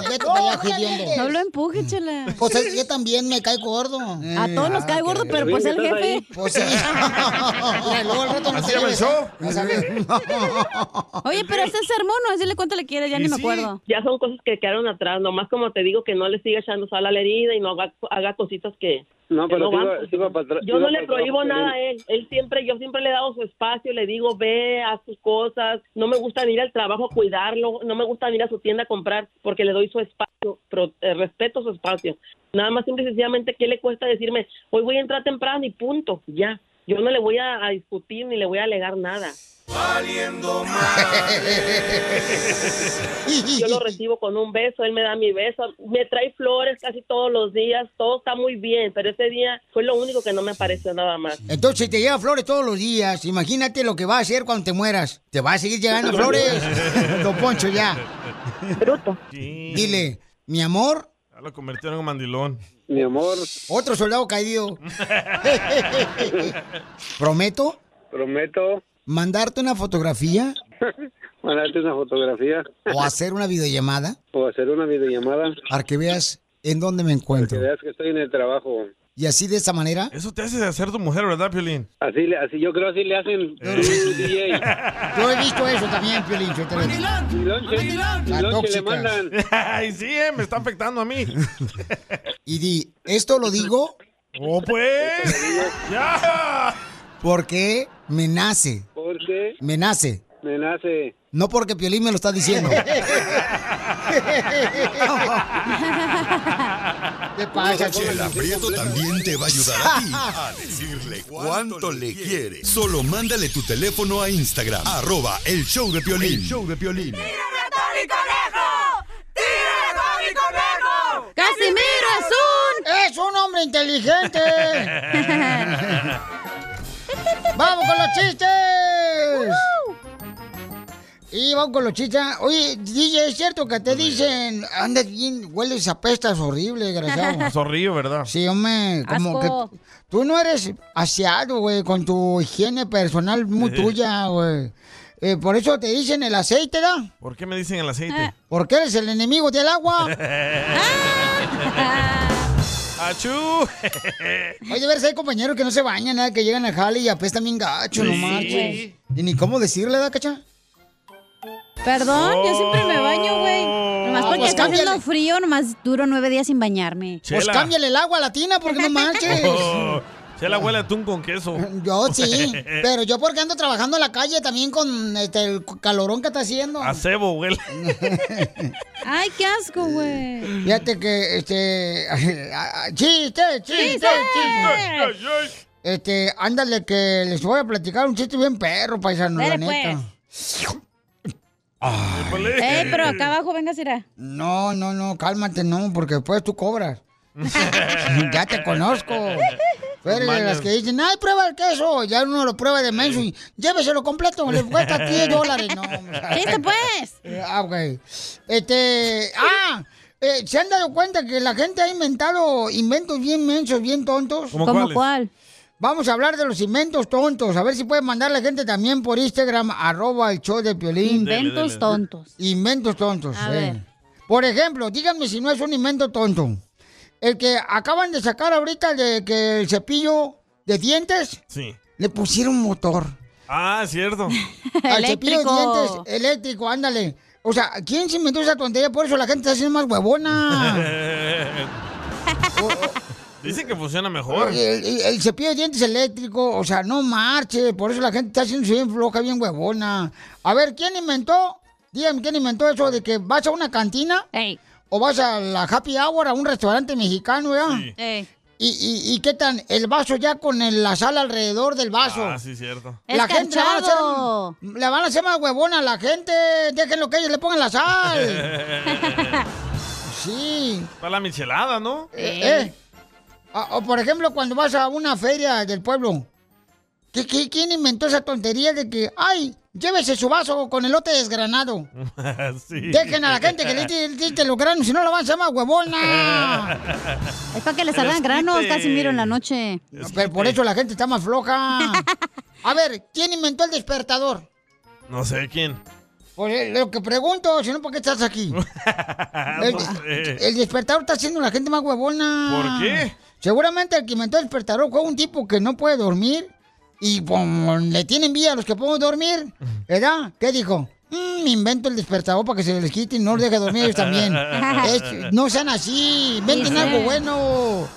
Speaker 2: vete para allá, hediondo.
Speaker 6: No lo empuje, chela.
Speaker 2: Pues es que también me cae gordo. Ah,
Speaker 6: A todos nos cae gordo, pero pues el jefe.
Speaker 2: Pues sí. Y luego al rato no
Speaker 6: Así
Speaker 2: se
Speaker 6: llama el show.
Speaker 2: lleves. Vas a ver.
Speaker 6: Oye, pero este es hermoso, decirle cuánto le quiere, ya ni me acuerdo.
Speaker 7: Ya son cosas que quedaron atrás. Nomás como te digo, que no le siga echando sal a la herida y no haga, haga cositas que...
Speaker 13: No,
Speaker 7: que
Speaker 13: pero sí
Speaker 7: no van,
Speaker 13: iba,
Speaker 7: pues.
Speaker 13: sí iba para tra- iba
Speaker 7: Yo no
Speaker 13: para
Speaker 7: le
Speaker 13: el trabajo,
Speaker 7: prohíbo nada a
Speaker 13: Piolín.
Speaker 7: él. Él siempre, yo siempre le he dado su espacio, le digo, ve, haz tus cosas. No me gusta ir al trabajo a cuidarlo, no me gusta ir a su tienda a comprar porque le doy su espacio, pero eh, respeto su espacio. Nada más simple y sencillamente, ¿qué le cuesta decirme? Hoy voy a entrar temprano y punto, ya. Yo no le voy a, a discutir ni le voy a alegar nada. Yo lo recibo con un beso, él me da mi beso, me trae flores casi todos los días, todo está muy bien, pero ese día fue lo único que no me pareció nada más.
Speaker 2: Entonces, si te lleva flores todos los días, imagínate lo que va a hacer cuando te mueras. Te va a seguir llegando flores. Don Poncho, ya.
Speaker 7: Bruto.
Speaker 2: Dile, mi amor.
Speaker 3: Ya lo convirtieron en mandilón.
Speaker 13: Mi amor.
Speaker 2: Otro soldado caído.
Speaker 7: ¿eh?
Speaker 2: Prometo
Speaker 13: Prometo
Speaker 2: mandarte una fotografía
Speaker 13: mandarte una fotografía
Speaker 2: o hacer una videollamada
Speaker 13: o hacer una videollamada
Speaker 2: para que veas en dónde me encuentro.
Speaker 13: que veas que estoy en el trabajo.
Speaker 2: Y así de esa manera.
Speaker 3: Eso te hace hacer tu mujer, ¿verdad, Piolín?
Speaker 13: Así, le- así yo creo así le hacen sí, DJ.
Speaker 2: Yo he visto eso también, Piolín. Sotelo.
Speaker 13: Mi lonche, mi lonche le mandan.
Speaker 3: Ay, sí, eh, me está afectando a mí.
Speaker 2: Y di, esto lo digo.
Speaker 3: ¡Oh, pues! ¡Ya!
Speaker 2: Porque me nace.
Speaker 13: Porque
Speaker 2: Me nace.
Speaker 13: me nace.
Speaker 2: No porque Piolín me lo está diciendo. ¿Qué pasa,
Speaker 15: El
Speaker 2: Chela?
Speaker 15: aprieto también te va a ayudar a ti a decirle cuánto le quiere. Solo mándale tu teléfono a Instagram, arroba el show de Piolín. show de Piolín.
Speaker 6: ¡Casimiro
Speaker 2: es un! ¡Es un hombre inteligente! ¡Vamos con los chistes! Y vamos con los chistes. Oye, DJ, ¿es cierto que te dicen, andas bien, hueles a pestas horrible, desgraciado?
Speaker 3: Zorrillo, Eh. ¿verdad?
Speaker 2: ¡Uh! Sí, hombre, como
Speaker 3: Asco.
Speaker 2: que tú no eres aseado, güey, con tu higiene personal muy
Speaker 3: Sí.
Speaker 2: tuya, güey. Eh, por eso te dicen el aceite, ¿da?
Speaker 3: ¿Por qué me dicen el aceite?
Speaker 2: Porque eres el enemigo del agua.
Speaker 3: Ah. ¡Achú!
Speaker 2: Oye, a ver si hay compañeros que no se bañan, nada, que llegan al jale y apestan bien gacho, no
Speaker 3: Sí.
Speaker 2: marches. Y ni cómo decirle, ¿da, cacha?
Speaker 6: Perdón, yo siempre me baño, güey. Nomás
Speaker 2: Ah,
Speaker 6: porque
Speaker 2: pues
Speaker 6: está haciendo
Speaker 2: cámbiale.
Speaker 6: frío, nomás duro nueve días sin bañarme.
Speaker 3: Chela. Pues
Speaker 2: Cámbiale el agua a la tina porque no marches.
Speaker 3: Oh, se la huele atún con queso.
Speaker 2: Yo sí, pero yo porque ando trabajando en la calle también con este, el calorón que está haciendo.
Speaker 3: A cebo huele.
Speaker 2: Ay, qué asco, güey. Fíjate que, este, chiste, chiste, chiste. Este, ándale que les voy a platicar un chiste bien perro, paisano, la
Speaker 6: Dale,
Speaker 2: neta.
Speaker 6: Ey, pues. Eh, pero acá abajo, venga, será.
Speaker 2: No, no, no, cálmate, no, porque después tú cobras. ya te conozco. Tú eres de las que dicen, ay, prueba el queso. Ya uno lo prueba de menso y lléveselo completo, le cuesta 10 dólares. No,
Speaker 6: ¿Listo, pues?
Speaker 2: Ah, ok. Este, ah, eh, ¿se han dado cuenta que la gente ha inventado inventos bien mensos, bien tontos?
Speaker 6: ¿Cómo ¿Cómo cuáles? cuál?
Speaker 2: Vamos a hablar de los inventos tontos. A ver si puede mandar la gente también por Instagram, arroba el show de Piolín.
Speaker 6: Inventos Dele, dele. tontos.
Speaker 2: Inventos tontos.
Speaker 6: A
Speaker 2: eh.
Speaker 6: ver.
Speaker 2: Por ejemplo, díganme si no es un invento tonto. El que acaban de sacar ahorita de que el cepillo de dientes
Speaker 3: Sí.
Speaker 2: le pusieron motor.
Speaker 3: Ah, cierto.
Speaker 2: Al cepillo de dientes
Speaker 6: Eléctrico.
Speaker 2: eléctrico, ándale. O sea, ¿quién se inventó esa tontería? Por eso la gente está haciendo más huevona.
Speaker 3: Dicen que funciona
Speaker 2: oh.
Speaker 3: mejor.
Speaker 2: El, el- el cepillo de dientes eléctrico, o sea, no marche. Por eso la gente está haciendo bien floja, bien huevona. A ver, ¿quién inventó? Díganme, ¿quién inventó eso de que vas a una cantina? ¿O vas a la happy hour, a un restaurante mexicano, ya? ¿Y, y, y qué tan? El vaso ya con el- la sal alrededor del vaso.
Speaker 3: Ah, sí, cierto.
Speaker 2: La gente la van, a hacer, la van a hacer más huevona a la gente. Déjenlo que ellos le pongan la sal. sí.
Speaker 3: Para la michelada, ¿no?
Speaker 2: Eh, eh. A- O, por ejemplo, cuando vas a una feria del pueblo. ¿Qué, qué, quién inventó esa tontería de que, ay, llévese su vaso con elote desgranado?
Speaker 3: Sí.
Speaker 2: Dejen a la gente que le tire- tire los granos, si no la van a hacer más huevona.
Speaker 6: Es para que le salgan granos, casi miro en la noche.
Speaker 2: Pero por eso la gente está más floja. A ver, ¿quién inventó el despertador?
Speaker 3: No sé quién.
Speaker 2: Pues eh, lo que pregunto, si no, ¿por qué estás aquí? El,
Speaker 3: No sé.
Speaker 2: el despertador está haciendo la gente más huevona.
Speaker 3: ¿Por qué?
Speaker 2: Seguramente el que inventó el despertador fue un tipo que no puede dormir y como le tienen vía a los que podemos dormir, ¿verdad? ¿Qué dijo? "Mm, invento el despertador para que se les quite y no los deje dormir ellos también. Es- no sean así, inventen
Speaker 6: Sí, sí.
Speaker 2: algo bueno.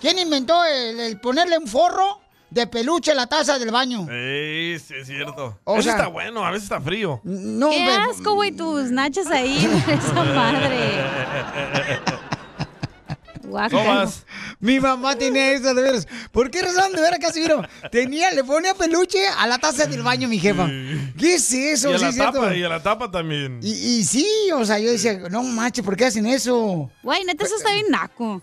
Speaker 2: ¿Quién inventó el, el ponerle un forro de peluche a la taza del baño?
Speaker 3: Sí, sí, es cierto.
Speaker 2: O
Speaker 3: Eso
Speaker 2: sea-
Speaker 3: está bueno, a veces está frío.
Speaker 2: No,
Speaker 6: Qué
Speaker 2: pero-
Speaker 6: asco, güey, tus nachas ahí, esa madre. Guácala.
Speaker 3: Tomas.
Speaker 2: Mi mamá tenía eso, de veras. ¿Por qué razón de veras, Casimiro? Tenía, le ponía peluche a la taza del baño, mi jefa. ¿Qué es eso?
Speaker 3: y a
Speaker 2: Sí,
Speaker 3: la
Speaker 2: es
Speaker 3: tapa,
Speaker 2: cierto.
Speaker 3: y a la tapa también.
Speaker 2: Y, y sí, o sea, yo decía, no manches, ¿por qué hacen eso?
Speaker 6: Güey, neta, eso está bien naco.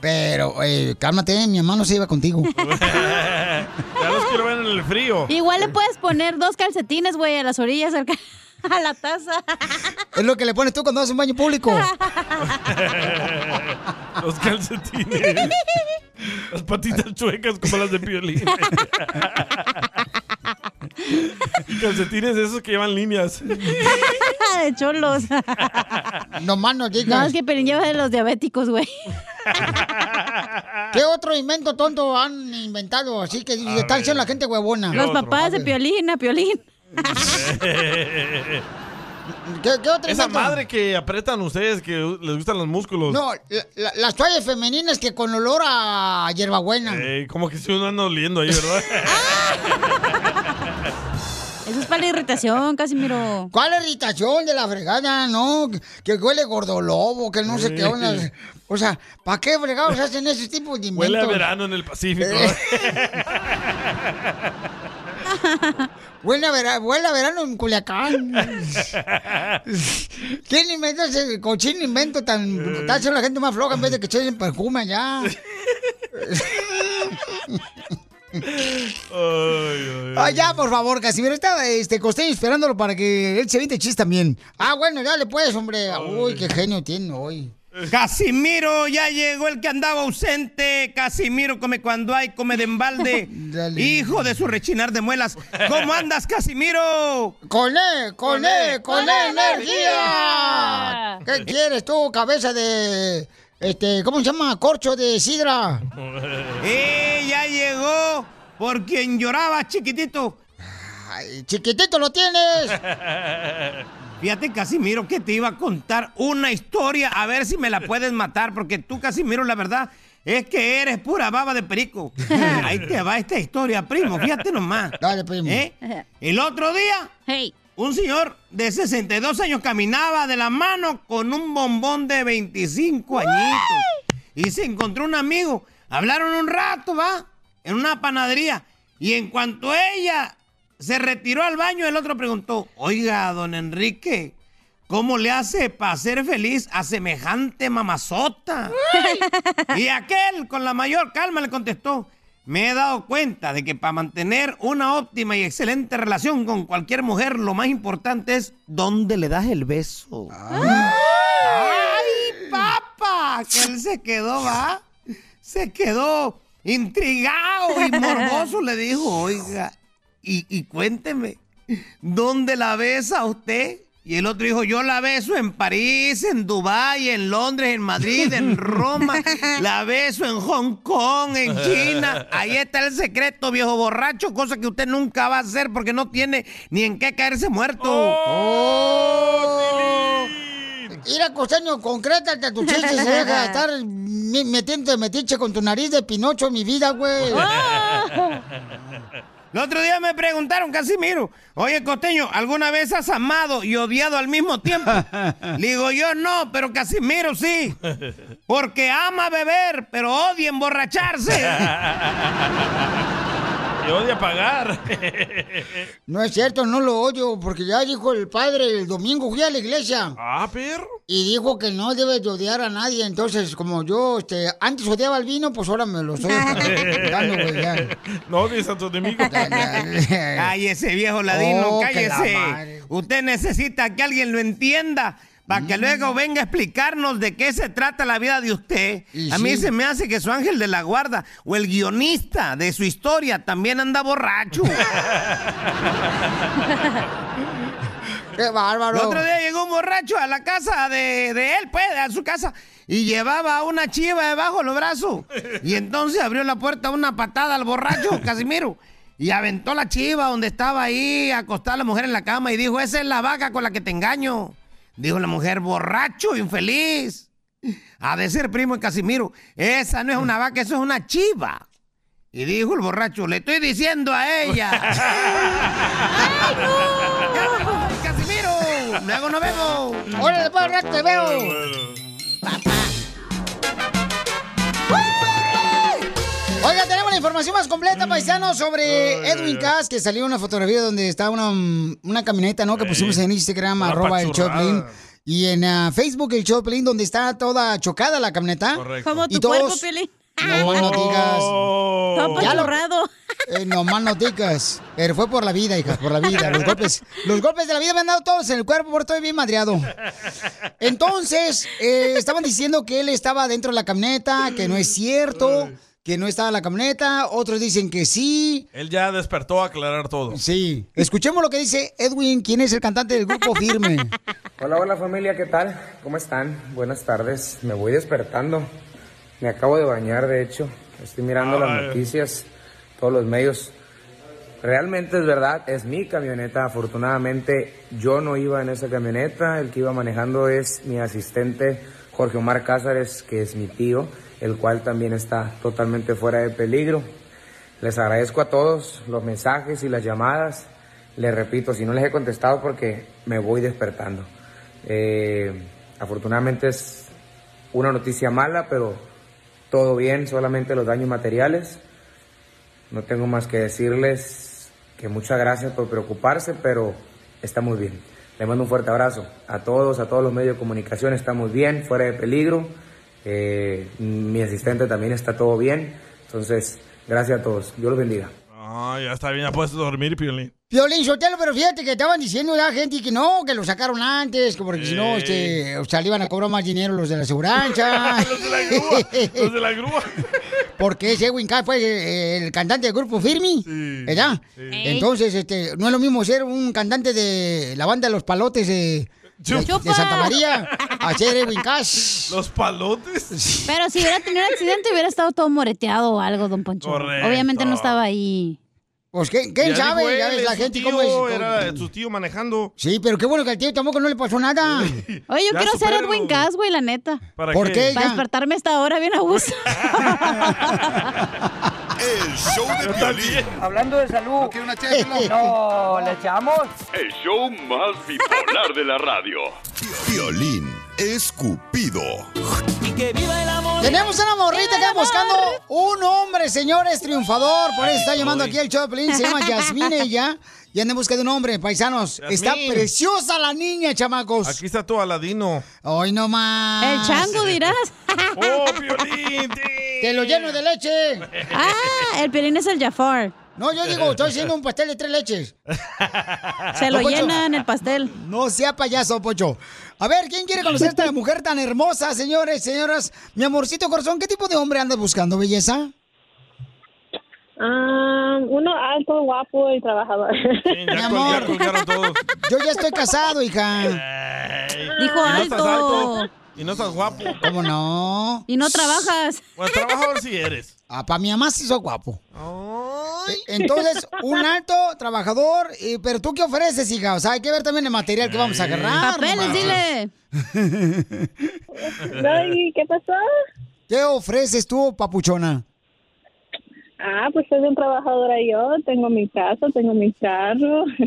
Speaker 2: Pero, eh, cálmate, mi mamá no se iba contigo.
Speaker 3: ya los quiero ver en el frío.
Speaker 6: Igual le puedes poner dos calcetines, güey, a las orillas, al ca- a la taza.
Speaker 2: Es lo que le pones tú cuando vas a un baño público.
Speaker 3: los calcetines. Las patitas chuecas como las de Piolín. y calcetines esos que llevan líneas.
Speaker 6: de cholos.
Speaker 2: No más no digas.
Speaker 6: No, es que Pelín lleva de los diabéticos, güey.
Speaker 2: ¿Qué otro invento tonto han inventado? Así que le están haciendo la gente huevona.
Speaker 6: Los papás de
Speaker 2: A ver,
Speaker 6: Piolín a Piolín.
Speaker 2: ¿Qué, qué otro
Speaker 3: Esa
Speaker 2: invento?
Speaker 3: madre que apretan ustedes que les gustan los músculos.
Speaker 2: No, la- la- las toallas femeninas que con olor a hierbabuena.
Speaker 3: Eh, como que si uno anda oliendo ahí, ¿verdad?
Speaker 6: Eso es para la irritación, Casimiro.
Speaker 2: ¿Cuál irritación de la fregada? No, que- que huele gordolobo, que no sé qué onda. O sea, ¿para qué fregados hacen ese tipo de inventos?
Speaker 3: Huele a verano en el Pacífico.
Speaker 2: Huele a, vera- huele a verano en Culiacán. ¿Quién inventó ese cochino invento tan... Está haciendo la gente más floja en vez de que echen perfume allá. Ah, ya, por favor, Casimiro. Estaba este, Costeño esperándolo para que él se viste chis también. Ah, bueno, dale pues, hombre. Uy, qué genio tiene hoy.
Speaker 10: Casimiro, ya llegó el que andaba ausente. Casimiro come cuando hay, come de embalde.
Speaker 2: Dale.
Speaker 10: Hijo de su rechinar de muelas. ¿Cómo andas, Casimiro? E.
Speaker 2: Con él, con él, con él, energía. ¿Qué quieres tú, cabeza de... Este, ¿cómo se llama? Corcho de sidra.
Speaker 10: ¡Eh, ya llegó! Por quien lloraba, chiquitito.
Speaker 2: Ay, E. chiquitito lo tienes.
Speaker 10: Fíjate, Casimiro, que te iba a contar una historia. A ver si me la puedes matar, porque tú, Casimiro, la verdad es que eres pura baba de perico. Ahí te va esta historia, primo. Fíjate nomás. ¿Eh?
Speaker 2: Dale, primo.
Speaker 3: ¿Eh?
Speaker 10: El otro día, un señor de 62 años caminaba de la mano con un bombón de 25 añitos. Y se encontró un amigo. Hablaron un rato, va, en una panadería. Y en cuanto ella Se retiró al baño, el otro preguntó, oiga, don Enrique, ¿cómo le hace para ser feliz a semejante mamazota? y aquel, con la mayor calma, le contestó, me he dado cuenta de que para mantener una óptima y excelente relación con cualquier mujer, lo más importante es dónde le das el beso. ¡Ay, papá! Que él se quedó, ¿va? Se quedó intrigado y morboso. Le dijo, oiga, y, y cuénteme, ¿dónde la besa usted? Y el otro dijo, yo la beso en París, en Dubái, en Londres, en Madrid, en Roma, la beso en Hong Kong, en China. Ahí está el secreto, viejo borracho, cosa que usted nunca va a hacer porque no tiene ni en qué caerse muerto. Oh.
Speaker 2: Ir a costeño, concrétate a tu chiste, se deja de estar mi- metiéndote metiche con tu nariz de pinocho, mi vida, güey.
Speaker 10: El otro día me preguntaron, Casimiro, oye Costeño, ¿alguna vez has amado y odiado al mismo tiempo? Le digo yo no, pero Casimiro sí, porque ama beber, pero odia emborracharse.
Speaker 3: Y odia pagar.
Speaker 2: No es cierto, no lo odio, porque ya dijo el padre el domingo, fui a la iglesia. Ah, perro. Y dijo que no debes de odiar a nadie, entonces como yo este, antes odiaba al vino, pues ahora me lo estoy dando, güey. ya.
Speaker 3: no odies a tu enemigo.
Speaker 10: cállese, viejo ladino,
Speaker 3: Oh, que la
Speaker 10: cállese.
Speaker 3: madre. Mm.
Speaker 10: Usted necesita que alguien lo entienda. Para que luego venga a explicarnos de qué se trata la vida de usted.
Speaker 1: Y
Speaker 10: A mí
Speaker 1: sí.
Speaker 10: se me hace que su ángel de la guarda o el guionista de su historia también anda borracho.
Speaker 2: ¡Qué bárbaro!
Speaker 10: El otro día llegó un borracho a la casa de, de él, pues, a su casa, y llevaba a una chiva debajo de los brazos. Y entonces abrió la puerta una patada al borracho, Casimiro. Y aventó la chiva donde estaba ahí, acostada la mujer en la cama, y dijo, esa es la vaca con la que te engaño. Dijo la mujer, borracho, infeliz. A decir, primo de Casimiro, esa no es una vaca, eso es una chiva. Y dijo el borracho, le estoy diciendo a ella.
Speaker 1: ¡Ay,
Speaker 10: no! ¡Casimiro! ¡Luego nos vemos!
Speaker 2: ¡Órale, pues, Rack, te veo! Oiga, tenemos la información más
Speaker 1: Mm.
Speaker 2: completa, paisano, sobre Edwin Cass, que salió una fotografía donde estaba una, una camioneta, ¿no? Que pusimos en Instagram,
Speaker 1: Una
Speaker 2: arroba el
Speaker 1: pachurrada.
Speaker 2: Choplin. Y en ah, Facebook, el Choplin, donde está toda chocada la camioneta.
Speaker 1: Correcto. Oh. Como tu cuerpo, Piolín.
Speaker 2: No más no digas.
Speaker 1: Todo
Speaker 2: Ya lo-
Speaker 1: apachurrado.
Speaker 2: Eh, no más no digas. Pero fue por la vida, hija, por la vida. Los golpes, los golpes de la vida me han dado todos en el cuerpo, por estoy bien madreado. Entonces, eh, estaban diciendo que él estaba dentro de la camioneta, que no es cierto, que no estaba en la camioneta. Otros dicen que sí.
Speaker 3: Él ya despertó a aclarar todo.
Speaker 2: Sí. Escuchemos lo que dice Edwin, quien es el cantante del grupo Firme.
Speaker 32: Hola, hola familia, ¿qué tal? ¿Cómo están? Buenas tardes. Me voy despertando. Me acabo de bañar, de hecho. Estoy mirando las
Speaker 22: Ay.
Speaker 32: noticias, todos los medios. Realmente es verdad, es mi camioneta. Afortunadamente yo no iba en esa camioneta. El que iba manejando es mi asistente Jorge Omar Cázares, que es mi tío, el cual también está totalmente fuera de peligro. Les agradezco a todos los mensajes y las llamadas. Les repito, si no les he contestado porque me voy despertando. Eh, afortunadamente es una noticia mala, pero todo bien, solamente los daños materiales. No tengo más que decirles que muchas gracias por preocuparse, pero estamos bien. Les mando un fuerte abrazo a todos, a todos los medios de comunicación, estamos bien, fuera de peligro. Eh, mi asistente también está todo bien. Entonces, gracias a todos. Dios los bendiga.
Speaker 3: Ah, ya está bien, ya puedes dormir, Piolín.
Speaker 2: Violín Sotelo, pero fíjate que estaban diciendo la gente que no, que lo sacaron antes, que porque si no,
Speaker 3: Ey.
Speaker 2: este, o sea, le iban a cobrar más dinero los de la aseguranza.
Speaker 3: Los de la grúa, los de la grúa.
Speaker 2: Porque ese Edwin Cass fue eh, el cantante del grupo Firmi, ¿verdad?
Speaker 1: sí. Ey.
Speaker 2: Entonces, este, no es lo mismo ser un cantante de la banda de los palotes de, de- de
Speaker 6: Chupa.
Speaker 2: Santa María a ser Edwin Cash.
Speaker 3: ¿Los palotes?
Speaker 6: Pero si hubiera tenido un accidente, hubiera estado todo moreteado o algo, don Poncho.
Speaker 3: Correcto.
Speaker 6: Obviamente no estaba ahí.
Speaker 2: Pues, ¿qué- ¿Quién
Speaker 3: Ya dijo
Speaker 2: sabe? Ya
Speaker 3: él,
Speaker 2: ves la
Speaker 3: su
Speaker 2: gente
Speaker 3: tío,
Speaker 2: cómo es.
Speaker 3: Era su tío manejando.
Speaker 2: Sí, pero qué bueno que al tío tampoco no le pasó nada.
Speaker 6: Oye, yo
Speaker 3: Ya
Speaker 6: quiero ser
Speaker 3: supéralo.
Speaker 6: Edwin Cass, güey, la neta.
Speaker 3: ¿Para ¿Por qué? qué?
Speaker 6: Para
Speaker 3: Ya.
Speaker 6: despertarme esta hora bien a gusto.
Speaker 15: El show de Piolín.
Speaker 20: Hablando de salud. ¿No una No, ¿le echamos?
Speaker 17: El show más bipolar de la radio.
Speaker 15: Piolín escupido.
Speaker 5: que viva el amor.
Speaker 2: Tenemos una morrita que buscando un hombre, señores, triunfador. Por eso está llamando aquí el show de Pelín. Se llama Yasmín ella. Y anda en busca de un hombre, paisanos.
Speaker 3: Yasmín.
Speaker 2: Está preciosa la niña, chamacos.
Speaker 3: Aquí está tu Aladino.
Speaker 2: Hoy no más.
Speaker 3: Ah,
Speaker 6: El chango dirás.
Speaker 3: ¡Oh, Piolín!
Speaker 2: Te lo lleno de leche.
Speaker 6: Ah, el Piolín es el Jafar.
Speaker 2: No, yo digo, estoy haciendo un pastel de tres leches.
Speaker 6: Se lo
Speaker 2: Don Poncho.
Speaker 6: llenan el pastel.
Speaker 2: No sea payaso, Pocho. A ver, ¿quién quiere conocer a esta mujer tan hermosa, señores, señoras? Mi amorcito corazón, ¿qué tipo de hombre andas buscando, belleza?
Speaker 5: Ah, uno alto, guapo y trabajador.
Speaker 2: Mi amor. Yo ya estoy casado, hija.
Speaker 6: Dijo
Speaker 3: Y no estás
Speaker 6: alto.
Speaker 3: alto, Y no estás guapo.
Speaker 2: ¿Cómo no?
Speaker 6: Y no trabajas.
Speaker 3: Bueno, trabajador sí eres.
Speaker 2: Ah, para mi mamá sí soy guapo. Eh, Entonces, un alto trabajador, eh, pero tú qué ofreces, hija? O sea, hay que ver también el material que vamos a agarrar.
Speaker 5: Papeles, dile.
Speaker 2: dile.
Speaker 5: ¿Qué pasó?
Speaker 2: ¿Qué ofreces tú, papuchona?
Speaker 5: Ah, pues soy bien trabajadora yo. Tengo mi casa, tengo mi carro,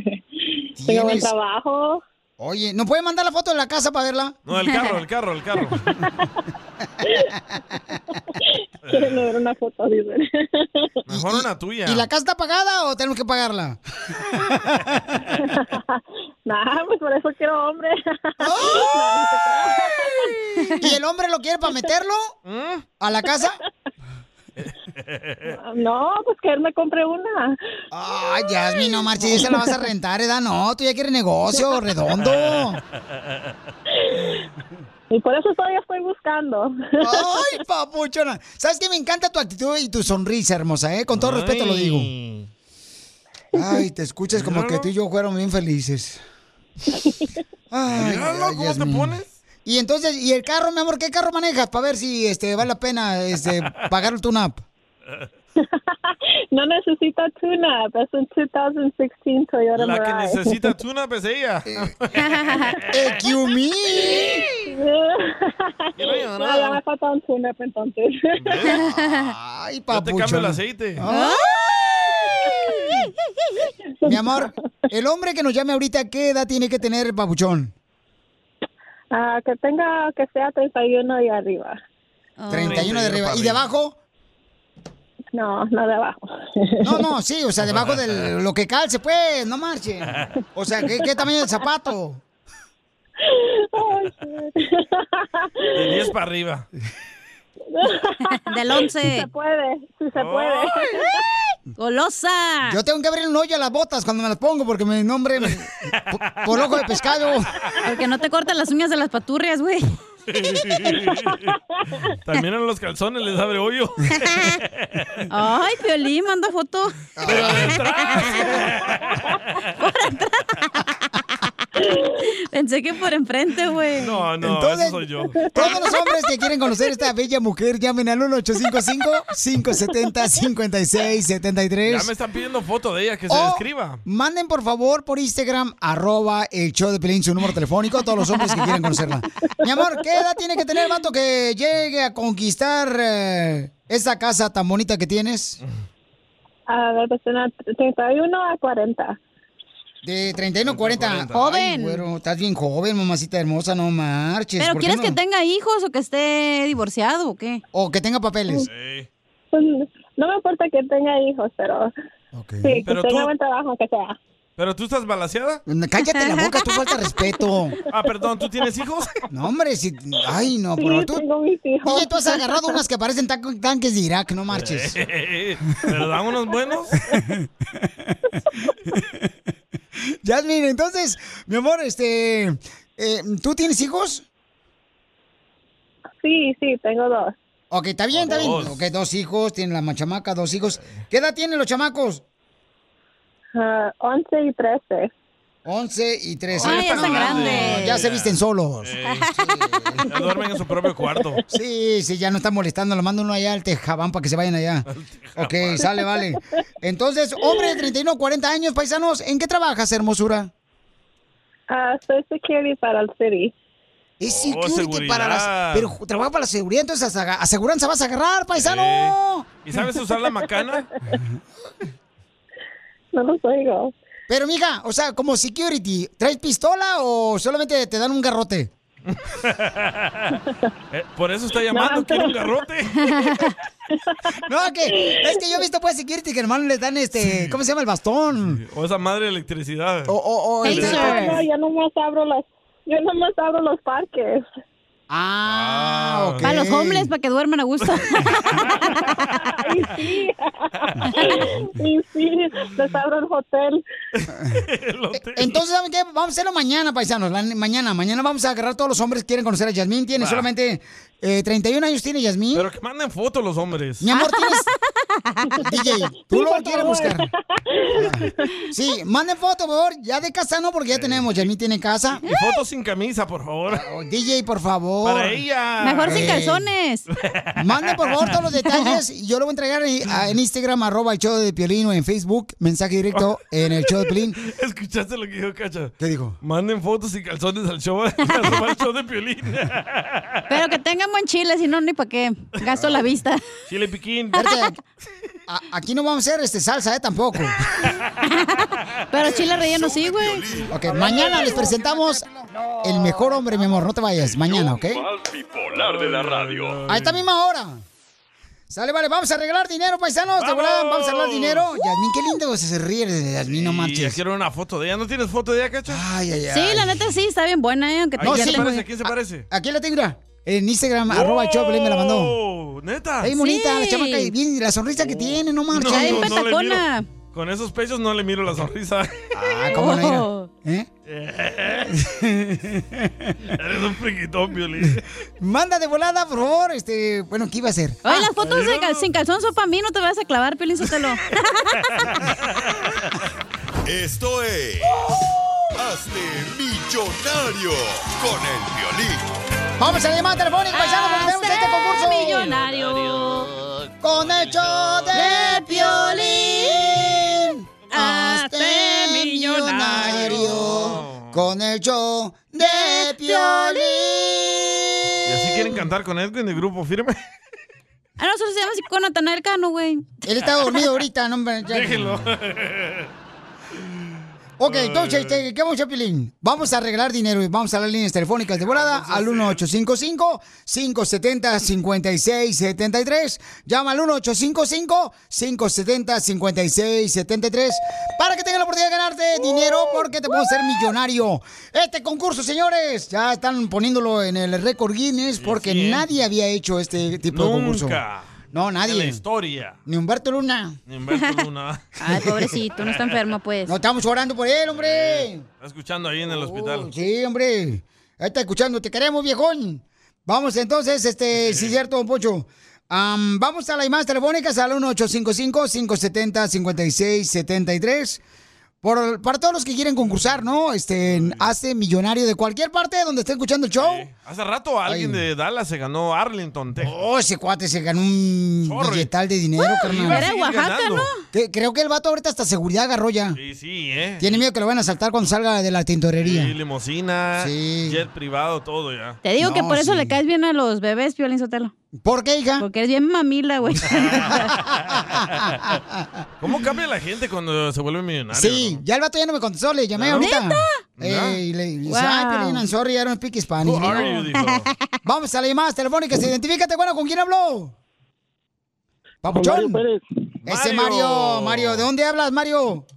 Speaker 5: tengo buen
Speaker 2: ¿Tienes?
Speaker 5: trabajo.
Speaker 2: Oye, ¿no puede mandar la foto de la casa para verla?
Speaker 3: No, el carro, el carro, el carro.
Speaker 5: Quieren ver una foto, dicen.
Speaker 3: Mejor una tuya.
Speaker 2: ¿Y la casa está pagada o tenemos que pagarla?
Speaker 5: Nah, pues por eso quiero hombre.
Speaker 2: ¿Y el hombre lo quiere para meterlo
Speaker 3: ¿Mm?
Speaker 2: a la casa?
Speaker 5: No, pues que él me compre una.
Speaker 2: Ay, Yasmin, no marches, esa la vas a rentar, ¿eh? No, tú ya quieres negocio redondo.
Speaker 5: Y por eso todavía estoy buscando.
Speaker 2: Ay, papuchona. ¿Sabes qué? Me encanta tu actitud y tu sonrisa hermosa, ¿eh? Con todo respeto lo digo. Ay, te escuchas como que tú y yo fuéramos bien felices. Ay,
Speaker 3: Míralo,
Speaker 2: ay,
Speaker 3: ¿cómo
Speaker 2: Yasmín.
Speaker 3: te pones?
Speaker 2: Y entonces, ¿y el carro, mi amor? ¿Qué carro manejas? Para ver si este, vale la pena este, pagar el tune-up.
Speaker 5: No necesita tuna, es un 2016 Toyota
Speaker 3: La que
Speaker 5: Mirai.
Speaker 3: necesita tuna es ella.
Speaker 2: ¡Excuse
Speaker 5: No, ya me falta un tune-up entonces.
Speaker 2: Ay,
Speaker 3: Yo te cambio el
Speaker 2: papuchona.
Speaker 3: aceite.
Speaker 2: Mi amor, el hombre que nos llame ahorita, ¿qué edad tiene que tener el papuchón?
Speaker 5: Ah, que tenga, que sea 31 y arriba.
Speaker 2: 31 de arriba. ¿Y de abajo?
Speaker 5: No, no de abajo.
Speaker 2: No, no, sí, o sea, debajo de lo que calce, pues, no marche. O sea, ¿qué, qué tamaño del zapato?
Speaker 3: De 10 para arriba.
Speaker 5: Del
Speaker 6: once.
Speaker 5: Si se puede, si se puede.
Speaker 6: ¡Golosa!
Speaker 2: Yo tengo que abrir un hoyo a las botas cuando me las pongo porque mi nombre me- po- por ojo de pescado.
Speaker 6: Porque no te cortan las uñas de las paturrias, güey.
Speaker 3: También en los calzones les abre hoyo.
Speaker 6: Ay, Piolín, manda foto. Pensé que por enfrente, güey.
Speaker 3: No, no,
Speaker 2: Entonces-
Speaker 3: eso soy yo.
Speaker 2: Todos los hombres que quieren conocer esta bella mujer, llamen al 1-855-570-5673.
Speaker 3: Ya me están pidiendo foto de ella que se
Speaker 2: O
Speaker 3: describa.
Speaker 2: Manden por favor por Instagram, arroba el show de Pelín, su número telefónico, a todos los hombres que quieran conocerla. Mi amor, ¿qué edad tiene que tener el vato que llegue a conquistar eh, esa casa tan bonita que tienes?
Speaker 5: A ver, pues una 31 a 40.
Speaker 2: De 31 a 40.
Speaker 6: Joven.
Speaker 2: Ay, güero, estás bien joven, mamacita hermosa, no marches.
Speaker 6: ¿Pero
Speaker 2: ¿por qué
Speaker 6: quieres
Speaker 2: no?
Speaker 6: que tenga hijos o que esté divorciado o qué?
Speaker 2: O que tenga papeles.
Speaker 5: Pues, no me importa que tenga hijos, pero sí, que
Speaker 3: Pero
Speaker 5: tenga
Speaker 3: tú-
Speaker 5: buen trabajo, que sea.
Speaker 3: ¿Pero tú estás balaseada?
Speaker 2: Mm, Cállate la boca, tú falta respeto.
Speaker 3: Ah, perdón, ¿tú tienes hijos?
Speaker 2: No, hombre, si... Ay, no,
Speaker 3: Sí,
Speaker 2: pero tú...
Speaker 3: tengo
Speaker 2: Oye, tú has agarrado unas que parecen tan- tanques de Irak, no
Speaker 3: Eh.
Speaker 2: marches.
Speaker 3: ¿Pero dan unos buenos?
Speaker 2: Jasmine, entonces, mi amor, este, eh, ¿tú tienes hijos?
Speaker 5: Sí, sí, tengo dos.
Speaker 2: Ok, está bien, está bien.
Speaker 5: Dos.
Speaker 2: Ok, dos hijos, tiene la machamaca, dos hijos. ¿Qué edad tienen los chamacos?
Speaker 5: Ah, 11 y 13.
Speaker 2: 11 y 13.
Speaker 5: Ay, ya
Speaker 2: No,
Speaker 5: están
Speaker 2: no,
Speaker 5: grandes.
Speaker 2: Ya se visten solos.
Speaker 3: Eh, Ya duermen en su propio cuarto.
Speaker 2: Sí, sí, ya no están molestando. Lo mando uno allá al Tejabán para que se vayan allá. Ok, sale, vale. Entonces, hombre de 31, 40 años, paisanos, ¿en qué trabajas, hermosura?
Speaker 5: Ah, soy security para el city.
Speaker 2: Es
Speaker 3: Oh,
Speaker 2: security para las. Pero ju- trabaja para la seguridad, entonces hasta aga- aseguranza vas a agarrar, paisano.
Speaker 3: ¿Y sabes usar la macana?
Speaker 5: No los oigo.
Speaker 2: Pero, mija, o sea, como security, ¿traes pistola o solamente te dan un garrote?
Speaker 3: Eh, Por eso está llamando,
Speaker 2: No,
Speaker 3: quiere un
Speaker 2: pero-
Speaker 3: garrote.
Speaker 2: No, que es que yo he visto pues security que hermano les dan este, ¿cómo se llama el bastón? Oh,
Speaker 3: O esa madre de electricidad.
Speaker 2: O, o, este, o el
Speaker 5: Ah, no, yo nomás abro los, yo nomás abro los parques.
Speaker 2: Ah,
Speaker 6: ok. Para los homeless, para que duerman a gusto.
Speaker 5: Y sí, les abro el hotel.
Speaker 2: Entonces, ¿saben qué? Vamos a hacerlo mañana, paisanos. la- mañana, mañana vamos a agarrar a todos los hombres que quieren conocer a Yasmín. Tiene
Speaker 3: Va.
Speaker 2: solamente eh, 31 años, tiene Yasmín.
Speaker 3: Pero que manden fotos los hombres.
Speaker 2: Mi amor, tienes. DJ, tú lo quieres buscar. Sí, manden foto, por favor. Ya de casa no, porque ya tenemos. Yasmín tiene casa.
Speaker 3: Y fotos sin camisa, por favor.
Speaker 2: Ah, DJ, por favor.
Speaker 3: Para ella.
Speaker 6: Mejor sin
Speaker 2: Eh,
Speaker 6: calzones.
Speaker 2: Manden, por favor, todos los detalles. y Yo lo voy a entregar en, a- en Instagram, arroba el show de Piolín, o en Facebook, mensaje directo en el show de Piolín.
Speaker 3: ¿Escuchaste lo que dijo Cacha?
Speaker 2: ¿Qué dijo?
Speaker 3: Manden fotos y calzones al show, al show de Piolín.
Speaker 6: Pero que tengan buen chile, si no, ni para qué. Gasto la vista.
Speaker 3: Chile piquín.
Speaker 2: Espérate, a- aquí no vamos a hacer este, salsa, ¿eh? Tampoco.
Speaker 6: Pero chile relleno sí, güey.
Speaker 2: Ok, mañana les presentamos el mejor hombre, mi amor. No te vayas. Mañana, ¿ok?
Speaker 17: Más bipolar de la radio.
Speaker 2: A esta misma hora. Sale, vale, vamos a arreglar dinero, paisanos. de volada, Vamos, a arreglar dinero. Yasmín, qué lindo se ríe de Yasmín, no
Speaker 3: Y ya
Speaker 2: marches.
Speaker 3: quiero una foto de ella. ¿No tienes foto de ella, Cacha?
Speaker 2: Ay, ay, ay.
Speaker 6: Sí, la neta sí, está bien buena, eh, aunque
Speaker 3: No,
Speaker 6: tenga
Speaker 3: sí,
Speaker 6: chile.
Speaker 3: parece, ¿a quién se parece?
Speaker 2: Aquí la tengo, mira, En Instagram, arroba el Choplin, me la mandó.
Speaker 3: ¡Oh! ¿Neta?
Speaker 2: Ahí bonita,
Speaker 3: Sí.
Speaker 2: la chamaca, y bien, la sonrisa que tiene, no marches.
Speaker 3: le miro. Con esos pechos no le miro la sonrisa.
Speaker 2: Ah, ¿cómo
Speaker 6: Oh.
Speaker 2: no era? ¿Eh?
Speaker 3: Eres un friquitón, Piolín.
Speaker 2: Manda de volada, por favor. Este, bueno, ¿qué iba a hacer?
Speaker 6: Oye,
Speaker 2: Ah.
Speaker 6: las fotos de cal- sin calzón son para mí, no te vas a clavar, Pelín Sotelo.
Speaker 15: Esto es. Hazte millonario con el violín.
Speaker 2: Vamos a la llamada telefónica, paisanos, porque tenemos este concurso.
Speaker 6: millonario.
Speaker 2: Con el show de Piolín.
Speaker 1: Hazte
Speaker 2: millonario. Con el show de Piolín.
Speaker 3: ¿Y así quieren cantar con Edwin de grupo firme?
Speaker 6: Ah, nosotros se llama así con Natanael Cano, güey.
Speaker 2: Él está dormido ahorita, no hombre. ya.
Speaker 3: Déjenlo.
Speaker 2: Ok, entonces, este, ¿qué vamos a hacer, Piolín? Vamos a arreglar dinero y vamos a las líneas telefónicas de volada al 1855-570-5673. Llama al 1855-570-5673 para que tengas la oportunidad de ganarte dinero porque te puedes ser millonario. Este concurso, señores, ya están poniéndolo en el récord Guinness porque nadie había hecho este tipo de concurso.
Speaker 3: Nunca.
Speaker 2: No,
Speaker 3: En la
Speaker 2: nadie.
Speaker 3: historia.
Speaker 2: Ni Humberto Luna.
Speaker 3: Ni Humberto Luna.
Speaker 6: Ay, pobrecito, no está enfermo, pues.
Speaker 2: No estamos orando por él, hombre.
Speaker 3: Está escuchando ahí en el hospital.
Speaker 2: Sí, hombre. Ahí está escuchando. Te queremos, viejón. Vamos entonces, este, sí, cierto, don Pocho. Am, vamos a las llamadas telefónicas al 1-855-570-5673. Por, para todos los que quieren concursar, ¿no? Este, en hace millonario de cualquier parte donde esté escuchando el show.
Speaker 3: Hace rato alguien de Dallas se ganó Arlington, Texas.
Speaker 2: Oh, ese cuate se ganó un billetal de dinero,
Speaker 3: Ah,
Speaker 2: carnal.
Speaker 3: iba a Era seguir Oaxaca, ganando. ¿no?
Speaker 2: Que- creo que el vato ahorita hasta seguridad agarró ya.
Speaker 3: Sí, sí, ¿eh?
Speaker 2: Tiene miedo que lo van a saltar cuando salga de la tintorería.
Speaker 3: Y limosina, jet privado, todo ya.
Speaker 6: Te digo que por eso le caes bien a los bebés, Piolín Sotelo.
Speaker 2: ¿Por qué, hija?
Speaker 6: Porque eres bien mamila, güey.
Speaker 3: ¿Cómo cambia la gente cuando se vuelve millonario?
Speaker 2: Sí, ya el vato ya no me contestó, le llamé
Speaker 3: ¿No?
Speaker 2: ahorita.
Speaker 3: ¿Neta?
Speaker 2: Eh, y le dice,
Speaker 3: Wow.
Speaker 2: ay, Piolín, I'm sorry, I don't speak Spanish.
Speaker 3: Who are you, dijo.
Speaker 2: Vamos a las llamadas telefónicas, identifícate, bueno, ¿con quién habló? Papuchón. Ese
Speaker 1: Mario.
Speaker 2: Mario, Mario, ¿de dónde hablas, Mario?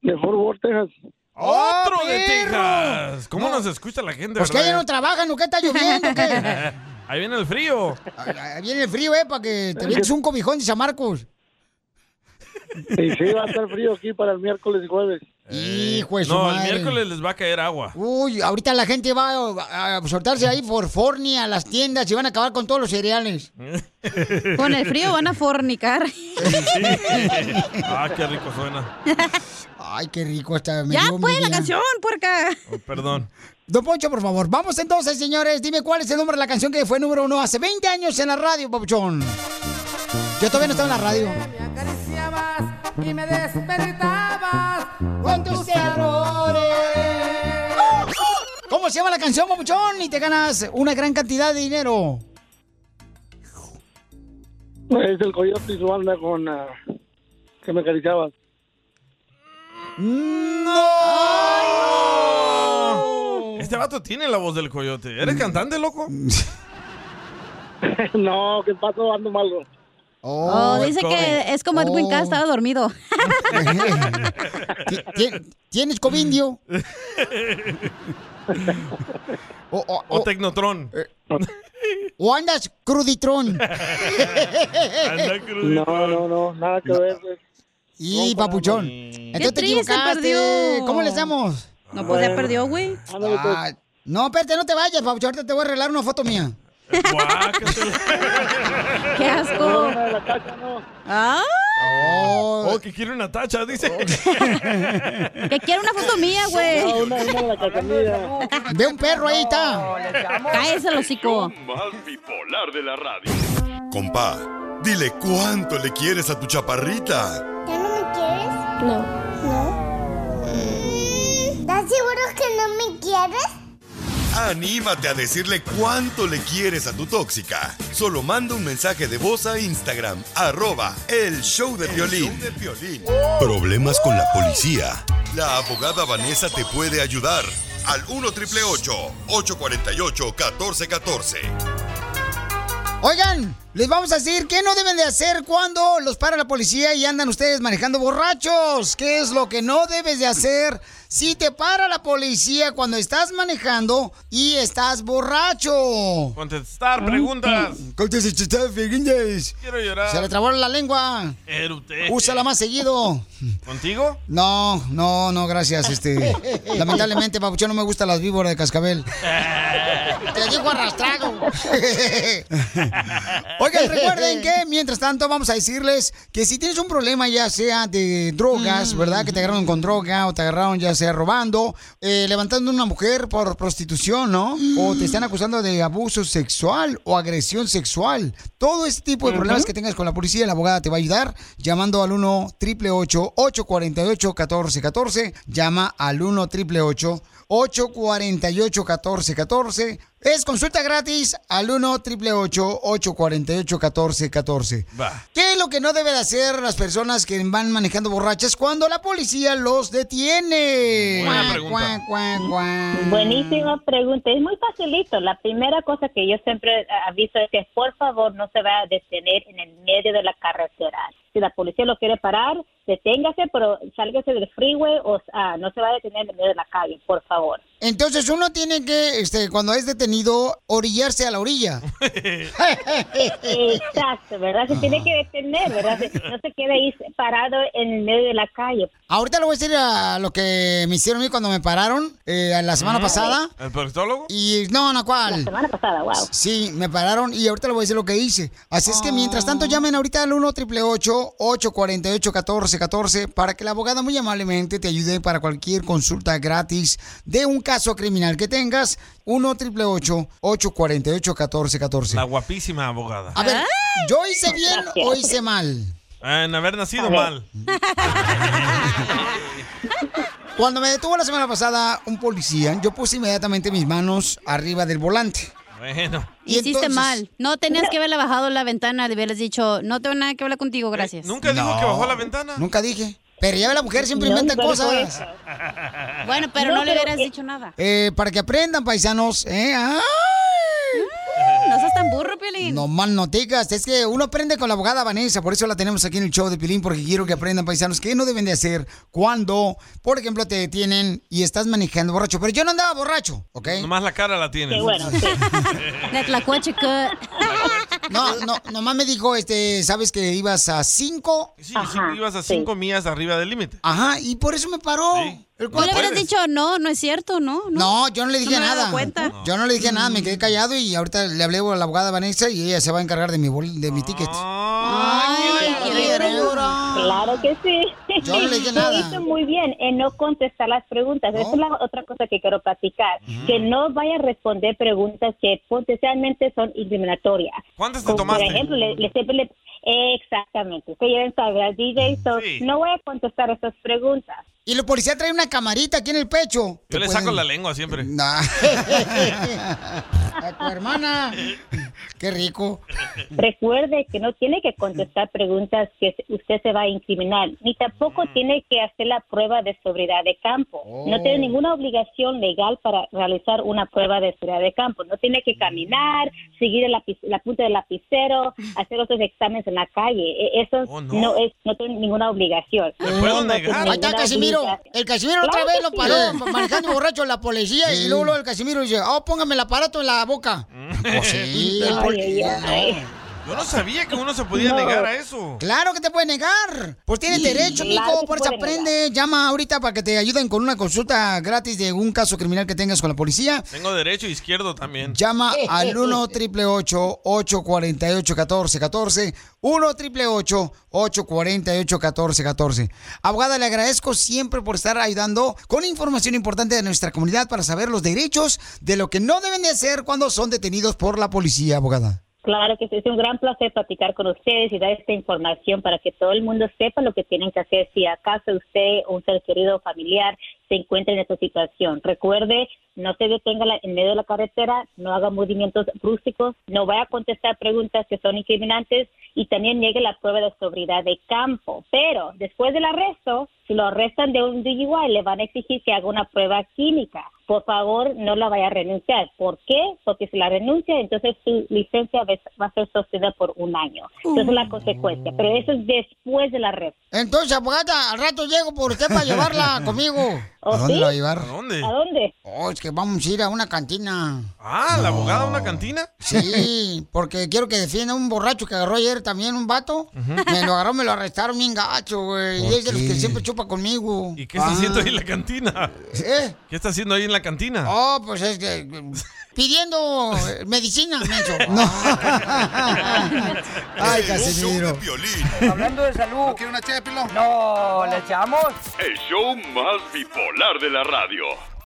Speaker 25: De Fort Worth, Texas.
Speaker 3: ¡Otro
Speaker 2: ¡Oh,
Speaker 3: de
Speaker 2: perro!
Speaker 3: Texas! ¿Cómo nos escucha la gente,
Speaker 2: Pues que
Speaker 3: verdad?
Speaker 2: ya no trabajan, ¿no? ¿Qué está lloviendo? ¿Qué?
Speaker 3: Ahí viene el frío.
Speaker 2: Ahí Viene el frío, ¿eh? Para que te vienes un cobijón de San Marcos.
Speaker 25: Y sí, va a estar frío aquí para el miércoles y jueves.
Speaker 2: Hijo de su
Speaker 3: Eh, no,
Speaker 2: madre.
Speaker 3: el miércoles les va a caer agua.
Speaker 2: Uy, ahorita la gente va a, a soltarse ahí por Forni a las tiendas y van a acabar con todos los cereales.
Speaker 6: Con el frío van a fornicar.
Speaker 3: ah, qué rico suena.
Speaker 2: Ay, qué rico está.
Speaker 6: ya, pues, la canción, puerca.
Speaker 3: Oh, perdón.
Speaker 2: Don Poncho, por favor. Vamos entonces, señores. Dime cuál es el número de la canción que fue número uno hace 20 años en la radio, Papuchón. Yo todavía no estaba en la radio.
Speaker 1: Y me despertabas
Speaker 2: con tus errores. ¿Cómo se llama la canción, Papuchón? Y te ganas una gran cantidad de dinero.
Speaker 25: Es el Coyote y su banda con ah, que me acariciabas.
Speaker 3: Mm.
Speaker 2: ¡No!
Speaker 3: Este vato tiene la voz del coyote. ¿Eres cantante, loco?
Speaker 25: no, ¿qué pasó? Ando malo.
Speaker 6: Oh, dice que es como Edwin K. Estaba dormido.
Speaker 2: ¿Tienes covindio? O, o-
Speaker 3: O
Speaker 2: o- eh,
Speaker 3: Tecnotron.
Speaker 2: o andas cruditrón.
Speaker 3: No,
Speaker 25: no, no, nada que ver. pues.
Speaker 2: Y papuchón. Entonces te
Speaker 6: triste,
Speaker 2: equivocaste.
Speaker 6: perdió.
Speaker 2: ¿Cómo le damos?
Speaker 6: No, pues ya perdió, güey.
Speaker 2: Ah, no, espérate, no te vayas, papuchón. Ahorita te voy a arreglar una foto mía.
Speaker 6: ¡Qué asco!
Speaker 2: ¡Ah!
Speaker 3: Oh, que quiere una tacha, dice.
Speaker 6: Que quiero una foto mía, güey.
Speaker 2: Ve un perro, ahí está.
Speaker 6: Cállese el hocico.
Speaker 15: Más bipolar de la radio. Compa, dile cuánto le quieres a tu chaparrita.
Speaker 31: ¿Ya no me quieres? No. ¿No? ¿Estás seguro que no me quieres?
Speaker 15: Anímate a decirle cuánto le quieres a tu tóxica. Solo manda un mensaje de voz a Instagram, arroba el show de violín. Problemas con la policía. La abogada Vanessa te puede ayudar. Al 1 triple 848 1414.
Speaker 2: Oigan, les vamos a decir qué no deben de hacer cuando los para la policía y andan ustedes manejando borrachos. ¿Qué es lo que no debes de hacer si te para la policía cuando estás manejando y estás borracho?
Speaker 3: Contestar preguntas.
Speaker 2: Contestar preguntas.
Speaker 3: Quiero llorar.
Speaker 2: Se le trabó la lengua.
Speaker 3: Erute.
Speaker 2: Úsala más seguido.
Speaker 3: ¿Contigo?
Speaker 2: No, no, no, gracias. Este, lamentablemente, papuchón, no me gustan las víboras de cascabel.
Speaker 1: Te
Speaker 2: digo arrastrado. Oigan, recuerden que mientras tanto vamos a decirles que si tienes un problema ya sea de drogas, ¿verdad? Que te agarraron con droga o te agarraron ya sea robando, eh, levantando una mujer por prostitución, ¿no? O te están acusando de abuso sexual o agresión sexual. Todo este tipo de problemas
Speaker 22: Ujú.
Speaker 2: que tengas con la policía, la abogada te va a ayudar llamando al 1 888 848 1414 Llama al 1 888 848 1414 Es consulta gratis al 1 888 848 1414
Speaker 1: Va.
Speaker 2: ¿Qué es lo que no deben hacer las personas que van manejando borrachas cuando la policía los detiene?
Speaker 1: Buena
Speaker 2: Cuac,
Speaker 1: pregunta.
Speaker 2: cuac, cuac, cuac.
Speaker 29: Buenísima pregunta, es muy facilito. La primera cosa que yo siempre eh, aviso es que por favor no se vaya a detener en el medio de la carretera. Si la policía lo quiere parar, deténgase, pero sálgase del freeway o ah, no se vaya a detener en el medio de la calle, por favor.
Speaker 2: Entonces uno tiene que, este, cuando es detenido, orillarse a la orilla.
Speaker 29: Exacto, ¿verdad? Se tiene que detener, ¿verdad? Se- No se quede ahí parado en el medio de la calle.
Speaker 2: Ahorita le voy a decir a lo que me hicieron a mí cuando me pararon eh, la semana pasada.
Speaker 3: ¿El proctólogo?
Speaker 2: Y no, no, ¿cuál? La
Speaker 29: semana pasada, wow.
Speaker 2: Sí, me pararon y ahorita les voy a decir lo que hice. Así es que mientras tanto llamen ahorita al 1 triple 848 1414 para que la abogada muy amablemente te ayude para cualquier consulta gratis de un caso criminal que tengas. 1 triple 848 1414
Speaker 3: La guapísima abogada.
Speaker 2: A ver, ¿yo hice bien o hice mal?
Speaker 3: En haber nacido
Speaker 2: A ver.
Speaker 3: mal.
Speaker 2: Cuando me detuvo la semana pasada un policía, yo puse inmediatamente mis manos arriba del volante.
Speaker 3: Bueno.
Speaker 2: Y
Speaker 6: Hiciste
Speaker 2: entonces-
Speaker 6: mal. No tenías que haberle bajado la ventana. Le hubieras dicho, no tengo nada que hablar contigo, gracias.
Speaker 3: ¿Nunca dijo que bajó la ventana?
Speaker 2: Nunca dije. Pero ya ve, la mujer siempre
Speaker 6: No,
Speaker 2: inventa
Speaker 6: pero fue
Speaker 2: cosas.
Speaker 6: eso. Bueno, pero
Speaker 2: No,
Speaker 6: no, le
Speaker 2: pero
Speaker 6: hubieras
Speaker 2: que-
Speaker 6: dicho nada.
Speaker 2: Eh, para que aprendan, paisanos. ¿eh? ¡Ay!
Speaker 6: Mm, No seas tan burro, Piolín.
Speaker 2: No más noticas. Es que uno aprende con la abogada Vanessa. Por eso la tenemos aquí en el show de Pilín. Porque quiero que aprendan, paisanos, qué no deben de hacer cuando, por ejemplo, te detienen y estás manejando borracho. Pero yo no andaba borracho, ¿ok?
Speaker 3: Nomás la cara la tiene.
Speaker 2: Qué bueno, sí.
Speaker 6: De Tlacuacheca.
Speaker 2: No, no, nomás me dijo, este, sabes que ibas a 5.
Speaker 3: Sí, sí, ibas a cinco millas arriba del límite.
Speaker 2: Ajá, y por eso me paró. El
Speaker 6: Tú le hubieras
Speaker 2: puedes.
Speaker 6: dicho, no, no es cierto, no.
Speaker 2: No, yo no le dije
Speaker 6: me había dado
Speaker 2: nada.
Speaker 6: cuenta.
Speaker 2: Yo no le dije nada, me quedé callado y ahorita le hablé a la abogada Vanessa y ella se va a encargar de mi bol- de mi ticket.
Speaker 3: Ah.
Speaker 29: Ay, Claro que sí.
Speaker 2: Yo no le dije
Speaker 29: Lo
Speaker 2: nada.
Speaker 29: hizo muy bien en no contestar las preguntas. Esa es la otra cosa que quiero platicar. Que no vaya a responder preguntas que potencialmente son discriminatorias.
Speaker 3: ¿Cuántas
Speaker 29: te tomaste? Por ejemplo, le, le- siempre le- Exactamente. Ustedes deben saber, DJ, so, no voy a contestar esas preguntas.
Speaker 2: Y la policía trae una camarita aquí en el pecho. Eh,
Speaker 3: Yo le saco la lengua siempre.
Speaker 2: A tu hermana. Qué rico.
Speaker 29: Recuerde que no tiene que contestar preguntas que se- usted se va a incriminar, ni tampoco
Speaker 2: Mm.
Speaker 29: tiene que hacer la prueba de sobriedad de campo. No
Speaker 2: Oh.
Speaker 29: tiene ninguna obligación legal para realizar una prueba de sobriedad de campo. No tiene
Speaker 2: Mm.
Speaker 29: que caminar, seguir el lapic- la punta del lapicero, hacer otros exámenes en la calle. E- Eso
Speaker 2: Mm. Oh, no.
Speaker 29: no. es, no tiene ninguna obligación.
Speaker 2: puedo
Speaker 29: No tiene
Speaker 2: negar. Ahí está
Speaker 29: ninguna
Speaker 2: Casimiro.
Speaker 29: obligación.
Speaker 2: El Casimiro otra
Speaker 29: Claro
Speaker 2: vez
Speaker 29: que
Speaker 2: lo
Speaker 29: sí.
Speaker 2: paró manejando borracho la policía y luego, luego el Casimiro dice, oh, póngame el aparato en la boca. Pues sí.
Speaker 3: Ay,
Speaker 2: ¿por
Speaker 3: ay,
Speaker 2: qué
Speaker 3: ay.
Speaker 2: no?
Speaker 3: Yo Mm. no sabía que uno se podía
Speaker 2: No.
Speaker 3: negar a eso.
Speaker 2: Claro que te puede negar. Pues tienes
Speaker 3: Sí,
Speaker 2: derecho,
Speaker 3: claro
Speaker 2: mico.
Speaker 3: que
Speaker 2: Por eso
Speaker 3: puede
Speaker 2: aprende. Llama ahorita para que te ayuden con una consulta gratis de un caso criminal que tengas con la policía.
Speaker 3: Tengo derecho e izquierdo también.
Speaker 2: Llama al 1 888 848 1414 1 888 848 1414 Abogada, le agradezco siempre por estar ayudando con información importante de nuestra comunidad para saber los derechos de lo que no deben de hacer cuando son detenidos por la policía, abogada.
Speaker 29: Claro que sí, es un gran placer platicar con ustedes y dar esta información para que todo el mundo sepa lo que tienen que hacer si acaso usted o un ser querido o familiar se encuentra en esta situación. Recuerde, no se detenga la- en medio de la carretera, no haga movimientos bruscos, no vaya a contestar preguntas que son incriminantes y también niegue la prueba de sobriedad de campo. Pero después del arresto, si lo arrestan de un DUI, le van a exigir que haga una prueba química. Por favor, no la vaya a renunciar. ¿Por qué? Porque si la renuncia, entonces su licencia va va a ser sostenida por un año. Entonces es la consecuencia. Pero eso es después del arresto.
Speaker 2: Entonces, abogada, al rato llego por usted para llevarla conmigo.
Speaker 29: ¿Oh,
Speaker 2: ¿A dónde
Speaker 29: sí?
Speaker 2: la va a llevar?
Speaker 29: ¿A dónde? ¿A dónde?
Speaker 2: Oh, es que vamos a ir a una cantina.
Speaker 3: Ah, la abogada una cantina.
Speaker 2: Sí, porque quiero que defienda un borracho que agarró ayer también un vato. Me lo agarró, me lo arrestaron bien gacho, güey. Y es de los que siempre chupa conmigo.
Speaker 3: ¿Y qué está haciendo ahí en la cantina?
Speaker 2: Ah. ¿Eh?
Speaker 3: ¿Qué está haciendo ahí en la cantina?
Speaker 2: Oh, pues es que. Pidiendo eh, medicina, menso. Ah. No. Ay, Casimiro.
Speaker 16: Hablando de salud. ¿No quiere una chépilo? No, ¿le echamos?
Speaker 17: El show más bipolar de la radio.